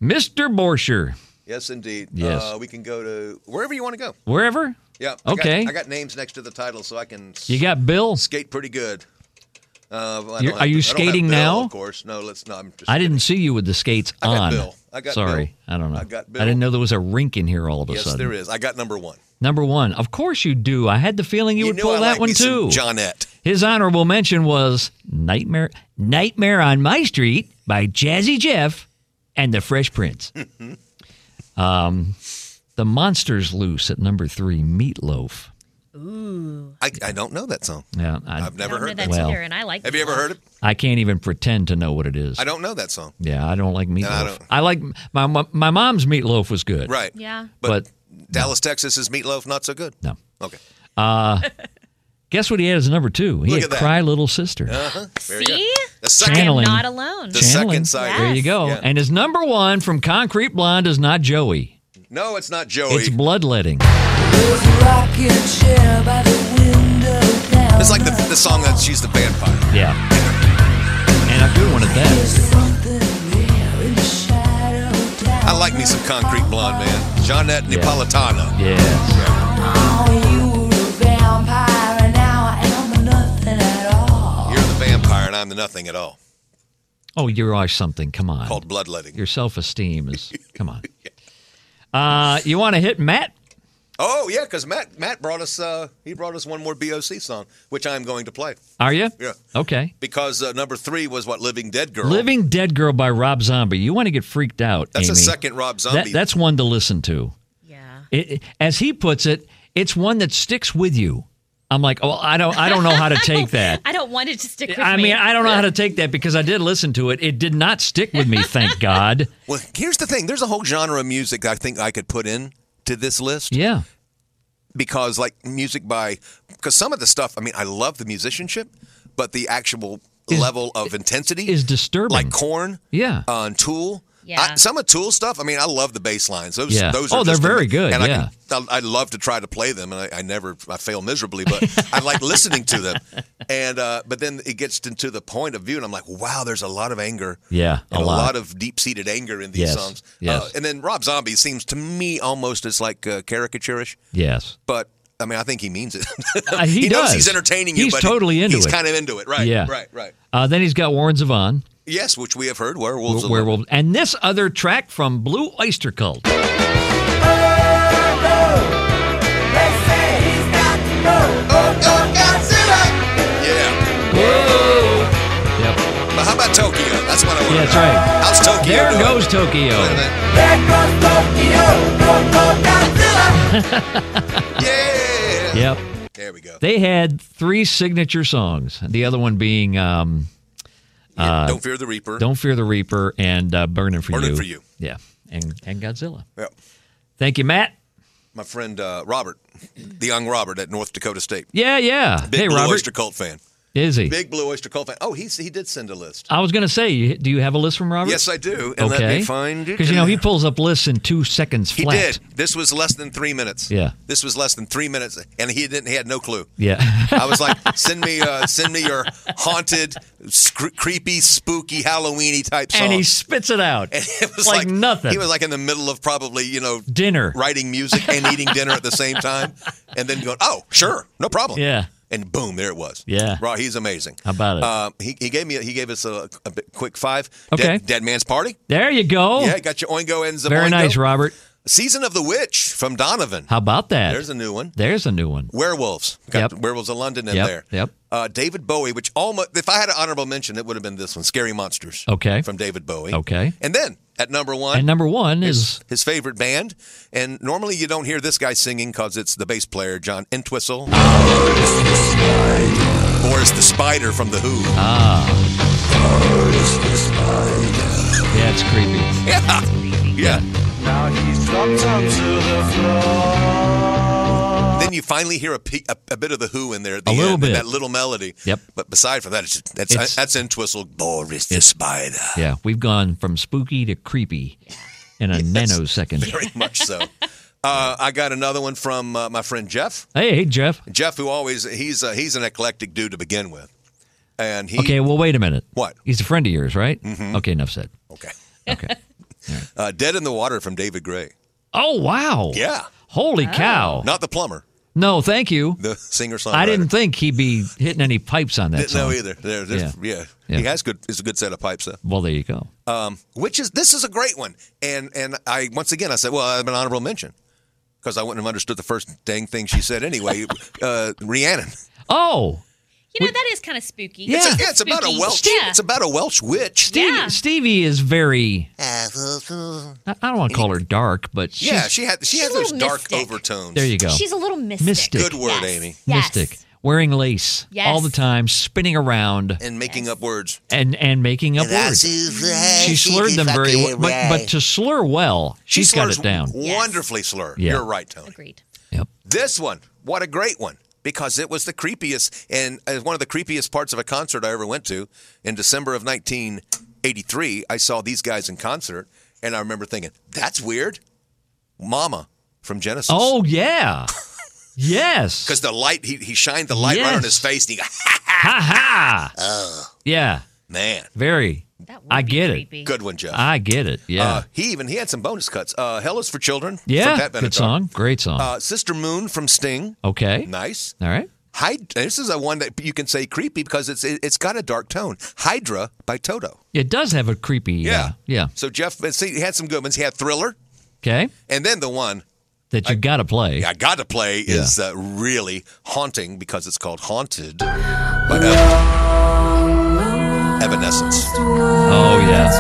[SPEAKER 4] Mr. Borscher,
[SPEAKER 3] Yes, indeed.
[SPEAKER 4] Yes.
[SPEAKER 3] Uh, we can go to wherever you want to go.
[SPEAKER 4] wherever?
[SPEAKER 3] Yeah. I got-
[SPEAKER 4] Okay.
[SPEAKER 3] I got, names next to the title, so I can s-
[SPEAKER 4] you got Bill?
[SPEAKER 3] skate pretty good. Uh, well, I don't
[SPEAKER 4] You're-
[SPEAKER 3] have
[SPEAKER 4] are
[SPEAKER 3] I
[SPEAKER 4] you
[SPEAKER 3] don't have
[SPEAKER 4] skating
[SPEAKER 3] Bill,
[SPEAKER 4] now?
[SPEAKER 3] Of course. No, let's not. I'm just
[SPEAKER 4] I didn't see you with the skates
[SPEAKER 3] I got
[SPEAKER 4] on.
[SPEAKER 3] Bill. I got
[SPEAKER 4] Sorry,
[SPEAKER 3] Bill.
[SPEAKER 4] I don't know.
[SPEAKER 3] I got Bill.
[SPEAKER 4] didn't know there was a rink in here all of a
[SPEAKER 3] yes,
[SPEAKER 4] sudden.
[SPEAKER 3] there is. I got number one.
[SPEAKER 4] Number one, of course you do. I had the feeling you,
[SPEAKER 3] You
[SPEAKER 4] would
[SPEAKER 3] knew
[SPEAKER 4] pull
[SPEAKER 3] I
[SPEAKER 4] that
[SPEAKER 3] liked
[SPEAKER 4] one
[SPEAKER 3] me some
[SPEAKER 4] too.
[SPEAKER 3] Johnette.
[SPEAKER 4] His honorable mention was Nightmare Nightmare on My Street by Jazzy Jeff and the Fresh Prince. um, the Monsters Loose at number three, Meatloaf.
[SPEAKER 6] Ooh.
[SPEAKER 3] I, I don't know that song.
[SPEAKER 4] Yeah, I,
[SPEAKER 3] I've never
[SPEAKER 6] I don't know
[SPEAKER 3] heard
[SPEAKER 6] that
[SPEAKER 3] that.
[SPEAKER 4] Well-
[SPEAKER 6] either, and I like.
[SPEAKER 3] Have you ever heard it?
[SPEAKER 4] I can't even pretend to know what it is.
[SPEAKER 3] I don't know that song.
[SPEAKER 4] Yeah, I don't like meatloaf.
[SPEAKER 3] I
[SPEAKER 4] I,
[SPEAKER 3] don't-
[SPEAKER 4] like my, my my mom's meatloaf was good.
[SPEAKER 3] Right.
[SPEAKER 6] Yeah.
[SPEAKER 3] But,
[SPEAKER 4] But-
[SPEAKER 3] Dallas, Texas is meatloaf not so good.
[SPEAKER 4] No.
[SPEAKER 3] Okay.
[SPEAKER 4] Uh, guess what he had as number two? He
[SPEAKER 3] Look at
[SPEAKER 4] had
[SPEAKER 3] that.
[SPEAKER 4] Cry Little Sister.
[SPEAKER 3] Uh-huh. Very good.
[SPEAKER 6] See,
[SPEAKER 3] The second-
[SPEAKER 6] I am
[SPEAKER 4] Channeling.
[SPEAKER 6] not alone.
[SPEAKER 3] The second side.
[SPEAKER 4] There you go.
[SPEAKER 3] Yeah.
[SPEAKER 4] And his number one from Concrete Blonde is not Joey.
[SPEAKER 3] No, it's not Joey.
[SPEAKER 4] It's Bloodletting.
[SPEAKER 13] There's a rocking chair by the window down
[SPEAKER 3] It's like the, the song that she's the vampire.
[SPEAKER 4] Yeah. And a good one at that.
[SPEAKER 3] I like me some Concrete Blonde, man. Jeanette Napolitano.
[SPEAKER 4] Yes.
[SPEAKER 3] I'm nothing at all.
[SPEAKER 4] Oh, you are something. Come on.
[SPEAKER 3] Called bloodletting.
[SPEAKER 4] Your self esteem is. come on. Uh, you want to hit Matt?
[SPEAKER 3] Oh yeah, because Matt Matt brought us uh, he brought us one more BOC song, which I'm going to play.
[SPEAKER 4] Are you?
[SPEAKER 3] Yeah.
[SPEAKER 4] Okay.
[SPEAKER 3] Because uh, number three was what Living Dead Girl.
[SPEAKER 4] Living Dead Girl by Rob Zombie. You want to get freaked out.
[SPEAKER 3] That's a
[SPEAKER 4] Amy.
[SPEAKER 3] second Rob
[SPEAKER 4] That-
[SPEAKER 3] Zombie.
[SPEAKER 4] that's one to listen to. Yeah. as he puts it, it's one that sticks with you. I'm like, oh, I don't, I don't know how to take that.
[SPEAKER 6] I don't want it to stick with
[SPEAKER 4] I
[SPEAKER 6] me.
[SPEAKER 4] mean, I don't know how to take that because I did listen to it. It did not stick with me, thank God.
[SPEAKER 3] Well, here's the thing. There's a whole genre of music I think I could put in to this list.
[SPEAKER 4] Yeah.
[SPEAKER 3] Because like music by because some of the stuff, I mean, I love the musicianship, but the actual level of intensity
[SPEAKER 4] is disturbing.
[SPEAKER 3] Like Corn,
[SPEAKER 4] Yeah.
[SPEAKER 3] uh, and Tool.
[SPEAKER 4] Yeah.
[SPEAKER 3] I- some of Tool stuff. I mean, I love the bass lines. Those,
[SPEAKER 4] Yeah.
[SPEAKER 3] those
[SPEAKER 4] Oh,
[SPEAKER 3] are
[SPEAKER 4] they're
[SPEAKER 3] just am-
[SPEAKER 4] very good,
[SPEAKER 3] And
[SPEAKER 4] yeah.
[SPEAKER 3] I, can, I, I love to try to play them, and I, I never, I fail miserably. But I like listening to them. And uh, but then it gets into the point of view, and I'm like, wow, there's a lot of anger.
[SPEAKER 4] Yeah, a
[SPEAKER 3] and a lot,
[SPEAKER 4] lot.
[SPEAKER 3] of deep-seated anger in these
[SPEAKER 4] Yes,
[SPEAKER 3] songs. Uh,
[SPEAKER 4] yes.
[SPEAKER 3] and then Rob Zombie seems to me almost as like uh, caricaturish,
[SPEAKER 4] Yes.
[SPEAKER 3] but I mean, I think he means it.
[SPEAKER 4] Uh, he
[SPEAKER 3] knows
[SPEAKER 4] does.
[SPEAKER 3] he's entertaining you.
[SPEAKER 4] He's
[SPEAKER 3] but
[SPEAKER 4] totally into
[SPEAKER 3] he's
[SPEAKER 4] it.
[SPEAKER 3] kind of into it, right?
[SPEAKER 4] Yeah.
[SPEAKER 3] right, right.
[SPEAKER 4] Uh, then he's got Warren Zevon,
[SPEAKER 3] Yes, which we have heard. Werewolves.
[SPEAKER 4] Werewolf,
[SPEAKER 3] of London.
[SPEAKER 4] and this other track from Blue Oyster Cult. Yep.
[SPEAKER 3] But how about Tokyo? That's what I want.
[SPEAKER 4] Yeah, that's right.
[SPEAKER 3] How's Tokyo?
[SPEAKER 4] There
[SPEAKER 3] doing?
[SPEAKER 4] goes Tokyo.
[SPEAKER 3] Wait a minute.
[SPEAKER 4] Yep.
[SPEAKER 3] There we go.
[SPEAKER 4] They had three signature songs. The other one being um, uh,
[SPEAKER 3] Don't Fear the Reaper.
[SPEAKER 4] Don't Fear the Reaper, and uh, Burning for
[SPEAKER 3] Burning
[SPEAKER 4] You.
[SPEAKER 3] for You.
[SPEAKER 4] Yeah, and and Godzilla.
[SPEAKER 3] Yep.
[SPEAKER 4] Thank you, Matt.
[SPEAKER 3] My friend uh, Robert, the young Robert at North Dakota State.
[SPEAKER 4] Yeah, yeah.
[SPEAKER 3] Big
[SPEAKER 4] hey,
[SPEAKER 3] Blue
[SPEAKER 4] Robert.
[SPEAKER 3] Oyster Cult fan.
[SPEAKER 4] Is he?
[SPEAKER 3] Big Blue Oyster Cult fan. Oh, he he did send a list.
[SPEAKER 4] I was going to say, you- do you have a list from Robert?
[SPEAKER 3] Yes, I do. And let
[SPEAKER 4] Okay.
[SPEAKER 3] me find it.
[SPEAKER 4] Because you know he pulls up lists in two seconds
[SPEAKER 3] He
[SPEAKER 4] flat.
[SPEAKER 3] did. This was less than three minutes.
[SPEAKER 4] Yeah.
[SPEAKER 3] This was less than three minutes, and he didn't. He had no clue.
[SPEAKER 4] Yeah.
[SPEAKER 3] I was like, send me, uh, send me your haunted, sc- creepy, spooky, Halloweeny type song.
[SPEAKER 4] and he spits it out.
[SPEAKER 3] It was
[SPEAKER 4] like nothing.
[SPEAKER 3] He was like in the middle of probably you know
[SPEAKER 4] dinner.
[SPEAKER 3] writing music and eating dinner at the same time, and then going, "Oh, sure, no problem."
[SPEAKER 4] Yeah.
[SPEAKER 3] And boom, there it was.
[SPEAKER 4] Yeah.
[SPEAKER 3] Raw, he's amazing.
[SPEAKER 4] How about it?
[SPEAKER 3] Uh, he, he gave me a, he gave us a, a bit- quick five.
[SPEAKER 4] Okay.
[SPEAKER 3] Dead, Dead Man's Party.
[SPEAKER 4] there you go.
[SPEAKER 3] Yeah, got your Oingo and Zaboingo.
[SPEAKER 4] Very nice, Robert.
[SPEAKER 3] Season of the Witch from Donovan.
[SPEAKER 4] How about that?
[SPEAKER 3] There's a new one.
[SPEAKER 4] There's a new one.
[SPEAKER 3] Werewolves. Got
[SPEAKER 4] Yep.
[SPEAKER 3] Werewolves of London in
[SPEAKER 4] Yep,
[SPEAKER 3] there.
[SPEAKER 4] yep.
[SPEAKER 3] Uh, David Bowie, which almost, if I had an honorable mention, it would have been this one Scary Monsters.
[SPEAKER 4] Okay.
[SPEAKER 3] From David Bowie.
[SPEAKER 4] Okay.
[SPEAKER 3] And then at number one,
[SPEAKER 4] And number one is
[SPEAKER 3] his favorite band. And normally you don't hear this guy singing because it's the bass player, John Entwistle. Boris the Spider from The Who.
[SPEAKER 4] ah. Yeah, it's creepy.
[SPEAKER 3] Yeah. Yeah.
[SPEAKER 2] Now he's dropped onto the floor.
[SPEAKER 3] Then you finally hear a, pe- a, a bit of the Who in there, at the
[SPEAKER 4] A
[SPEAKER 3] end,
[SPEAKER 4] little bit.
[SPEAKER 3] that little melody.
[SPEAKER 4] Yep.
[SPEAKER 3] But aside from that, it's just, that's
[SPEAKER 4] It's-
[SPEAKER 3] that's Entwistle. Boris the Spider.
[SPEAKER 4] Yeah, we've gone from spooky to creepy in a nanosecond.
[SPEAKER 3] Very much so. Uh, I got another one from uh, my friend Jeff.
[SPEAKER 4] Hey, hey, Jeff.
[SPEAKER 3] Jeff, who always he's uh, he's an eclectic dude to begin with, and he
[SPEAKER 4] Okay, well, wait a minute.
[SPEAKER 3] What?
[SPEAKER 4] He's a friend of yours, right?
[SPEAKER 3] Mhm.
[SPEAKER 4] Okay, enough said.
[SPEAKER 3] okay,
[SPEAKER 4] Okay.
[SPEAKER 3] uh, Dead in the Water from David Gray.
[SPEAKER 4] Oh wow.
[SPEAKER 3] Yeah,
[SPEAKER 4] Holy cow.
[SPEAKER 3] not the plumber,
[SPEAKER 4] No, thank you.
[SPEAKER 3] the singer songwriter.
[SPEAKER 4] I didn't think he'd be hitting any pipes on that
[SPEAKER 3] Didn't
[SPEAKER 4] song.
[SPEAKER 3] know either. There, there's- yeah.
[SPEAKER 4] Yeah.
[SPEAKER 3] he has good. It's a good set of pipes though.
[SPEAKER 4] Well, there you go.
[SPEAKER 3] Um, which is this is a great one, and and I once again I said, well, I have an honorable mention because I wouldn't have understood the first dang thing she said anyway. uh, Rhiannon.
[SPEAKER 4] Oh,
[SPEAKER 6] You know, that is kind of spooky.
[SPEAKER 3] It's a- yeah, it's about a
[SPEAKER 6] Spooky.
[SPEAKER 3] Welsh.
[SPEAKER 6] Yeah.
[SPEAKER 3] It's about a Welsh witch.
[SPEAKER 4] Stevie,
[SPEAKER 6] Yeah.
[SPEAKER 4] Stevie is very. I I don't want to call her dark, but she's,
[SPEAKER 3] Uh, yeah, she had she
[SPEAKER 6] she's
[SPEAKER 3] has
[SPEAKER 6] a
[SPEAKER 3] those
[SPEAKER 6] little
[SPEAKER 3] dark
[SPEAKER 6] mystic.
[SPEAKER 3] overtones.
[SPEAKER 4] There you go.
[SPEAKER 6] She's a little mystic.
[SPEAKER 4] mystic.
[SPEAKER 3] Good word, Amy.
[SPEAKER 6] Yes.
[SPEAKER 4] Mystic. Wearing lace
[SPEAKER 6] Yes.
[SPEAKER 4] all the time, spinning around
[SPEAKER 3] And making up words.
[SPEAKER 4] and and making up words. She slurred them very well, but, but to slur well,
[SPEAKER 3] She
[SPEAKER 4] she's got
[SPEAKER 3] slurs
[SPEAKER 4] it down.
[SPEAKER 3] Wonderfully slur.
[SPEAKER 4] Yeah.
[SPEAKER 3] You're right, Tony.
[SPEAKER 6] Agreed.
[SPEAKER 3] This one, what a great one. Because it was the creepiest and uh, one of the creepiest parts of a concert I ever went to. In December of 1983, I saw these guys in concert, and I remember thinking, that's weird. Mama from Genesis.
[SPEAKER 4] Oh yeah, yes.
[SPEAKER 3] Because the light, he, he shined the light right on
[SPEAKER 4] Yes.
[SPEAKER 3] his face, and he
[SPEAKER 4] ha ha. yeah,
[SPEAKER 3] man.
[SPEAKER 4] very. I get it.
[SPEAKER 3] Good one, Jeff.
[SPEAKER 4] I get it. Ah, Yeah,
[SPEAKER 3] Uh, he even he had some bonus cuts. Uh, Hell is for Children.
[SPEAKER 4] yeah.
[SPEAKER 3] From Pat
[SPEAKER 4] Good
[SPEAKER 3] Benatar.
[SPEAKER 4] song. Great song.
[SPEAKER 3] Uh, Sister Moon from Sting.
[SPEAKER 4] okay.
[SPEAKER 3] Nice.
[SPEAKER 4] All right.
[SPEAKER 3] Hyd- this is a one that you can say creepy because it's it, it's got a dark tone. Hydra by Toto.
[SPEAKER 4] It does have a creepy. Yeah. yeah.
[SPEAKER 3] So Jeff, see, he had some good ones. He had Thriller,
[SPEAKER 4] Okay.
[SPEAKER 3] and then the one
[SPEAKER 4] That you've got to play.
[SPEAKER 3] I got to play is uh, really haunting because it's called Haunted by Ev- Evanescence.
[SPEAKER 4] Oh, yeah.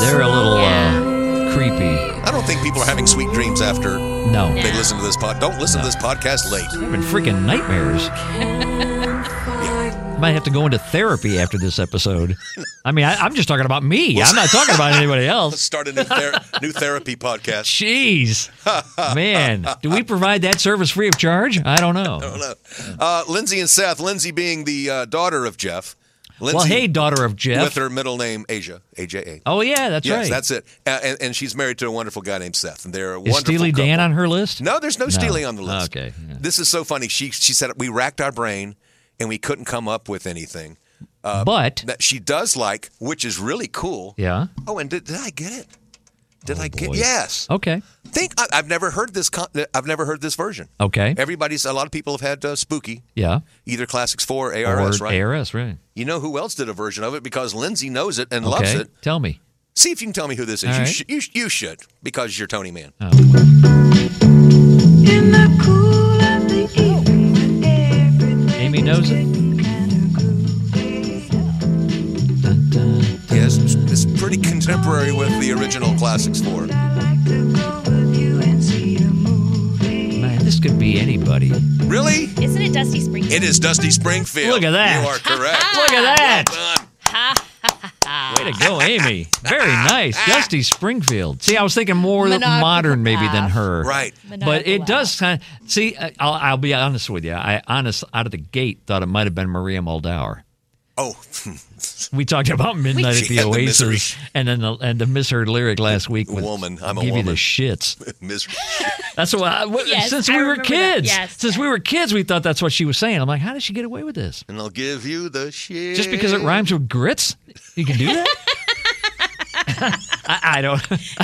[SPEAKER 4] They're a little uh, creepy.
[SPEAKER 3] I don't think people are having sweet dreams after
[SPEAKER 4] No.
[SPEAKER 3] they listen to this pod. Don't listen to this podcast late.
[SPEAKER 4] Having freaking nightmares. Might have to go into therapy after this episode. I mean, I, I'm just talking about me. I'm not talking about anybody
[SPEAKER 3] Let's
[SPEAKER 4] else.
[SPEAKER 3] start a new, ther- new therapy podcast.
[SPEAKER 4] Jeez, man, do we provide that service free of charge? I don't know.
[SPEAKER 3] Uh, Lindsay and Seth. Lindsay being the uh, daughter of Jeff. Lindsay,
[SPEAKER 4] Well, hey, daughter of
[SPEAKER 3] With
[SPEAKER 4] Jeff.
[SPEAKER 3] her middle name Asia, AJA.
[SPEAKER 4] Oh yeah, that's
[SPEAKER 3] yes,
[SPEAKER 4] right.
[SPEAKER 3] that's it. Uh, and, and she's married to a wonderful guy named Seth, and they're a
[SPEAKER 4] Is
[SPEAKER 3] wonderful.
[SPEAKER 4] Steely
[SPEAKER 3] couple.
[SPEAKER 4] Dan on her list?
[SPEAKER 3] No, there's no, Steely on the list.
[SPEAKER 4] Okay.
[SPEAKER 3] This is so funny. She she said we racked our brain and we couldn't come up with anything. Uh,
[SPEAKER 4] But-
[SPEAKER 3] that she does like, which is really cool.
[SPEAKER 4] Yeah. Oh,
[SPEAKER 3] Oh, and did, did I get it? Did I get
[SPEAKER 4] boy.
[SPEAKER 3] yes?
[SPEAKER 4] Okay.
[SPEAKER 3] Think I, I've never heard this. Con- I've never heard this version.
[SPEAKER 4] Okay.
[SPEAKER 3] Everybody's a lot of people have had uh, spooky,
[SPEAKER 4] Yeah.
[SPEAKER 3] either classics four or ARS,
[SPEAKER 4] or
[SPEAKER 3] right?
[SPEAKER 4] ARS, right?
[SPEAKER 3] You know who else did a version of it because Lindsay knows it and loves
[SPEAKER 4] okay.
[SPEAKER 3] it.
[SPEAKER 4] Tell me.
[SPEAKER 3] See if you can tell me who this is.
[SPEAKER 4] All
[SPEAKER 3] You,
[SPEAKER 4] right.
[SPEAKER 3] sh- you, sh- you should because you're Tony Man.
[SPEAKER 4] Amy knows it.
[SPEAKER 3] Yes, it's, it's pretty contemporary with the original classics four.
[SPEAKER 4] Man, this could be anybody. Look
[SPEAKER 3] Really?
[SPEAKER 6] Isn't it Dusty
[SPEAKER 3] It
[SPEAKER 6] Springfield?
[SPEAKER 3] is Dusty Springfield.
[SPEAKER 4] Look at that.
[SPEAKER 3] You are correct.
[SPEAKER 4] at that.
[SPEAKER 6] Ha ha ha ha.
[SPEAKER 4] Way to go, Amy. Very nice.
[SPEAKER 3] Ah.
[SPEAKER 4] Dusty Springfield. See, I was thinking more
[SPEAKER 6] Maniacal
[SPEAKER 4] modern maybe than her.
[SPEAKER 3] Right.
[SPEAKER 4] But it does kind of, see, I- I'll, I'll be honest with you. I honest out of the gate thought it might have been Maria Muldaur.
[SPEAKER 3] Oh,
[SPEAKER 4] We talked about Midnight at
[SPEAKER 3] She
[SPEAKER 4] the
[SPEAKER 3] had the
[SPEAKER 4] Oasis
[SPEAKER 3] misery.
[SPEAKER 4] and then the, and the misheard lyric last week was
[SPEAKER 3] Woman, I'm a
[SPEAKER 4] give you
[SPEAKER 3] woman.
[SPEAKER 4] the shits.
[SPEAKER 3] misery.
[SPEAKER 4] That's what I, w-
[SPEAKER 6] Yes,
[SPEAKER 4] since
[SPEAKER 6] I
[SPEAKER 4] we were
[SPEAKER 6] remember that.
[SPEAKER 4] kids.
[SPEAKER 6] Yes,
[SPEAKER 4] Since we were kids, we thought that's what she was saying. I'm like, how did she get away with this?
[SPEAKER 3] And I'll give you the shit.
[SPEAKER 4] Just because it rhymes with grits, you can do that. I, I don't.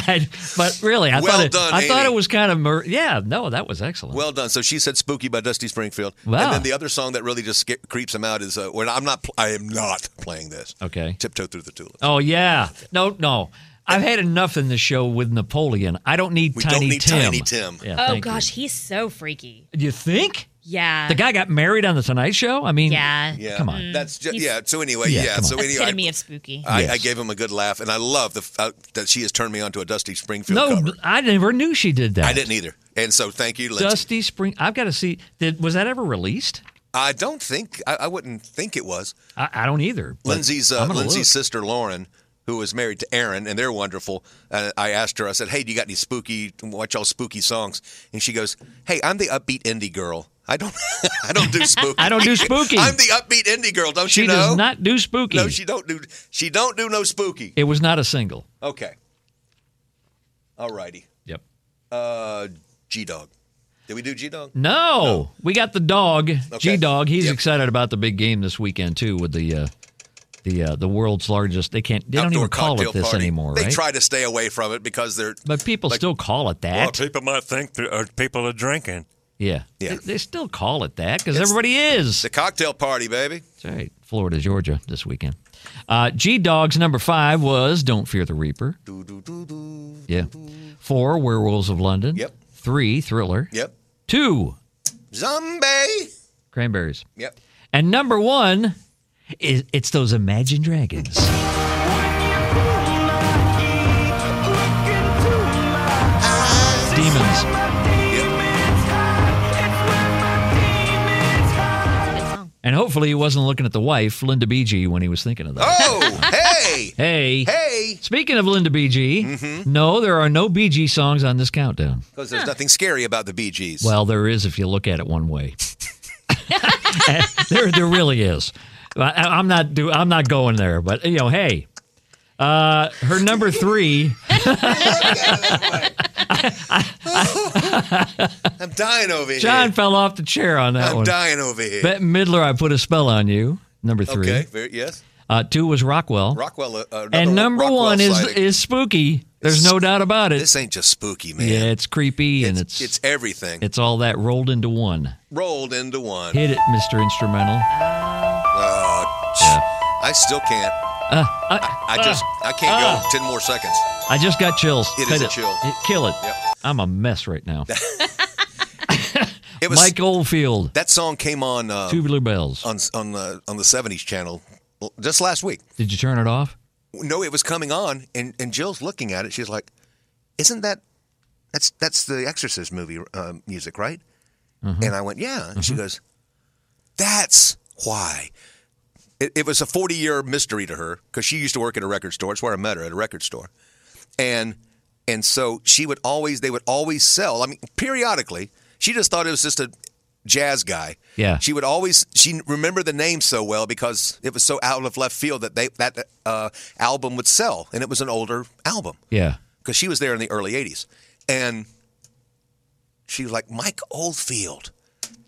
[SPEAKER 4] I, but really, I
[SPEAKER 3] Well
[SPEAKER 4] thought it,
[SPEAKER 3] done,
[SPEAKER 4] I thought
[SPEAKER 3] Amy.
[SPEAKER 4] it was kind of. Mer- yeah, no, that was excellent.
[SPEAKER 3] Well done. So she said "Spooky" by Dusty Springfield,
[SPEAKER 4] Wow.
[SPEAKER 3] and then the other song that really just sca- creeps him out is uh, "When I'm not, pl- I am not playing this."
[SPEAKER 4] okay.
[SPEAKER 3] Tiptoe through the tulips.
[SPEAKER 4] Oh yeah. No, no. I've had enough in the show with Napoleon. I don't need
[SPEAKER 3] We
[SPEAKER 4] Tiny
[SPEAKER 3] don't need
[SPEAKER 4] Tim.
[SPEAKER 3] Tiny Tim.
[SPEAKER 4] Yeah,
[SPEAKER 6] Oh
[SPEAKER 4] thank you.
[SPEAKER 6] gosh, he's so freaky.
[SPEAKER 4] You think
[SPEAKER 6] Yeah.
[SPEAKER 4] the guy got married on the Tonight Show? I mean,
[SPEAKER 6] Yeah.
[SPEAKER 3] Yeah, Mm.
[SPEAKER 4] Come on.
[SPEAKER 3] That's just,
[SPEAKER 6] He's-
[SPEAKER 3] yeah. So anyway,
[SPEAKER 4] Yeah,
[SPEAKER 3] yeah.
[SPEAKER 4] come on.
[SPEAKER 3] so anyway, I,
[SPEAKER 6] Epitome of spooky.
[SPEAKER 3] I, I
[SPEAKER 4] Yes.
[SPEAKER 3] gave him a good laugh, and I love the f- uh, that she has turned me onto a Dusty Springfield
[SPEAKER 4] no,
[SPEAKER 3] cover.
[SPEAKER 4] I never knew she did that.
[SPEAKER 3] I didn't either, and so thank you, Lindsay.
[SPEAKER 4] Dusty Spring. I've got to see. Did was that ever released?
[SPEAKER 3] I don't think I, I wouldn't think it was.
[SPEAKER 4] I, I don't either. but
[SPEAKER 3] Lindsay's uh,
[SPEAKER 4] I'm gonna
[SPEAKER 3] Lindsay's
[SPEAKER 4] look.
[SPEAKER 3] sister Lauren, who was married to Aaron, and they're wonderful. Uh, I asked her, I said, "Hey, do you got any spooky? Watch all spooky songs?" And she goes, "Hey, I'm the upbeat indie girl. I don't, I don't do spooky.
[SPEAKER 4] I don't do spooky.
[SPEAKER 3] I'm the upbeat indie girl. Don't
[SPEAKER 4] She
[SPEAKER 3] you know?
[SPEAKER 4] does not do spooky.
[SPEAKER 3] No, she don't do. She don't do no spooky.
[SPEAKER 4] it was not a single.
[SPEAKER 3] Okay. All righty.
[SPEAKER 4] Yep.
[SPEAKER 3] Uh, G Dog. Did we do G Dog?
[SPEAKER 4] No, we got the dog, G Dog. He's
[SPEAKER 3] Yep.
[SPEAKER 4] excited about the big game this weekend too, with the uh, the uh, the world's largest. They can't. They don't even call it this anymore,
[SPEAKER 3] They
[SPEAKER 4] right?
[SPEAKER 3] try to stay away from it because they're
[SPEAKER 4] but people still call it that.
[SPEAKER 3] people might think that uh, people are drinking.
[SPEAKER 4] yeah,
[SPEAKER 3] Yeah.
[SPEAKER 4] They, they still call it that because everybody is.
[SPEAKER 3] The cocktail party, baby.
[SPEAKER 4] That's right. Florida, Georgia, this weekend. Uh, G Dog's number five was Don't Fear the Reaper. Yeah. Four, Werewolves of London.
[SPEAKER 3] Yep.
[SPEAKER 4] Three, Thriller.
[SPEAKER 3] Yep.
[SPEAKER 4] Two,
[SPEAKER 3] Zombie.
[SPEAKER 4] Cranberries.
[SPEAKER 3] Yep.
[SPEAKER 4] And number one, is, it's those Imagine Dragons. Demons. And hopefully he wasn't looking at the wife, Linda BG, when he was thinking of that.
[SPEAKER 3] Oh, hey.
[SPEAKER 4] Hey.
[SPEAKER 3] Hey.
[SPEAKER 4] Speaking of Linda BG, no, there are no BG songs on this countdown.
[SPEAKER 3] Because there's nothing scary about the Bee Gees.
[SPEAKER 4] Well, there is if you look at it one way. there, there really is. I, am not do. I'm not going there. But you know, hey, uh, her number three.
[SPEAKER 3] I'm dying over here.
[SPEAKER 4] John fell off the chair on that
[SPEAKER 3] I'm
[SPEAKER 4] one.
[SPEAKER 3] dying over here.
[SPEAKER 4] Bette Midler, I put a spell on you. Number three.
[SPEAKER 3] okay. Very, yes.
[SPEAKER 4] Uh, two was Rockwell.
[SPEAKER 3] Rockwell. Uh, another
[SPEAKER 4] and number
[SPEAKER 3] Rockwell
[SPEAKER 4] one is
[SPEAKER 3] sighting.
[SPEAKER 4] is Spooky There's no doubt about it.
[SPEAKER 3] This ain't just spooky, man.
[SPEAKER 4] Yeah, it's creepy and it's
[SPEAKER 3] It's, everything
[SPEAKER 4] it's all that rolled into one.
[SPEAKER 3] rolled into one.
[SPEAKER 4] Hit it, Mr. Instrumental.
[SPEAKER 3] Oh, tch. I still can't.
[SPEAKER 4] Uh,
[SPEAKER 3] I, I just I can't
[SPEAKER 4] uh.
[SPEAKER 3] go ten more seconds.
[SPEAKER 4] I just got chills.
[SPEAKER 3] It is
[SPEAKER 4] Hit
[SPEAKER 3] a chill.
[SPEAKER 4] Hit- kill it.
[SPEAKER 3] Yep.
[SPEAKER 4] I'm a mess right now.
[SPEAKER 3] It was
[SPEAKER 4] Mike Oldfield,
[SPEAKER 3] that song came on uh,
[SPEAKER 4] Tubular Bells.
[SPEAKER 3] on on the on the '70s channel l- just last week.
[SPEAKER 4] Did you turn it off?
[SPEAKER 3] No, it was coming on, and, and Jill's looking at it. She's like, "Isn't that that's that's the Exorcist movie uh, music, right?" And I went, "Yeah." And she goes, "That's why." It, it was a forty-year mystery to her because she used to work at a record store. It's where I met her at a record store, and and so she would always they would always sell. I mean, periodically, she just thought it was just a jazz guy.
[SPEAKER 4] Yeah.
[SPEAKER 3] She would always she remembered the name so well because it was so out of left field that they that uh, album would sell, and it was an older album
[SPEAKER 4] Yeah.
[SPEAKER 3] because she was there in the early '80s, and she was like Mike Oldfield.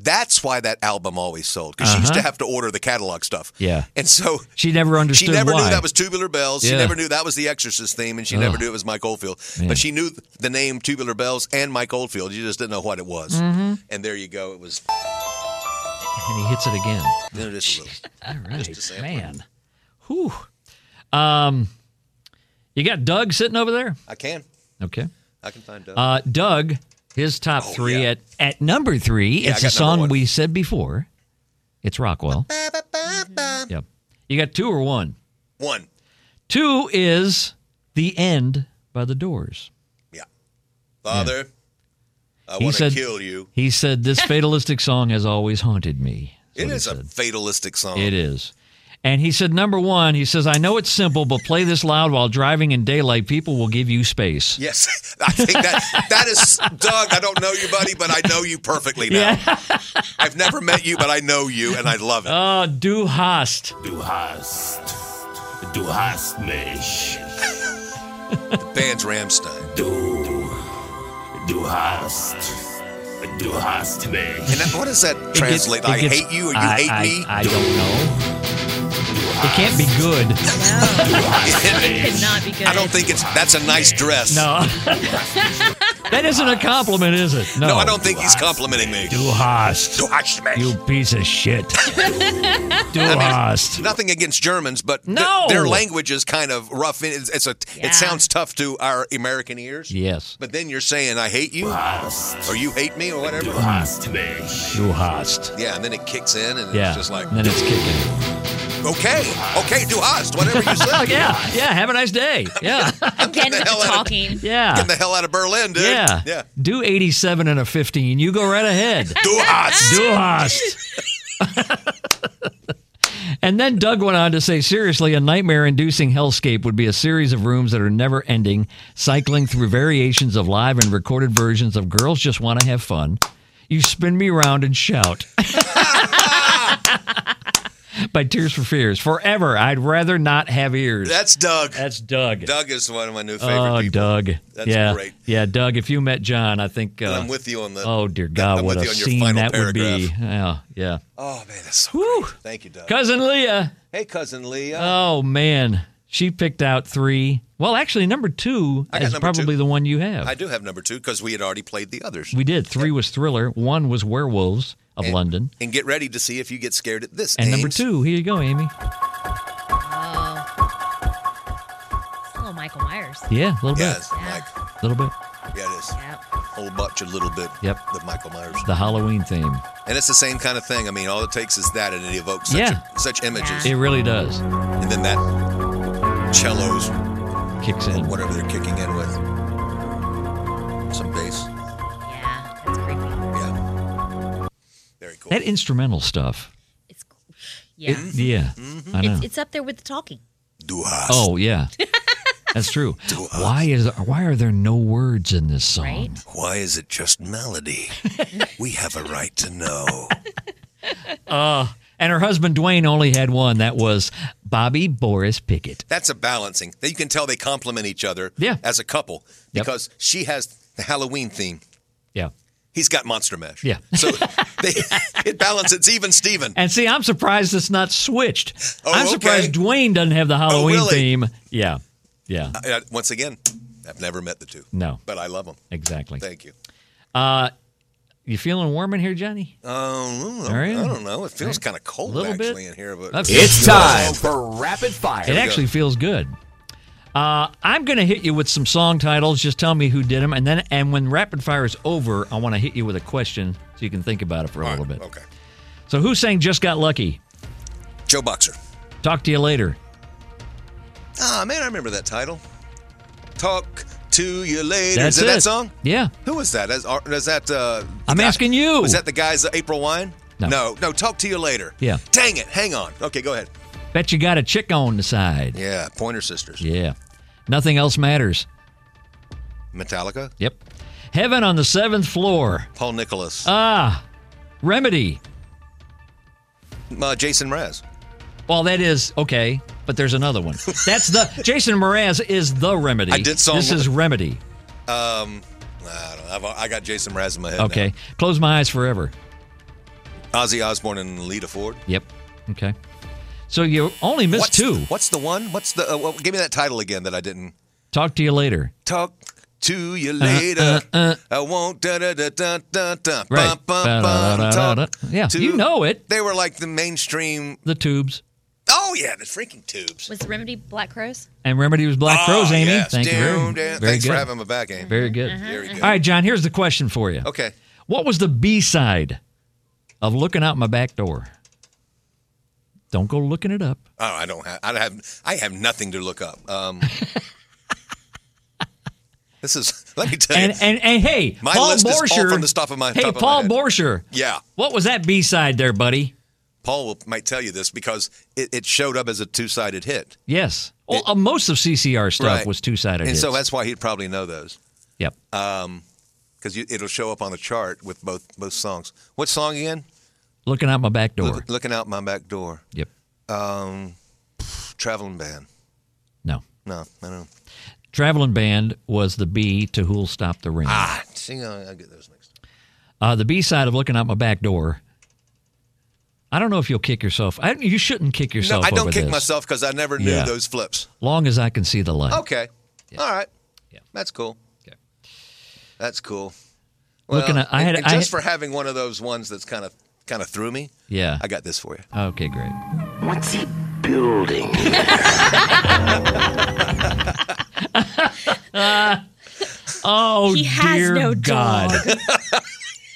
[SPEAKER 3] That's why that album always sold because she used to
[SPEAKER 4] Uh-huh.
[SPEAKER 3] have to order the catalog stuff.
[SPEAKER 4] Yeah.
[SPEAKER 3] and so
[SPEAKER 4] She never understood
[SPEAKER 3] she never
[SPEAKER 4] why.
[SPEAKER 3] knew that was Tubular Bells. She
[SPEAKER 4] Yeah.
[SPEAKER 3] never knew that was the Exorcist theme, and she never
[SPEAKER 4] Ugh.
[SPEAKER 3] knew it was Mike Oldfield.
[SPEAKER 4] Man.
[SPEAKER 3] But she knew the name Tubular Bells and Mike Oldfield. You just didn't know what it was.
[SPEAKER 4] Mhm.
[SPEAKER 3] And there you go. It was
[SPEAKER 4] And he hits it again.
[SPEAKER 3] you know, just a little.
[SPEAKER 4] All
[SPEAKER 3] Just a
[SPEAKER 4] right,
[SPEAKER 3] sampling.
[SPEAKER 4] man. Whew. Um, you got Doug sitting over there.
[SPEAKER 3] I can.
[SPEAKER 4] Okay.
[SPEAKER 3] I can find out.
[SPEAKER 4] Uh, Doug, his top three at at number
[SPEAKER 3] Oh,
[SPEAKER 4] three.
[SPEAKER 3] Yeah, I
[SPEAKER 4] it's
[SPEAKER 3] got
[SPEAKER 4] a song
[SPEAKER 3] number one.
[SPEAKER 4] we said before. It's Rockwell. yep. You got two or one.
[SPEAKER 3] One.
[SPEAKER 4] Two is the end by the Doors.
[SPEAKER 3] Father, I
[SPEAKER 4] He
[SPEAKER 3] want to
[SPEAKER 4] said-
[SPEAKER 3] kill you.
[SPEAKER 4] He said this fatalistic song has always haunted me.
[SPEAKER 3] It is a fatalistic song.
[SPEAKER 4] It is. And he said, number one, he says, I know it's simple, but play this loud while driving in daylight. People will give you space.
[SPEAKER 3] Yes, I think that that is Doug. I don't know you, buddy, but I know you perfectly now. I've never met you, but I know you, and I love it.
[SPEAKER 4] Oh, du hast.
[SPEAKER 2] Du hast, du hast mich.
[SPEAKER 3] The
[SPEAKER 4] Oh.
[SPEAKER 3] band's Ramstein.
[SPEAKER 2] Du, du hast, du hast mich.
[SPEAKER 3] And that, what does that
[SPEAKER 4] It gets-
[SPEAKER 3] translate?
[SPEAKER 4] it
[SPEAKER 3] I
[SPEAKER 4] gets-
[SPEAKER 3] hate you, or you
[SPEAKER 4] I-
[SPEAKER 3] hate
[SPEAKER 4] I-
[SPEAKER 3] me?
[SPEAKER 4] I don't know. It can't be good.
[SPEAKER 6] It could not be good.
[SPEAKER 3] I don't think it's. That's a nice dress.
[SPEAKER 4] No. that isn't a compliment, is it? No,
[SPEAKER 3] No, I don't think he's complimenting me.
[SPEAKER 4] Du hast.
[SPEAKER 3] Du hast mich.
[SPEAKER 4] You piece of shit. du
[SPEAKER 3] I mean,
[SPEAKER 4] hast.
[SPEAKER 3] Nothing against Germans, but th-
[SPEAKER 4] No.
[SPEAKER 3] their language is kind of rough. It's, it's a.
[SPEAKER 6] Yeah.
[SPEAKER 3] It sounds tough to our American ears.
[SPEAKER 4] Yes.
[SPEAKER 3] But then you're saying I hate you, or you hate me, or whatever.
[SPEAKER 4] Du hast.
[SPEAKER 3] Yeah, and then it kicks in, and
[SPEAKER 4] Yeah.
[SPEAKER 3] it's just like,
[SPEAKER 4] and then it's kicking.
[SPEAKER 3] okay, okay, du hast, whatever you
[SPEAKER 4] Oh,
[SPEAKER 3] say.
[SPEAKER 4] yeah. Yeah. Have a nice day. Yeah.
[SPEAKER 6] Again with
[SPEAKER 3] hell
[SPEAKER 6] the
[SPEAKER 3] out of-
[SPEAKER 6] talking.
[SPEAKER 4] Yeah.
[SPEAKER 3] Get the hell out of Berlin, dude.
[SPEAKER 4] Yeah.
[SPEAKER 3] Yeah.
[SPEAKER 4] Do 87 and a 15. You go right ahead.
[SPEAKER 3] Du hast.
[SPEAKER 4] Du hast. and then Doug went on to say, seriously, a nightmare inducing hellscape would be a series of rooms that are never ending, cycling through variations of live and recorded versions of Girls Just Want to Have Fun. You spin me round and shout. By Tears for Fears. Forever, I'd rather not have ears.
[SPEAKER 3] That's Doug.
[SPEAKER 4] That's Doug.
[SPEAKER 3] Doug is one of my new favorite
[SPEAKER 4] Oh,
[SPEAKER 3] people.
[SPEAKER 4] Doug.
[SPEAKER 3] That's
[SPEAKER 4] yeah.
[SPEAKER 3] great.
[SPEAKER 4] Yeah, Doug, if you met John, I think. Uh,
[SPEAKER 3] I'm with you on the.
[SPEAKER 4] Oh, dear God,
[SPEAKER 3] I'm
[SPEAKER 4] what
[SPEAKER 3] with
[SPEAKER 4] a
[SPEAKER 3] you on your
[SPEAKER 4] scene
[SPEAKER 3] final
[SPEAKER 4] that would be. Yeah, yeah.
[SPEAKER 3] Oh man, that's so
[SPEAKER 4] Whew.
[SPEAKER 3] great. Thank you, Doug.
[SPEAKER 4] Cousin Leah.
[SPEAKER 3] hey, cousin Leah.
[SPEAKER 4] Oh, man. She picked out three. Well, actually, number two
[SPEAKER 3] I got
[SPEAKER 4] is
[SPEAKER 3] number
[SPEAKER 4] probably
[SPEAKER 3] two.
[SPEAKER 4] the one you have.
[SPEAKER 3] I do have number two because we had already played the others.
[SPEAKER 4] we did. Three was Thriller, one was Werewolves of London.
[SPEAKER 3] And get ready to see if you get scared at this.
[SPEAKER 4] And number
[SPEAKER 3] Ames.
[SPEAKER 4] two, here you go, Amy.
[SPEAKER 6] Oh. It's a little Michael Myers.
[SPEAKER 4] Yeah, a little
[SPEAKER 3] Yeah,
[SPEAKER 4] bit.
[SPEAKER 3] it's Mike.
[SPEAKER 4] A little bit.
[SPEAKER 3] Yeah, it is.
[SPEAKER 6] Yeah.
[SPEAKER 3] Whole bunch, a little bit.
[SPEAKER 4] Yep.
[SPEAKER 3] With Michael Myers.
[SPEAKER 4] The Halloween theme.
[SPEAKER 3] And it's the same kind of thing. I mean, all it takes is that, and it evokes such,
[SPEAKER 4] Yeah.
[SPEAKER 3] such images.
[SPEAKER 4] It really does.
[SPEAKER 3] And then that cellos,
[SPEAKER 4] Kicks in.
[SPEAKER 3] whatever they're kicking in with, some bass.
[SPEAKER 6] Yeah. That's creepy.
[SPEAKER 3] Yeah. Very cool.
[SPEAKER 4] That instrumental stuff.
[SPEAKER 6] It's yeah.
[SPEAKER 4] It- yeah.
[SPEAKER 3] Mm-hmm.
[SPEAKER 4] I know.
[SPEAKER 6] it's, it's up there with the talking.
[SPEAKER 3] Du hast.
[SPEAKER 4] Oh yeah, that's true. Why is why are there no words in this song?
[SPEAKER 6] Right?
[SPEAKER 3] Why is it just melody? we have a right to know.
[SPEAKER 4] And her husband Dwayne only had one. That was Bobby Boris Pickett.
[SPEAKER 3] That's a balancing. You can tell they complement each other
[SPEAKER 4] Yeah.
[SPEAKER 3] as a couple
[SPEAKER 4] Yep.
[SPEAKER 3] because she has the Halloween theme.
[SPEAKER 4] Yeah.
[SPEAKER 3] He's got Monster Mash.
[SPEAKER 4] Yeah.
[SPEAKER 3] So they, it balances. It's even Steven.
[SPEAKER 4] And see, I'm surprised it's not switched.
[SPEAKER 3] Oh,
[SPEAKER 4] I'm surprised
[SPEAKER 3] okay. Oh,
[SPEAKER 4] Dwayne doesn't have the Halloween
[SPEAKER 3] really?
[SPEAKER 4] theme. Yeah. Yeah.
[SPEAKER 3] Uh, once again, I've never met the two.
[SPEAKER 4] No.
[SPEAKER 3] But I love them.
[SPEAKER 4] Exactly.
[SPEAKER 3] Thank you.
[SPEAKER 4] Uh, you feeling warm in here, Johnny?
[SPEAKER 3] Um,
[SPEAKER 4] Are
[SPEAKER 3] I
[SPEAKER 4] you?
[SPEAKER 3] don't know. It feels kind of cold
[SPEAKER 4] Little bit?
[SPEAKER 3] actually in here, but
[SPEAKER 4] That's-
[SPEAKER 1] It's time for rapid fire.
[SPEAKER 4] It actually feels good. Uh, I'm going to hit you with some song titles. Just tell me who did them, and then and when rapid fire is over, I want to hit you with a question so you can think about it for a little bit.
[SPEAKER 3] Okay.
[SPEAKER 4] So who sang "Just Got Lucky"?
[SPEAKER 3] Joe Boxer.
[SPEAKER 4] Talk to you later.
[SPEAKER 3] Ah, man, I remember that title. Talk to you later.
[SPEAKER 4] That's
[SPEAKER 3] Is it,
[SPEAKER 4] it.
[SPEAKER 3] that song?
[SPEAKER 4] Yeah.
[SPEAKER 3] Who was that? Is, are- is that? Uh,
[SPEAKER 4] I'm asking you.
[SPEAKER 3] Was that the guy's uh, April Wine?
[SPEAKER 4] No.
[SPEAKER 3] no, no, Talk to you later.
[SPEAKER 4] Yeah.
[SPEAKER 3] Dang it! Hang on. Okay, go ahead.
[SPEAKER 4] Bet you got a chick on the side.
[SPEAKER 3] Yeah, Pointer Sisters.
[SPEAKER 4] Yeah. Nothing else matters.
[SPEAKER 3] Metallica.
[SPEAKER 4] Yep. Heaven on the seventh floor.
[SPEAKER 3] Paul Nicholas.
[SPEAKER 4] Ah, remedy.
[SPEAKER 3] Uh, Jason Mraz.
[SPEAKER 4] Well, that is okay, but there's another one. That's the Jason Mraz is the remedy.
[SPEAKER 3] I did song-
[SPEAKER 4] This is remedy.
[SPEAKER 3] Um, I, don't know. I've, I got Jason Mraz in my head.
[SPEAKER 4] Okay. Close my eyes forever.
[SPEAKER 3] Now. Ozzy Osbourne and Lita Ford.
[SPEAKER 4] Yep. Okay. So you only missed
[SPEAKER 3] What's-
[SPEAKER 4] two.
[SPEAKER 3] What's the one? What's the? Uh, well, give me that title again that I didn't.
[SPEAKER 4] Talk to you later.
[SPEAKER 3] Talk to you
[SPEAKER 4] uh,
[SPEAKER 3] later.
[SPEAKER 4] uh.
[SPEAKER 3] I won't. Da, da, da, da, da, da.
[SPEAKER 4] Right.
[SPEAKER 3] Bum, bum, bum,
[SPEAKER 4] Ba-da-da-da-da.
[SPEAKER 3] talk
[SPEAKER 4] Yeah,
[SPEAKER 3] to-
[SPEAKER 4] you know it.
[SPEAKER 3] They were like the mainstream.
[SPEAKER 4] The tubes
[SPEAKER 3] Oh yeah, the freaking tubes.
[SPEAKER 6] Was Remedy Black Crows?
[SPEAKER 4] and remedy was Black Crows.
[SPEAKER 3] Oh,
[SPEAKER 4] Amy,
[SPEAKER 3] yes.
[SPEAKER 4] thank you very,
[SPEAKER 3] Down, down.
[SPEAKER 4] very
[SPEAKER 3] Thanks
[SPEAKER 4] good.
[SPEAKER 3] for having me back, Amy.
[SPEAKER 4] Very good.
[SPEAKER 3] Very good.
[SPEAKER 4] All right, John. Here's the question for you.
[SPEAKER 3] Okay.
[SPEAKER 4] What was the B side of "Looking Out My Back Door"? Don't go looking it up.
[SPEAKER 3] Oh, I don't have. I have. I have nothing to look up. Um, this is. Let me tell
[SPEAKER 4] And
[SPEAKER 3] you.
[SPEAKER 4] and and hey,
[SPEAKER 3] My
[SPEAKER 4] Paul
[SPEAKER 3] list is all
[SPEAKER 4] Borscher.
[SPEAKER 3] from the top of my-
[SPEAKER 4] hey,
[SPEAKER 3] top of my
[SPEAKER 4] Paul
[SPEAKER 3] head.
[SPEAKER 4] Borscher.
[SPEAKER 3] yeah,
[SPEAKER 4] What was that B side there, buddy?
[SPEAKER 3] Paul will, might tell you this because it, it showed up as a two-sided hit.
[SPEAKER 4] Yes. Well, uh, most of CCR stuff
[SPEAKER 3] Right.
[SPEAKER 4] was two sided.
[SPEAKER 3] and so that's why he'd probably know those.
[SPEAKER 4] Yep.
[SPEAKER 3] Um, because it'll show up on the chart with both both songs. What song again?
[SPEAKER 4] looking out my back door.
[SPEAKER 3] Look- looking out my back door.
[SPEAKER 4] Yep.
[SPEAKER 3] Um, pff, traveling band.
[SPEAKER 4] No.
[SPEAKER 3] No, I don't.
[SPEAKER 4] Traveling Band was the B to Who'll Stop the Rain.
[SPEAKER 3] Ah, see, I, I get those mixed.
[SPEAKER 4] Uh, the B side of Looking Out My Back Door. I don't know if you'll kick yourself. I, you shouldn't kick
[SPEAKER 3] up. No,
[SPEAKER 4] yourself.
[SPEAKER 3] I don't
[SPEAKER 4] over
[SPEAKER 3] kick
[SPEAKER 4] this.
[SPEAKER 3] myself Oh, because I never knew
[SPEAKER 4] Yeah.
[SPEAKER 3] those flips.
[SPEAKER 4] Long as I can see the light.
[SPEAKER 3] Okay. All right.
[SPEAKER 4] Yeah.
[SPEAKER 3] That's cool.
[SPEAKER 4] Okay.
[SPEAKER 3] That's cool. Well,
[SPEAKER 4] Looking at- I
[SPEAKER 3] and-
[SPEAKER 4] had-
[SPEAKER 3] and
[SPEAKER 4] I
[SPEAKER 3] just for
[SPEAKER 4] had-
[SPEAKER 3] having one of those ones that's kind of kind of threw me.
[SPEAKER 4] Yeah.
[SPEAKER 3] I got this for you.
[SPEAKER 4] okay, great.
[SPEAKER 12] What's he building?
[SPEAKER 4] Oh
[SPEAKER 6] He has
[SPEAKER 4] dear
[SPEAKER 6] no
[SPEAKER 4] God!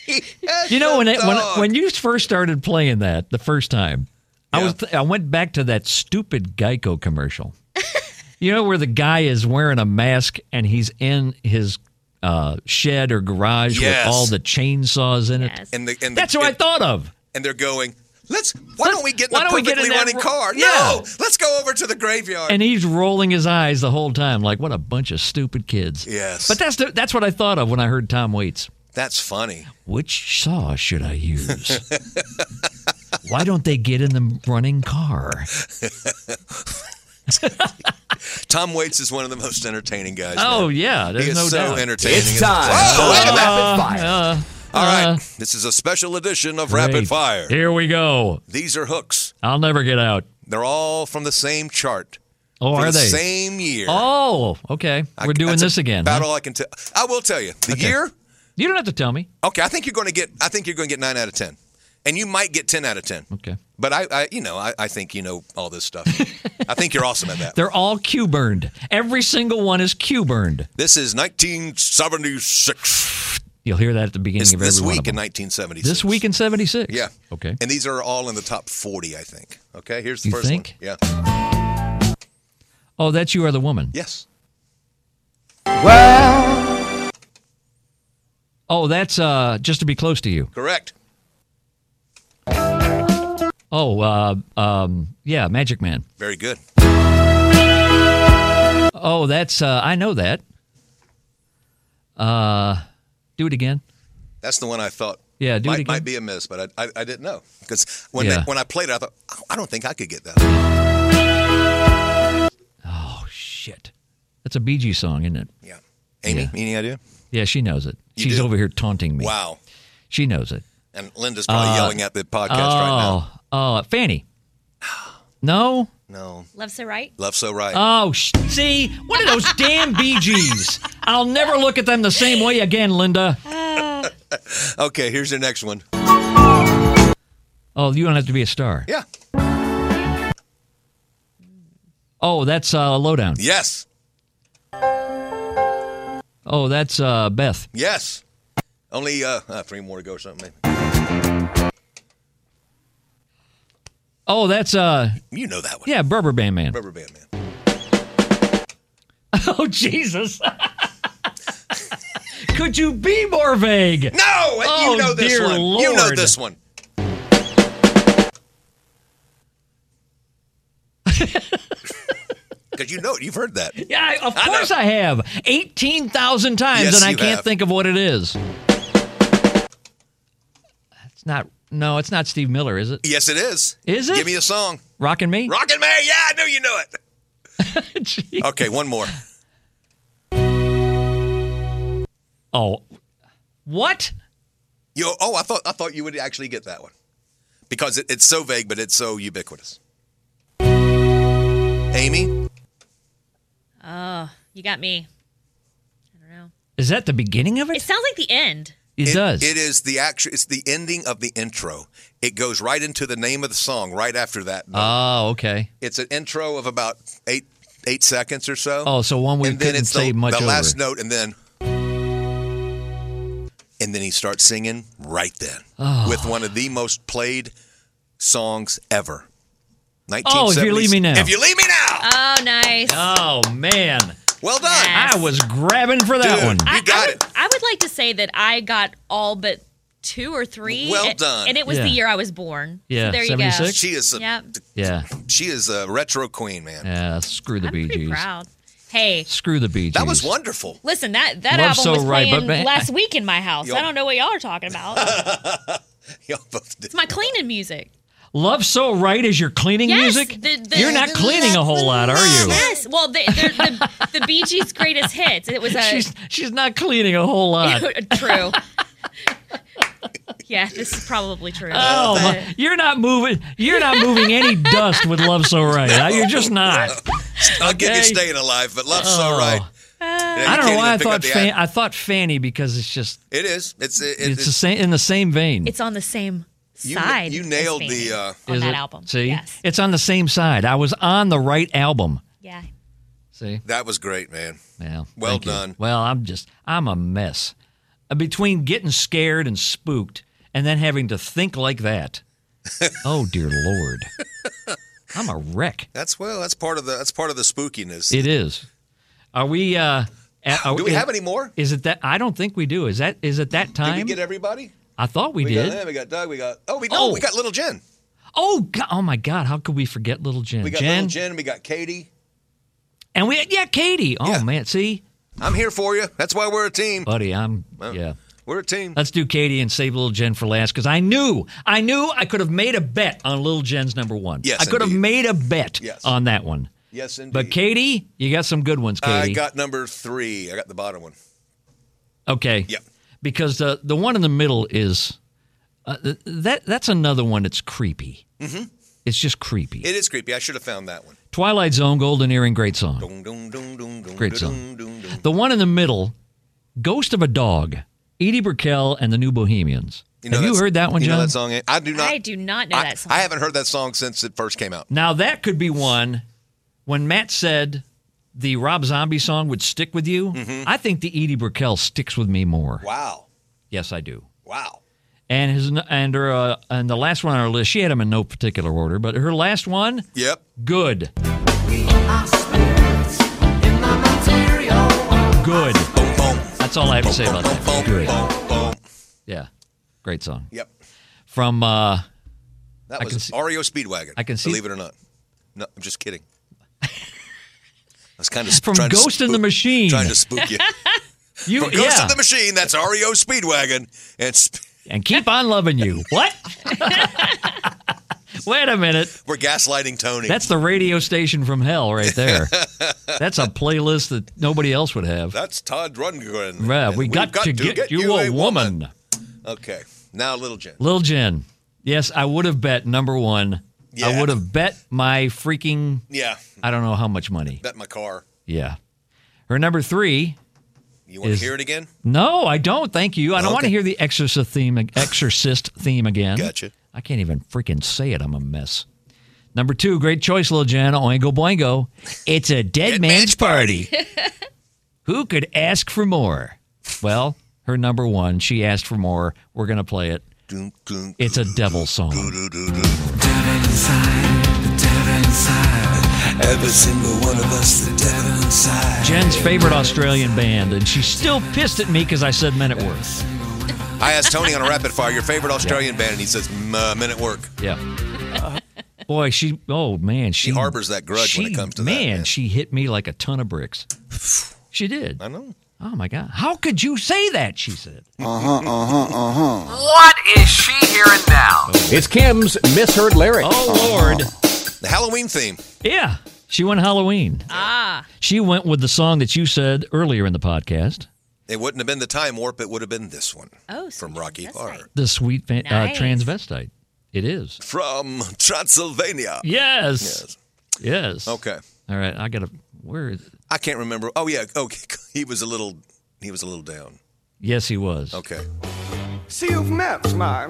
[SPEAKER 4] you know when it, when when you first started playing that the first time, I was I went back to that stupid Geico commercial. you know where the guy is wearing a mask and he's in his uh, shed or garage
[SPEAKER 3] Yes.
[SPEAKER 4] with all the chainsaws in it.
[SPEAKER 3] And the, and the,
[SPEAKER 4] That's what I
[SPEAKER 3] and-
[SPEAKER 4] thought of.
[SPEAKER 3] And they're going. Let's. Why don't we get in
[SPEAKER 4] why
[SPEAKER 3] a
[SPEAKER 4] don't we get
[SPEAKER 3] perfectly
[SPEAKER 4] in that
[SPEAKER 3] running
[SPEAKER 4] ro-
[SPEAKER 3] car?
[SPEAKER 4] Yeah.
[SPEAKER 3] No. Let's go over to the graveyard.
[SPEAKER 4] And he's rolling his eyes the whole time, like what a bunch of stupid kids.
[SPEAKER 3] Yes.
[SPEAKER 4] But that's the, that's what I thought of when I heard Tom Waits.
[SPEAKER 3] that's funny.
[SPEAKER 4] Which saw should I use? Why don't they get in the running car?
[SPEAKER 3] Tom Waits is one of the most entertaining guys.
[SPEAKER 4] Oh
[SPEAKER 3] man.
[SPEAKER 4] yeah, there's
[SPEAKER 3] he is
[SPEAKER 4] no
[SPEAKER 3] so
[SPEAKER 4] doubt. Oh,
[SPEAKER 3] entertaining.
[SPEAKER 1] It's time for
[SPEAKER 3] Whoa, wait a minute.
[SPEAKER 1] Rapid Fire.
[SPEAKER 4] Uh,
[SPEAKER 3] All right, this is a special edition of Rapid
[SPEAKER 4] great.
[SPEAKER 3] Fire.
[SPEAKER 4] Here we go.
[SPEAKER 3] These are hooks.
[SPEAKER 4] I'll never get out.
[SPEAKER 3] They're all from the same chart.
[SPEAKER 4] Oh,
[SPEAKER 3] from
[SPEAKER 4] are
[SPEAKER 3] the
[SPEAKER 4] they?
[SPEAKER 3] Same year.
[SPEAKER 4] Oh, okay.
[SPEAKER 3] I-
[SPEAKER 4] We're doing
[SPEAKER 3] that's
[SPEAKER 4] this again.
[SPEAKER 3] About
[SPEAKER 4] huh?
[SPEAKER 3] all I can tell. I will tell you the
[SPEAKER 4] Okay.
[SPEAKER 3] year.
[SPEAKER 4] You don't have to tell me.
[SPEAKER 3] Okay, I think you're going to get. I think you're going to get nine out of ten, and you might get ten out of ten.
[SPEAKER 4] Okay.
[SPEAKER 3] But I, I you know, I, I think you know all this stuff. I think you're awesome at that.
[SPEAKER 4] They're all Q burned. Every single one is Q burned.
[SPEAKER 3] This is 1976.
[SPEAKER 4] You'll hear that at the beginning
[SPEAKER 3] It's
[SPEAKER 4] of every
[SPEAKER 3] this
[SPEAKER 4] one of
[SPEAKER 3] week in
[SPEAKER 4] them.
[SPEAKER 3] 1976.
[SPEAKER 4] This week in '76.
[SPEAKER 3] Yeah.
[SPEAKER 4] Okay.
[SPEAKER 3] And these are all in the top 40, I think. Okay, here's the
[SPEAKER 4] You
[SPEAKER 3] first
[SPEAKER 4] think?
[SPEAKER 3] one. Yeah.
[SPEAKER 4] Oh, that's you are the woman.
[SPEAKER 3] Yes.
[SPEAKER 4] Oh, that's uh, just to be close to you.
[SPEAKER 3] Correct.
[SPEAKER 4] Oh, uh, um, yeah, Magic Man.
[SPEAKER 3] Very good.
[SPEAKER 4] Oh, that's uh, I know that. Uh, do it again.
[SPEAKER 3] That's the one I thought.
[SPEAKER 4] Yeah, do it
[SPEAKER 3] might,
[SPEAKER 4] again.
[SPEAKER 3] might be a miss, but I, I, I didn't know because when
[SPEAKER 4] Yeah.
[SPEAKER 3] they- when I played it, I thought "Oh, I don't think I could get that.
[SPEAKER 4] Oh shit, that's a Bee Gees song, isn't it?
[SPEAKER 3] Yeah. Amy,
[SPEAKER 4] Yeah.
[SPEAKER 3] any idea?
[SPEAKER 4] Yeah, she knows it.
[SPEAKER 3] You
[SPEAKER 4] She's
[SPEAKER 3] do?
[SPEAKER 4] over here taunting me.
[SPEAKER 3] Wow.
[SPEAKER 4] She knows it.
[SPEAKER 3] And Linda's probably
[SPEAKER 4] Uh,
[SPEAKER 3] yelling at the podcast
[SPEAKER 4] oh,
[SPEAKER 3] right now.
[SPEAKER 4] uh, Fanny. No,
[SPEAKER 3] No.
[SPEAKER 6] Love So Right?
[SPEAKER 3] Love so right.
[SPEAKER 4] Oh, sh- see, one of those damn Bee Gees. I'll never look at them the same way again, Linda.
[SPEAKER 3] okay, here's your next one.
[SPEAKER 4] Oh, you don't have to be a star.
[SPEAKER 3] Yeah.
[SPEAKER 4] Oh, that's uh, Lowdown.
[SPEAKER 3] Yes.
[SPEAKER 4] Oh, that's uh, Beth.
[SPEAKER 3] Yes. Only uh, uh, three more to go or something. Maybe.
[SPEAKER 4] Oh, that's uh.
[SPEAKER 3] You know that one.
[SPEAKER 4] Yeah, Rubber Band Man.
[SPEAKER 3] Rubber Band Man.
[SPEAKER 4] Oh Jesus. Could you be more vague?
[SPEAKER 3] No,
[SPEAKER 4] oh,
[SPEAKER 3] you know this
[SPEAKER 4] dear
[SPEAKER 3] one.
[SPEAKER 4] Lord.
[SPEAKER 3] You know this one. Because you know it. You've heard that.
[SPEAKER 4] Yeah, I- of course I, have. 18,000 times
[SPEAKER 3] Yes,
[SPEAKER 4] and I
[SPEAKER 3] you
[SPEAKER 4] can't
[SPEAKER 3] have.
[SPEAKER 4] think of what it is. It's not No, it's not Steve Miller, is it?
[SPEAKER 3] Yes, it is.
[SPEAKER 4] Is it?
[SPEAKER 3] Give me a song.
[SPEAKER 4] Rockin' Me?
[SPEAKER 3] Rockin' Man. Yeah, I know you know it. okay, one more.
[SPEAKER 4] Oh. What?
[SPEAKER 3] Yo, oh, I thought I thought you would actually get that one because it, it's so vague, but it's so ubiquitous. Amy,
[SPEAKER 6] Oh, you got me.
[SPEAKER 4] Is that the beginning of it?
[SPEAKER 6] It sounds like the end.
[SPEAKER 4] It, does.
[SPEAKER 3] It is the actual. It's the ending of the intro. It goes right into the name of the song right after that.
[SPEAKER 4] Oh, okay.
[SPEAKER 3] It's an intro of about eight eight seconds or so.
[SPEAKER 4] Oh, so one we
[SPEAKER 3] and then
[SPEAKER 4] couldn't
[SPEAKER 3] it's the,
[SPEAKER 4] say much
[SPEAKER 3] the
[SPEAKER 4] over.
[SPEAKER 3] last note, and then and then he starts singing right then
[SPEAKER 4] Oh.
[SPEAKER 3] with one of the most played songs ever.
[SPEAKER 4] Oh, If You Leave Me Now.
[SPEAKER 3] If you leave me now.
[SPEAKER 6] Oh, nice.
[SPEAKER 4] Oh, man.
[SPEAKER 3] Well done.
[SPEAKER 4] I was grabbing for Ah, that
[SPEAKER 3] Dude,
[SPEAKER 4] one.
[SPEAKER 3] you got it.
[SPEAKER 6] I would like to say that I got all but two or three.
[SPEAKER 3] Well
[SPEAKER 6] and,
[SPEAKER 3] done.
[SPEAKER 6] And it was
[SPEAKER 3] Yeah.
[SPEAKER 6] the year I was born.
[SPEAKER 4] Yeah,
[SPEAKER 6] So there you go.
[SPEAKER 4] 76?
[SPEAKER 3] She is a,
[SPEAKER 6] Yep.
[SPEAKER 4] Yeah.
[SPEAKER 3] she is a retro queen, man.
[SPEAKER 4] Yeah, screw the Bee Gees.
[SPEAKER 6] Proud. Hey,
[SPEAKER 4] Screw the Bee Gees.
[SPEAKER 3] That was wonderful.
[SPEAKER 6] listen, that, that
[SPEAKER 4] Love
[SPEAKER 6] album
[SPEAKER 4] So
[SPEAKER 6] was
[SPEAKER 4] Right, but
[SPEAKER 6] playing
[SPEAKER 4] man-
[SPEAKER 6] last week in my house.
[SPEAKER 4] Yo.
[SPEAKER 6] I don't know what y'all are talking about.
[SPEAKER 3] Y'all both did.
[SPEAKER 6] it's my cleaning music.
[SPEAKER 4] Love So Right is your cleaning
[SPEAKER 6] Yes,
[SPEAKER 4] music?
[SPEAKER 6] the- the-
[SPEAKER 4] You're not cleaning a whole lot, are you?
[SPEAKER 6] Yes. Well, the, the, the, the Bee Gees' greatest hits. It was a.
[SPEAKER 4] She's she's not cleaning a whole lot.
[SPEAKER 6] true. yeah, this is probably true.
[SPEAKER 4] Oh,
[SPEAKER 6] But-
[SPEAKER 4] my, you're not moving. You're not moving any dust with love so right. Uh, You're just not.
[SPEAKER 3] I'll give you
[SPEAKER 4] Okay.
[SPEAKER 3] staying alive, but love's
[SPEAKER 4] Oh.
[SPEAKER 3] so right. Yeah,
[SPEAKER 4] I
[SPEAKER 3] you
[SPEAKER 4] don't
[SPEAKER 3] can't
[SPEAKER 4] know why I
[SPEAKER 3] even pick up
[SPEAKER 4] thought
[SPEAKER 3] the
[SPEAKER 4] fan,
[SPEAKER 3] ad-
[SPEAKER 4] I thought Fanny because it's just
[SPEAKER 3] It is. It's it,
[SPEAKER 4] it's, the same in the same vein.
[SPEAKER 6] It's on the same
[SPEAKER 3] You-
[SPEAKER 6] side.
[SPEAKER 3] you
[SPEAKER 6] as
[SPEAKER 3] nailed the,
[SPEAKER 6] Fanny
[SPEAKER 3] uh,
[SPEAKER 6] on
[SPEAKER 4] Is
[SPEAKER 6] that
[SPEAKER 4] it?
[SPEAKER 6] album.
[SPEAKER 4] See,
[SPEAKER 6] Yes.
[SPEAKER 4] it's on the same side. I was on the right album.
[SPEAKER 6] Yeah.
[SPEAKER 4] See,
[SPEAKER 3] That was great, man.
[SPEAKER 4] yeah.
[SPEAKER 3] Well
[SPEAKER 4] thank you.
[SPEAKER 3] done.
[SPEAKER 4] Well, I'm just I'm a mess. Uh, Between getting scared and spooked, and then having to think like that. oh dear lord, I'm a wreck.
[SPEAKER 3] That's well. That's part of the. That's part of the spookiness.
[SPEAKER 4] It is. Are we? Uh, at- are
[SPEAKER 3] Do we
[SPEAKER 4] is-
[SPEAKER 3] have any more?
[SPEAKER 4] Is it that? I don't think we do. Is that? Is it that
[SPEAKER 3] Did
[SPEAKER 4] time?
[SPEAKER 3] we get everybody?
[SPEAKER 4] I thought we,
[SPEAKER 3] Got
[SPEAKER 4] did.
[SPEAKER 3] them, we got Doug. We got. Oh, we no.
[SPEAKER 4] Oh.
[SPEAKER 3] We got little Jen.
[SPEAKER 4] Oh God! Oh my God! How could we forget little Jen?
[SPEAKER 3] We got
[SPEAKER 4] Jen
[SPEAKER 3] little Jen. We got Katie.
[SPEAKER 4] and we yeah Katie. Oh man, see,
[SPEAKER 3] I'm here for you. That's why we're a team.
[SPEAKER 4] buddy, I'm yeah.
[SPEAKER 3] We're a team.
[SPEAKER 4] Let's do Katie and save little Jen for last because I knew I knew I could have made a bet on little Jen's number one.
[SPEAKER 3] Yes,
[SPEAKER 4] I could have
[SPEAKER 3] indeed.
[SPEAKER 4] made a bet
[SPEAKER 3] Yes.
[SPEAKER 4] on that one.
[SPEAKER 3] Yes, indeed.
[SPEAKER 4] But Katie, you got some good ones, Katie.
[SPEAKER 3] I got number three. I got the bottom one.
[SPEAKER 4] Okay.
[SPEAKER 3] Yep.
[SPEAKER 4] Because the the one in the middle is uh, th- that that's another one that's creepy.
[SPEAKER 3] Mm-hmm.
[SPEAKER 4] It's just creepy.
[SPEAKER 3] It is creepy. I should have found that one.
[SPEAKER 4] Twilight Zone, Golden Earring, great song.
[SPEAKER 3] Dun, dun, dun, dun, dun,
[SPEAKER 4] Great
[SPEAKER 3] dun,
[SPEAKER 4] song.
[SPEAKER 3] dun, dun.
[SPEAKER 4] The one in the middle, Ghost of a Dog, Edie Brickell and the New Bohemians.
[SPEAKER 3] know
[SPEAKER 4] Have you
[SPEAKER 3] that's-
[SPEAKER 4] heard that one,
[SPEAKER 3] you
[SPEAKER 4] John?
[SPEAKER 3] Know that song? eh? I do not.
[SPEAKER 6] I do not know
[SPEAKER 3] I,
[SPEAKER 6] that song.
[SPEAKER 3] I haven't heard that song since it first came out.
[SPEAKER 4] Now that could be one. When Matt said the Rob Zombie song would stick with you, I think the Edie Brickell sticks with me more.
[SPEAKER 3] Mm-hmm. Wow.
[SPEAKER 4] Yes, I do.
[SPEAKER 3] Wow.
[SPEAKER 4] And his and her uh, and the last one on our list, she had them in no particular order, but her last one,
[SPEAKER 3] Yep.
[SPEAKER 4] good,
[SPEAKER 13] material.
[SPEAKER 4] good. That's all I have to say about that. Good. Yeah, great song.
[SPEAKER 3] Yep.
[SPEAKER 4] From uh,
[SPEAKER 3] That
[SPEAKER 4] I
[SPEAKER 3] was
[SPEAKER 4] can see-
[SPEAKER 3] Ario Speedwagon.
[SPEAKER 4] I can see-
[SPEAKER 3] Believe it or not. No, I'm just kidding. I was kind of
[SPEAKER 4] from
[SPEAKER 3] trying
[SPEAKER 4] Ghost
[SPEAKER 3] to
[SPEAKER 4] in the
[SPEAKER 3] spook-
[SPEAKER 4] Machine.
[SPEAKER 3] Trying to spook you.
[SPEAKER 4] You-
[SPEAKER 3] from Ghost
[SPEAKER 4] yeah.
[SPEAKER 3] in the Machine. That's Ario Speedwagon. And sp-
[SPEAKER 4] and keep on loving you. What? Wait a minute.
[SPEAKER 3] we're gaslighting Tony.
[SPEAKER 4] That's the radio station from hell right there. That's a playlist that nobody else would have.
[SPEAKER 3] That's Todd Rundgren.
[SPEAKER 4] Yeah,
[SPEAKER 3] And
[SPEAKER 4] we
[SPEAKER 3] we've
[SPEAKER 4] got, to, get, you, a woman.
[SPEAKER 3] Okay. Now, Little Jen.
[SPEAKER 4] Lil Jen. Yes, I would have bet number one
[SPEAKER 3] Yeah.
[SPEAKER 4] I would have bet my freaking
[SPEAKER 3] Yeah.
[SPEAKER 4] I don't know how much money.
[SPEAKER 3] Bet my car.
[SPEAKER 4] Yeah. Her number three.
[SPEAKER 3] You want
[SPEAKER 4] Is-
[SPEAKER 3] to hear it again?
[SPEAKER 4] No, I don't. Thank you. I don't want to
[SPEAKER 3] Okay.
[SPEAKER 4] hear the Exorcist theme. Exorcist theme again.
[SPEAKER 3] Gotcha.
[SPEAKER 4] I can't even freaking say it. I'm a mess. Number two, great choice, Lil Jan. Oingo boingo. It's a dead, man's party. Who could ask for more? Well, her number one. She asked for more. We're gonna play it. It's a devil song.
[SPEAKER 2] devil inside, the devil inside. Every single one of us, the devil inside.
[SPEAKER 4] Jen's favorite Australian band, and she's still pissed at me because I said Men at Work.
[SPEAKER 3] I asked Tony on a rapid fire, your favorite Australian band, and he says, "Mm, uh, Men at Work.
[SPEAKER 4] Yeah. Boy, she. Oh man, she,
[SPEAKER 3] harbors that grudge when it
[SPEAKER 4] she-
[SPEAKER 3] comes to that,
[SPEAKER 4] man, she hit me like a ton of bricks. She did. I
[SPEAKER 3] know.
[SPEAKER 4] Oh my god, how could you say that? She said.
[SPEAKER 1] Uh huh. Uh huh. Uh huh.
[SPEAKER 2] What is she hearing now?
[SPEAKER 1] It's Kim's misheard lyrics.
[SPEAKER 4] Oh Lord.
[SPEAKER 3] The Halloween theme.
[SPEAKER 4] Yeah, she went Halloween.
[SPEAKER 6] Ah.
[SPEAKER 4] She went with the song that you said earlier in the podcast,
[SPEAKER 3] It wouldn't have been the time warp, it would have been this one.
[SPEAKER 6] Oh,
[SPEAKER 3] From Rocky Horror.
[SPEAKER 4] the sweet fa-
[SPEAKER 3] Nice.
[SPEAKER 4] uh, transvestite. It is.
[SPEAKER 3] From Transylvania.
[SPEAKER 4] Yes. Yes.
[SPEAKER 3] Okay.
[SPEAKER 4] All right, I gotta. Where is? It?
[SPEAKER 3] I can't remember. Oh yeah, okay. He was a little he was a little down.
[SPEAKER 4] Yes, he was.
[SPEAKER 3] Okay.
[SPEAKER 11] See, you've met my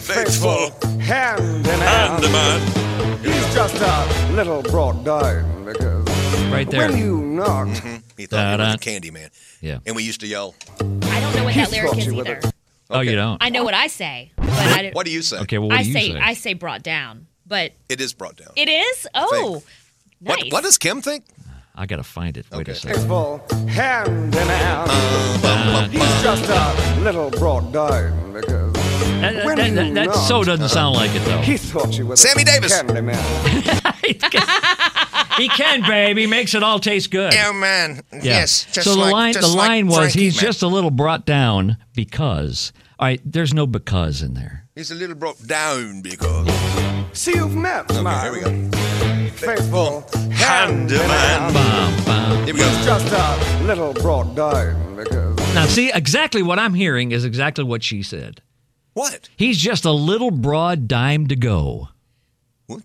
[SPEAKER 3] faithful
[SPEAKER 11] hand in hand. He's just a little brought down because
[SPEAKER 4] Right there.
[SPEAKER 11] when you knocked,
[SPEAKER 3] He thought he was
[SPEAKER 4] Da-da.
[SPEAKER 3] a candy man.
[SPEAKER 4] Yeah.
[SPEAKER 3] And we used to yell.
[SPEAKER 6] I don't know what that lyric
[SPEAKER 3] thought
[SPEAKER 6] is
[SPEAKER 3] you were the-
[SPEAKER 6] either.
[SPEAKER 4] Oh, you don't.
[SPEAKER 6] I know what I say, but I don't.
[SPEAKER 3] What do you say?
[SPEAKER 4] Okay. Well, what
[SPEAKER 6] I
[SPEAKER 4] do you
[SPEAKER 6] say, I say brought down, but
[SPEAKER 3] it is brought down.
[SPEAKER 6] it is. Oh, nice.
[SPEAKER 3] What, what does Kim think?
[SPEAKER 4] I gotta find it. Wait a second.
[SPEAKER 11] faithful hand in hand. He's just a little brought down because
[SPEAKER 4] That, that-
[SPEAKER 11] when
[SPEAKER 4] that-
[SPEAKER 11] you
[SPEAKER 4] that
[SPEAKER 11] knocked,
[SPEAKER 4] so doesn't sound like it though.
[SPEAKER 11] He thought you were the
[SPEAKER 3] Sammy Davis.
[SPEAKER 11] candy man.
[SPEAKER 4] He can, babe. He makes it all taste good.
[SPEAKER 3] Oh man.
[SPEAKER 4] so the line, the line was he's just a little brought down because. All right, there's no because in there.
[SPEAKER 3] He's a little brought down because
[SPEAKER 11] See, you've met
[SPEAKER 3] Okay,
[SPEAKER 11] my
[SPEAKER 3] here we go.
[SPEAKER 11] faithful hand in hand.
[SPEAKER 4] Bum, bum.
[SPEAKER 3] Here we go.
[SPEAKER 11] He's just a little brought down because
[SPEAKER 4] Now, see, exactly what I'm hearing is exactly what she said.
[SPEAKER 3] What?
[SPEAKER 4] He's just a little broad dime to go.
[SPEAKER 3] What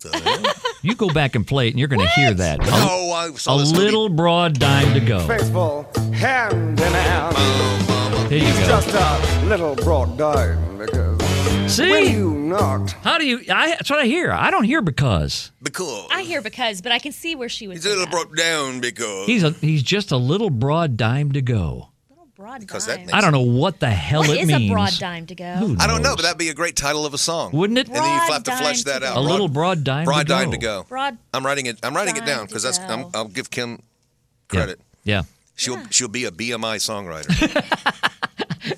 [SPEAKER 3] the hell?
[SPEAKER 4] You go back and play it, and you're going to hear that. A,
[SPEAKER 11] Oh,
[SPEAKER 3] No, I saw
[SPEAKER 4] a
[SPEAKER 3] this movie.
[SPEAKER 4] little broad dime to go.
[SPEAKER 11] faithful hand in hand.
[SPEAKER 4] There you
[SPEAKER 11] He's
[SPEAKER 4] go.
[SPEAKER 11] just a little brought down because when
[SPEAKER 4] See,
[SPEAKER 11] you knocked,
[SPEAKER 4] how do you? I, that's what I hear. I don't hear because.
[SPEAKER 3] Because
[SPEAKER 6] I hear because, but I can see where she was.
[SPEAKER 3] he's a little brought down because
[SPEAKER 4] He's a he's just a little broad dime to go.
[SPEAKER 6] broad
[SPEAKER 3] Because that
[SPEAKER 6] dime.
[SPEAKER 3] makes-
[SPEAKER 4] I don't know what the hell
[SPEAKER 6] What
[SPEAKER 4] it
[SPEAKER 6] is
[SPEAKER 4] means.
[SPEAKER 6] a broad dime to go?
[SPEAKER 4] Who
[SPEAKER 3] I don't know,
[SPEAKER 4] knows?
[SPEAKER 3] but that'd be a great title of a song.
[SPEAKER 4] Wouldn't it?
[SPEAKER 3] And then you
[SPEAKER 6] Broad
[SPEAKER 3] have to
[SPEAKER 6] dime
[SPEAKER 3] flesh that
[SPEAKER 6] to
[SPEAKER 3] out.
[SPEAKER 6] go.
[SPEAKER 4] a little broad dime.
[SPEAKER 3] broad
[SPEAKER 4] to go.
[SPEAKER 3] dime to go.
[SPEAKER 6] Broad.
[SPEAKER 3] I'm writing it. I'm writing it
[SPEAKER 6] Dime
[SPEAKER 3] down
[SPEAKER 6] to
[SPEAKER 3] because that's. I'm,
[SPEAKER 6] go.
[SPEAKER 3] I'll give Kim
[SPEAKER 4] Yeah.
[SPEAKER 3] credit.
[SPEAKER 4] Yeah.
[SPEAKER 3] She'll she'll be a BMI songwriter.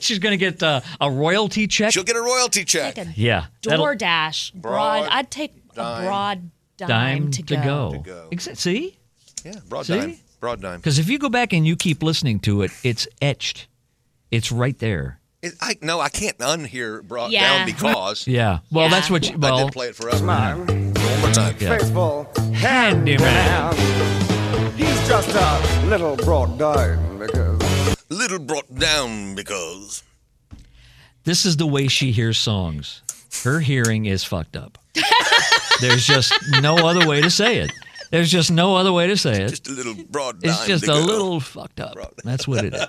[SPEAKER 4] She's gonna get uh, a royalty check.
[SPEAKER 3] she'll get a royalty check.
[SPEAKER 6] Like a
[SPEAKER 4] yeah. That'll-
[SPEAKER 6] DoorDash. Broad.
[SPEAKER 3] Broad
[SPEAKER 6] I'd take
[SPEAKER 3] dime.
[SPEAKER 6] a broad dime,
[SPEAKER 4] dime
[SPEAKER 6] to, go.
[SPEAKER 3] To go.
[SPEAKER 4] Exa- see,
[SPEAKER 3] Yeah, broad
[SPEAKER 4] See?
[SPEAKER 3] dime. Broad dime.
[SPEAKER 4] because if you go back and you keep listening to it, it's etched. It's right there.
[SPEAKER 3] It, I no, I can't unhear brought
[SPEAKER 6] Yeah.
[SPEAKER 3] down because.
[SPEAKER 4] Yeah. Well,
[SPEAKER 6] Yeah.
[SPEAKER 4] that's what. You,
[SPEAKER 3] I
[SPEAKER 4] well,
[SPEAKER 3] did play it forever.
[SPEAKER 11] my
[SPEAKER 3] One more time.
[SPEAKER 4] Yeah.
[SPEAKER 11] faithful hand in
[SPEAKER 4] Handyman.
[SPEAKER 11] hand. He's just a little brought down because
[SPEAKER 3] Little brought down because.
[SPEAKER 4] this is the way she hears songs. Her hearing is fucked up. There's just no other way to say it. There's just no other way to say it.
[SPEAKER 3] Just a little broad dime.
[SPEAKER 4] It's just a
[SPEAKER 3] because.
[SPEAKER 4] little fucked up. That's what it is.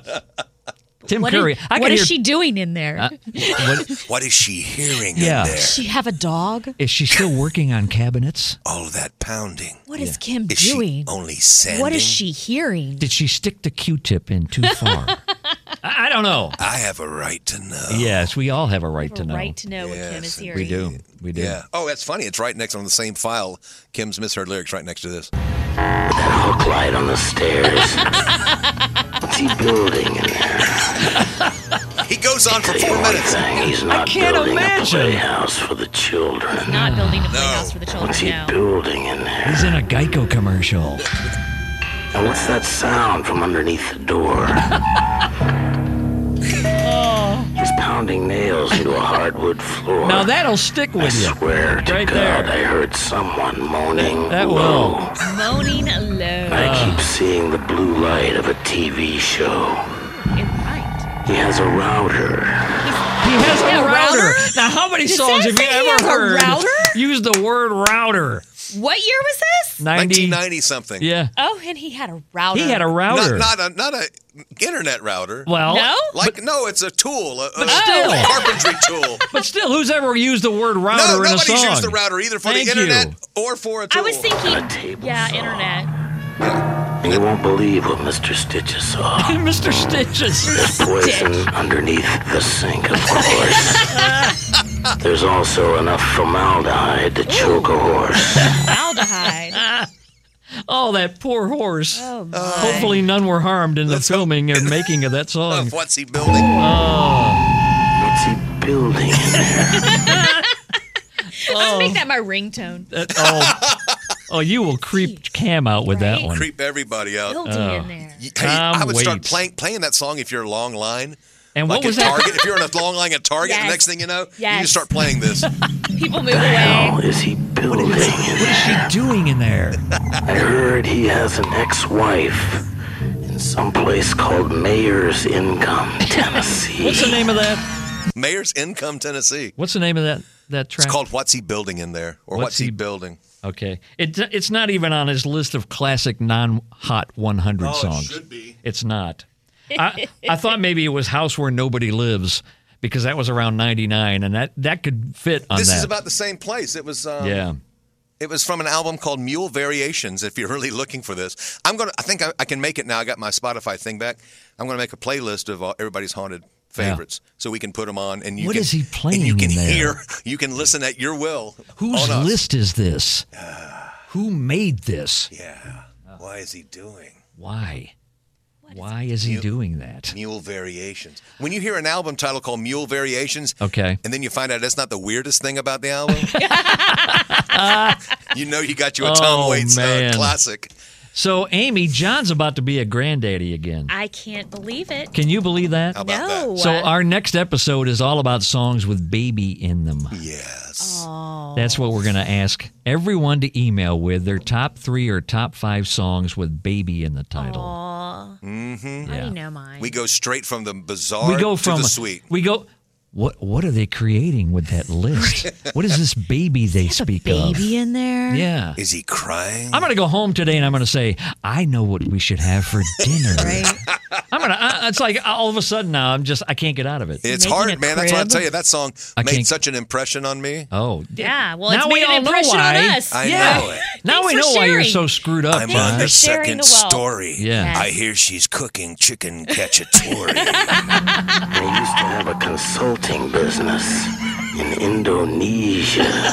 [SPEAKER 4] Tim
[SPEAKER 6] What,
[SPEAKER 4] Curry.
[SPEAKER 6] is,
[SPEAKER 4] I
[SPEAKER 6] what
[SPEAKER 4] could
[SPEAKER 6] is
[SPEAKER 4] hear,
[SPEAKER 6] she doing in there?
[SPEAKER 4] Uh, what,
[SPEAKER 3] What is she hearing
[SPEAKER 4] Yeah.
[SPEAKER 3] in there?
[SPEAKER 6] she have a dog?
[SPEAKER 4] Is she still working on cabinets?
[SPEAKER 3] All that pounding.
[SPEAKER 6] What is Kim
[SPEAKER 3] Is she
[SPEAKER 6] doing?
[SPEAKER 3] only sending?
[SPEAKER 6] What is she hearing?
[SPEAKER 4] Did she stick the Q-tip in too far? I, I don't know.
[SPEAKER 3] I have a right to know.
[SPEAKER 4] Yes, we all have a right to know.
[SPEAKER 6] Right to know what Kim
[SPEAKER 3] Yes,
[SPEAKER 6] is hearing.
[SPEAKER 4] we do. We do.
[SPEAKER 3] Yeah. Oh, that's funny. It's right next on the same file. Kim's misheard lyrics right next to this.
[SPEAKER 12] Hook light on the stairs. What's he building in there?
[SPEAKER 3] He goes on for four
[SPEAKER 12] One
[SPEAKER 3] minutes.
[SPEAKER 12] thing, he's not
[SPEAKER 4] can't
[SPEAKER 12] building
[SPEAKER 4] imagine.
[SPEAKER 12] a playhouse for the children.
[SPEAKER 6] Not building a playhouse for the children.
[SPEAKER 12] What's he
[SPEAKER 6] no.
[SPEAKER 12] building in there?
[SPEAKER 4] He's in a Geico commercial.
[SPEAKER 12] And what's that sound from underneath the door? He's pounding nails into a hardwood floor.
[SPEAKER 4] Now that'll stick
[SPEAKER 12] I
[SPEAKER 4] with you.
[SPEAKER 12] swear to
[SPEAKER 4] Right
[SPEAKER 12] God,
[SPEAKER 4] there.
[SPEAKER 12] I heard someone moaning.
[SPEAKER 4] That
[SPEAKER 12] low.
[SPEAKER 4] will.
[SPEAKER 6] Moaning low.
[SPEAKER 12] I keep seeing the blue light of a TV show.
[SPEAKER 6] You're right.
[SPEAKER 12] He has a router.
[SPEAKER 4] He has a
[SPEAKER 6] Yeah,
[SPEAKER 4] router.
[SPEAKER 6] router?
[SPEAKER 4] Now, how many
[SPEAKER 6] Does
[SPEAKER 4] songs
[SPEAKER 6] that
[SPEAKER 4] have
[SPEAKER 6] say
[SPEAKER 4] you
[SPEAKER 6] he has
[SPEAKER 4] ever
[SPEAKER 6] a
[SPEAKER 4] heard
[SPEAKER 6] router?
[SPEAKER 4] use the word router?
[SPEAKER 6] What year was this?
[SPEAKER 4] 90,
[SPEAKER 3] 1990 something.
[SPEAKER 4] Yeah.
[SPEAKER 6] Oh, and he had a router.
[SPEAKER 4] He had a router.
[SPEAKER 3] Not, not a not a internet router.
[SPEAKER 4] Well- No?
[SPEAKER 3] like no, it's a tool, a,
[SPEAKER 4] But
[SPEAKER 3] a-
[SPEAKER 4] still.
[SPEAKER 3] a carpentry tool.
[SPEAKER 4] But still, who's ever used the word router
[SPEAKER 3] no,
[SPEAKER 4] in a
[SPEAKER 3] nobody's
[SPEAKER 4] song?
[SPEAKER 3] used the router either for
[SPEAKER 4] Thank
[SPEAKER 3] the internet
[SPEAKER 4] you.
[SPEAKER 3] or for a tool.
[SPEAKER 6] I was thinking, yeah, internet.
[SPEAKER 12] You won't believe what Mr. Stitches saw.
[SPEAKER 4] Mr. Stitches.
[SPEAKER 12] Poison underneath the sink, of course. There's also enough formaldehyde to choke a horse.
[SPEAKER 6] Aldehyde.
[SPEAKER 4] Oh, that poor horse.
[SPEAKER 6] Oh, my.
[SPEAKER 4] Hopefully, none were harmed in the filming or making of that song.
[SPEAKER 3] What's he building?
[SPEAKER 12] What's he building in there?
[SPEAKER 6] Let's make that my ringtone.
[SPEAKER 4] That- oh, oh, you will creep Cam out with that one.
[SPEAKER 3] Creep everybody out.
[SPEAKER 6] Building
[SPEAKER 4] Oh.
[SPEAKER 6] in there.
[SPEAKER 3] Hey,
[SPEAKER 4] Tom
[SPEAKER 3] I would start
[SPEAKER 4] Waits.
[SPEAKER 3] playing playing that song if you're a long line.
[SPEAKER 4] And what
[SPEAKER 3] Like at
[SPEAKER 4] was that?
[SPEAKER 3] Target. If you're in a long line at Target,
[SPEAKER 6] Yes.
[SPEAKER 3] the next thing you know, you
[SPEAKER 6] Yes.
[SPEAKER 3] just start playing this.
[SPEAKER 6] People move away.
[SPEAKER 12] Is he building in there?
[SPEAKER 4] What you doing in there?
[SPEAKER 12] I heard he has an ex-wife in some place called Mayor's Income, Tennessee.
[SPEAKER 4] What's the name of that?
[SPEAKER 3] Mayor's Income, Tennessee.
[SPEAKER 4] What's the name of that that track?
[SPEAKER 3] It's called What's He Building in There or
[SPEAKER 4] What's
[SPEAKER 3] What's, he,
[SPEAKER 4] He-
[SPEAKER 3] Building.
[SPEAKER 4] Okay, it, it's not even on his list of classic non-hot 100 songs.
[SPEAKER 3] Oh, should be.
[SPEAKER 4] It's not. I, I thought maybe it was House Where Nobody Lives because that was around 99 and that, that could fit on
[SPEAKER 3] This
[SPEAKER 4] that.
[SPEAKER 3] is about the same place. It was um,
[SPEAKER 4] yeah.
[SPEAKER 3] It was from an album called Mule Variations. If you're really looking for this, I'm gonna. I think I, I can make it now. I got my Spotify thing back. I'm gonna make a playlist of all, everybody's haunted favorites, so we can put them on. And you
[SPEAKER 4] What
[SPEAKER 3] can,
[SPEAKER 4] is he playing
[SPEAKER 3] And you can
[SPEAKER 4] in there?
[SPEAKER 3] hear. You can listen at your will.
[SPEAKER 4] Whose
[SPEAKER 3] on us.
[SPEAKER 4] list is this? Who made this?
[SPEAKER 3] Yeah. Why is he doing
[SPEAKER 4] Why? Why is he doing that?
[SPEAKER 3] Mule Variations? When you hear an album title called Mule Variations,
[SPEAKER 4] Okay.
[SPEAKER 3] and then you find out that's not the weirdest thing about the album, you know you got you a
[SPEAKER 4] Oh,
[SPEAKER 3] Tom Waits uh,
[SPEAKER 4] man.
[SPEAKER 3] classic.
[SPEAKER 4] So, Amy, John's about to be a granddaddy again.
[SPEAKER 6] I can't believe it.
[SPEAKER 4] Can you believe that?
[SPEAKER 3] How about
[SPEAKER 6] No.
[SPEAKER 4] So, our next episode is all about songs with baby in them.
[SPEAKER 3] that? Yes.
[SPEAKER 4] That's what we're going to ask everyone to email with their top three or top five songs with baby in the title.
[SPEAKER 6] I already know mine.
[SPEAKER 3] We go straight from the bizarre
[SPEAKER 4] we go
[SPEAKER 3] to
[SPEAKER 4] from
[SPEAKER 3] the sweet.
[SPEAKER 4] we go what what are they creating with that list what is this baby they speak
[SPEAKER 6] Baby in there.
[SPEAKER 4] of yeah
[SPEAKER 3] Is he crying?
[SPEAKER 4] i'm gonna go home today and i'm gonna say i know what we should have for dinner i'm gonna I, it's like all of a sudden now i'm just i can't get out of it
[SPEAKER 3] it's
[SPEAKER 6] making
[SPEAKER 3] hard,
[SPEAKER 6] a
[SPEAKER 3] man. That's why I
[SPEAKER 6] crib?
[SPEAKER 3] tell you that song
[SPEAKER 4] I
[SPEAKER 3] made
[SPEAKER 4] can't-
[SPEAKER 3] such an impression on me.
[SPEAKER 4] oh
[SPEAKER 6] Yeah. Well, it's
[SPEAKER 4] Now we
[SPEAKER 6] made
[SPEAKER 4] all
[SPEAKER 6] an
[SPEAKER 4] know
[SPEAKER 6] impression on
[SPEAKER 4] why.
[SPEAKER 6] us.
[SPEAKER 3] I
[SPEAKER 4] Yeah.
[SPEAKER 3] know it.
[SPEAKER 4] now
[SPEAKER 6] Thanks
[SPEAKER 4] we
[SPEAKER 6] for
[SPEAKER 4] know why you're
[SPEAKER 6] sharing.
[SPEAKER 4] so screwed up
[SPEAKER 3] I'm
[SPEAKER 4] John.
[SPEAKER 3] on the
[SPEAKER 6] sharing
[SPEAKER 3] second
[SPEAKER 6] the wealth.
[SPEAKER 3] story.
[SPEAKER 4] Yeah.
[SPEAKER 3] I hear she's cooking chicken cacciatore.
[SPEAKER 12] I used to have a consulting business in Indonesia.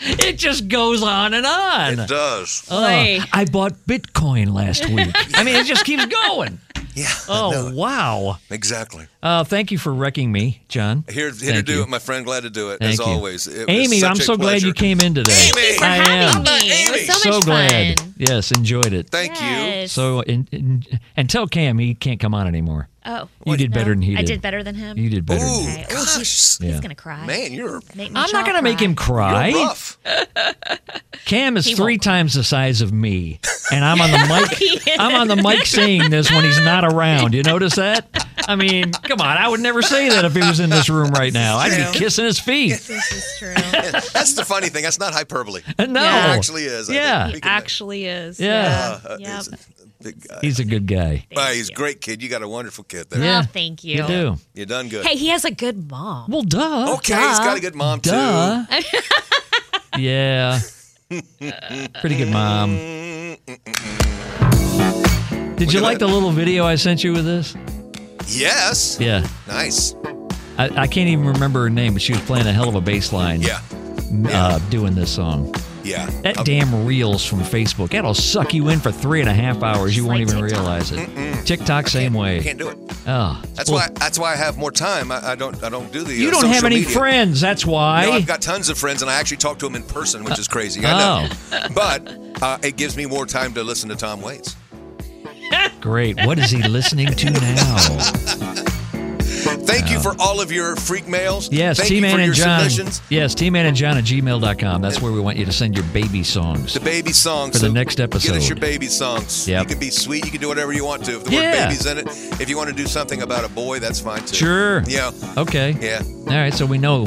[SPEAKER 4] it just goes on and on
[SPEAKER 3] it does.
[SPEAKER 4] Oh,
[SPEAKER 6] Boy.
[SPEAKER 4] i bought bitcoin last week i mean it just keeps going
[SPEAKER 3] Yeah. I know
[SPEAKER 4] oh
[SPEAKER 3] it.
[SPEAKER 4] wow
[SPEAKER 3] Exactly.
[SPEAKER 4] uh, thank you for wrecking me john
[SPEAKER 3] Here, here to
[SPEAKER 4] Thank
[SPEAKER 3] do
[SPEAKER 4] you.
[SPEAKER 3] it, my friend. Glad to do it, as
[SPEAKER 4] Thank you.
[SPEAKER 3] always. It was
[SPEAKER 4] Amy,
[SPEAKER 3] such
[SPEAKER 4] I'm
[SPEAKER 3] a
[SPEAKER 4] so glad
[SPEAKER 3] pleasure.
[SPEAKER 4] you came in today.
[SPEAKER 3] Thank you for
[SPEAKER 6] For
[SPEAKER 4] I
[SPEAKER 6] having me.
[SPEAKER 4] am
[SPEAKER 6] It was so,
[SPEAKER 4] so,
[SPEAKER 6] much
[SPEAKER 4] glad.
[SPEAKER 6] fun.
[SPEAKER 4] Yes, enjoyed it.
[SPEAKER 3] Thank you.
[SPEAKER 6] Yes.
[SPEAKER 4] So and, and, and tell Cam he can't come on anymore.
[SPEAKER 6] Oh.
[SPEAKER 4] You did
[SPEAKER 6] No,
[SPEAKER 4] better than he did.
[SPEAKER 6] I did better than him.
[SPEAKER 4] You did better. than
[SPEAKER 3] Ooh,
[SPEAKER 4] he did.
[SPEAKER 6] Okay. Oh,
[SPEAKER 3] gosh.
[SPEAKER 6] He's
[SPEAKER 4] Yeah.
[SPEAKER 6] gonna cry.
[SPEAKER 3] Man, you're,
[SPEAKER 6] Make
[SPEAKER 4] I'm not
[SPEAKER 6] gonna
[SPEAKER 4] gonna make him cry.
[SPEAKER 3] you're rough.
[SPEAKER 4] Cam is
[SPEAKER 6] He
[SPEAKER 4] three
[SPEAKER 6] won't.
[SPEAKER 4] times the size of me, and I'm on the mic. I'm on the mic saying this when he's not around. You notice that? I mean, come on, I would never say that if he was in this room right now. I'd be
[SPEAKER 6] True.
[SPEAKER 4] kissing his feet.
[SPEAKER 6] This is true.
[SPEAKER 3] That's the funny thing. That's not hyperbole.
[SPEAKER 4] No,
[SPEAKER 6] Yeah.
[SPEAKER 3] It actually is. I think.
[SPEAKER 4] Oh. Yeah.
[SPEAKER 3] We
[SPEAKER 6] He
[SPEAKER 3] can-
[SPEAKER 6] actually is.
[SPEAKER 4] Yeah.
[SPEAKER 3] uh,
[SPEAKER 6] Yeah.
[SPEAKER 3] he's
[SPEAKER 6] Oh,
[SPEAKER 3] a big guy.
[SPEAKER 4] he's a good guy.
[SPEAKER 3] Wow, he's a great kid. You got a wonderful kid there.
[SPEAKER 4] Yeah.
[SPEAKER 6] Oh, thank you.
[SPEAKER 4] You do.
[SPEAKER 3] You done good.
[SPEAKER 6] Hey, he has a good mom.
[SPEAKER 4] Well, duh.
[SPEAKER 3] okay, he's got a good mom too.
[SPEAKER 4] Duh. yeah. Pretty good mom. Did you
[SPEAKER 3] at
[SPEAKER 4] like
[SPEAKER 3] that.
[SPEAKER 4] the little video I sent you with this?
[SPEAKER 3] Yes.
[SPEAKER 4] Yeah.
[SPEAKER 3] Nice.
[SPEAKER 4] I, I can't even remember her name, but she was playing a hell of a bass line
[SPEAKER 3] Yeah.
[SPEAKER 4] uh, doing this song.
[SPEAKER 3] Yeah.
[SPEAKER 4] That
[SPEAKER 3] Uh,
[SPEAKER 4] damn reels from Facebook, that'll suck you in for three and a half hours. You
[SPEAKER 6] Just
[SPEAKER 4] won't
[SPEAKER 6] like
[SPEAKER 4] even
[SPEAKER 6] TikTok.
[SPEAKER 4] realize it. TikTok, same way.
[SPEAKER 3] Can't do it.
[SPEAKER 4] Oh,
[SPEAKER 3] That's why. That's why I have more time. I, I don't. I don't do the.
[SPEAKER 4] You
[SPEAKER 3] uh,
[SPEAKER 4] don't have
[SPEAKER 3] social
[SPEAKER 4] any
[SPEAKER 3] media.
[SPEAKER 4] friends. That's why.
[SPEAKER 3] No, I've got tons of friends, and I actually talk to them in person, which is crazy. I know.
[SPEAKER 4] Oh.
[SPEAKER 3] But uh, it gives me more time to listen to Tom Waits.
[SPEAKER 4] Great. What is he listening to now?
[SPEAKER 3] Thank you for all of your freak mails.
[SPEAKER 4] Yes,
[SPEAKER 3] Thank
[SPEAKER 4] T
[SPEAKER 3] you for
[SPEAKER 4] Man and
[SPEAKER 3] your
[SPEAKER 4] John.
[SPEAKER 3] submissions.
[SPEAKER 4] Yes, T Man and John at gmail.com. That's where we want you to send your baby songs.
[SPEAKER 3] The baby songs.
[SPEAKER 4] For the
[SPEAKER 3] So
[SPEAKER 4] next
[SPEAKER 3] Get us
[SPEAKER 4] episode.
[SPEAKER 3] your baby songs.
[SPEAKER 4] Yep.
[SPEAKER 3] You can be sweet. You can do whatever you want to. If the
[SPEAKER 4] Yeah.
[SPEAKER 3] word baby's in it, if you want to do something about a boy, that's fine too.
[SPEAKER 4] Sure.
[SPEAKER 3] Yeah.
[SPEAKER 4] Okay.
[SPEAKER 3] Yeah.
[SPEAKER 4] All right, so we know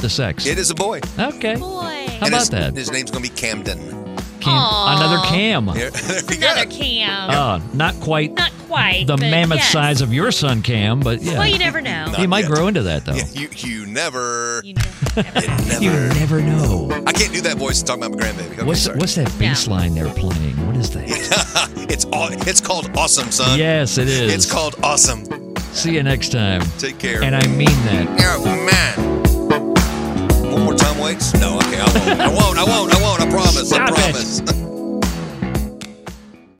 [SPEAKER 4] the sex.
[SPEAKER 3] It is a boy.
[SPEAKER 4] Okay.
[SPEAKER 6] Boy.
[SPEAKER 4] How about
[SPEAKER 3] his,
[SPEAKER 4] that?
[SPEAKER 3] His name's going to be Camden.
[SPEAKER 4] Cam,
[SPEAKER 6] Aw.
[SPEAKER 4] another cam.
[SPEAKER 3] There, there we go.
[SPEAKER 6] Another cam.
[SPEAKER 4] Uh, not quite
[SPEAKER 6] Not quite.
[SPEAKER 4] the
[SPEAKER 6] but
[SPEAKER 4] mammoth
[SPEAKER 6] yes.
[SPEAKER 4] size of your son, Cam, but yeah.
[SPEAKER 6] Well, you never know.
[SPEAKER 4] he might grow into that, though.
[SPEAKER 3] Yeah, you, you never. You
[SPEAKER 4] You never know.
[SPEAKER 3] I can't do that voice talking about my grandbaby. Okay,
[SPEAKER 4] what's
[SPEAKER 3] sorry.
[SPEAKER 4] what's that bass line they're playing? What is that?
[SPEAKER 3] it's all. It's called awesome, son.
[SPEAKER 4] Yes, it is.
[SPEAKER 3] It's called awesome.
[SPEAKER 4] See you next time.
[SPEAKER 3] Take care.
[SPEAKER 4] And I mean that.
[SPEAKER 3] Oh man. One more time, Waits? No, okay, I won't. I won't. I won't. I won't. I promise.
[SPEAKER 4] Stop
[SPEAKER 3] I
[SPEAKER 4] it.
[SPEAKER 3] promise.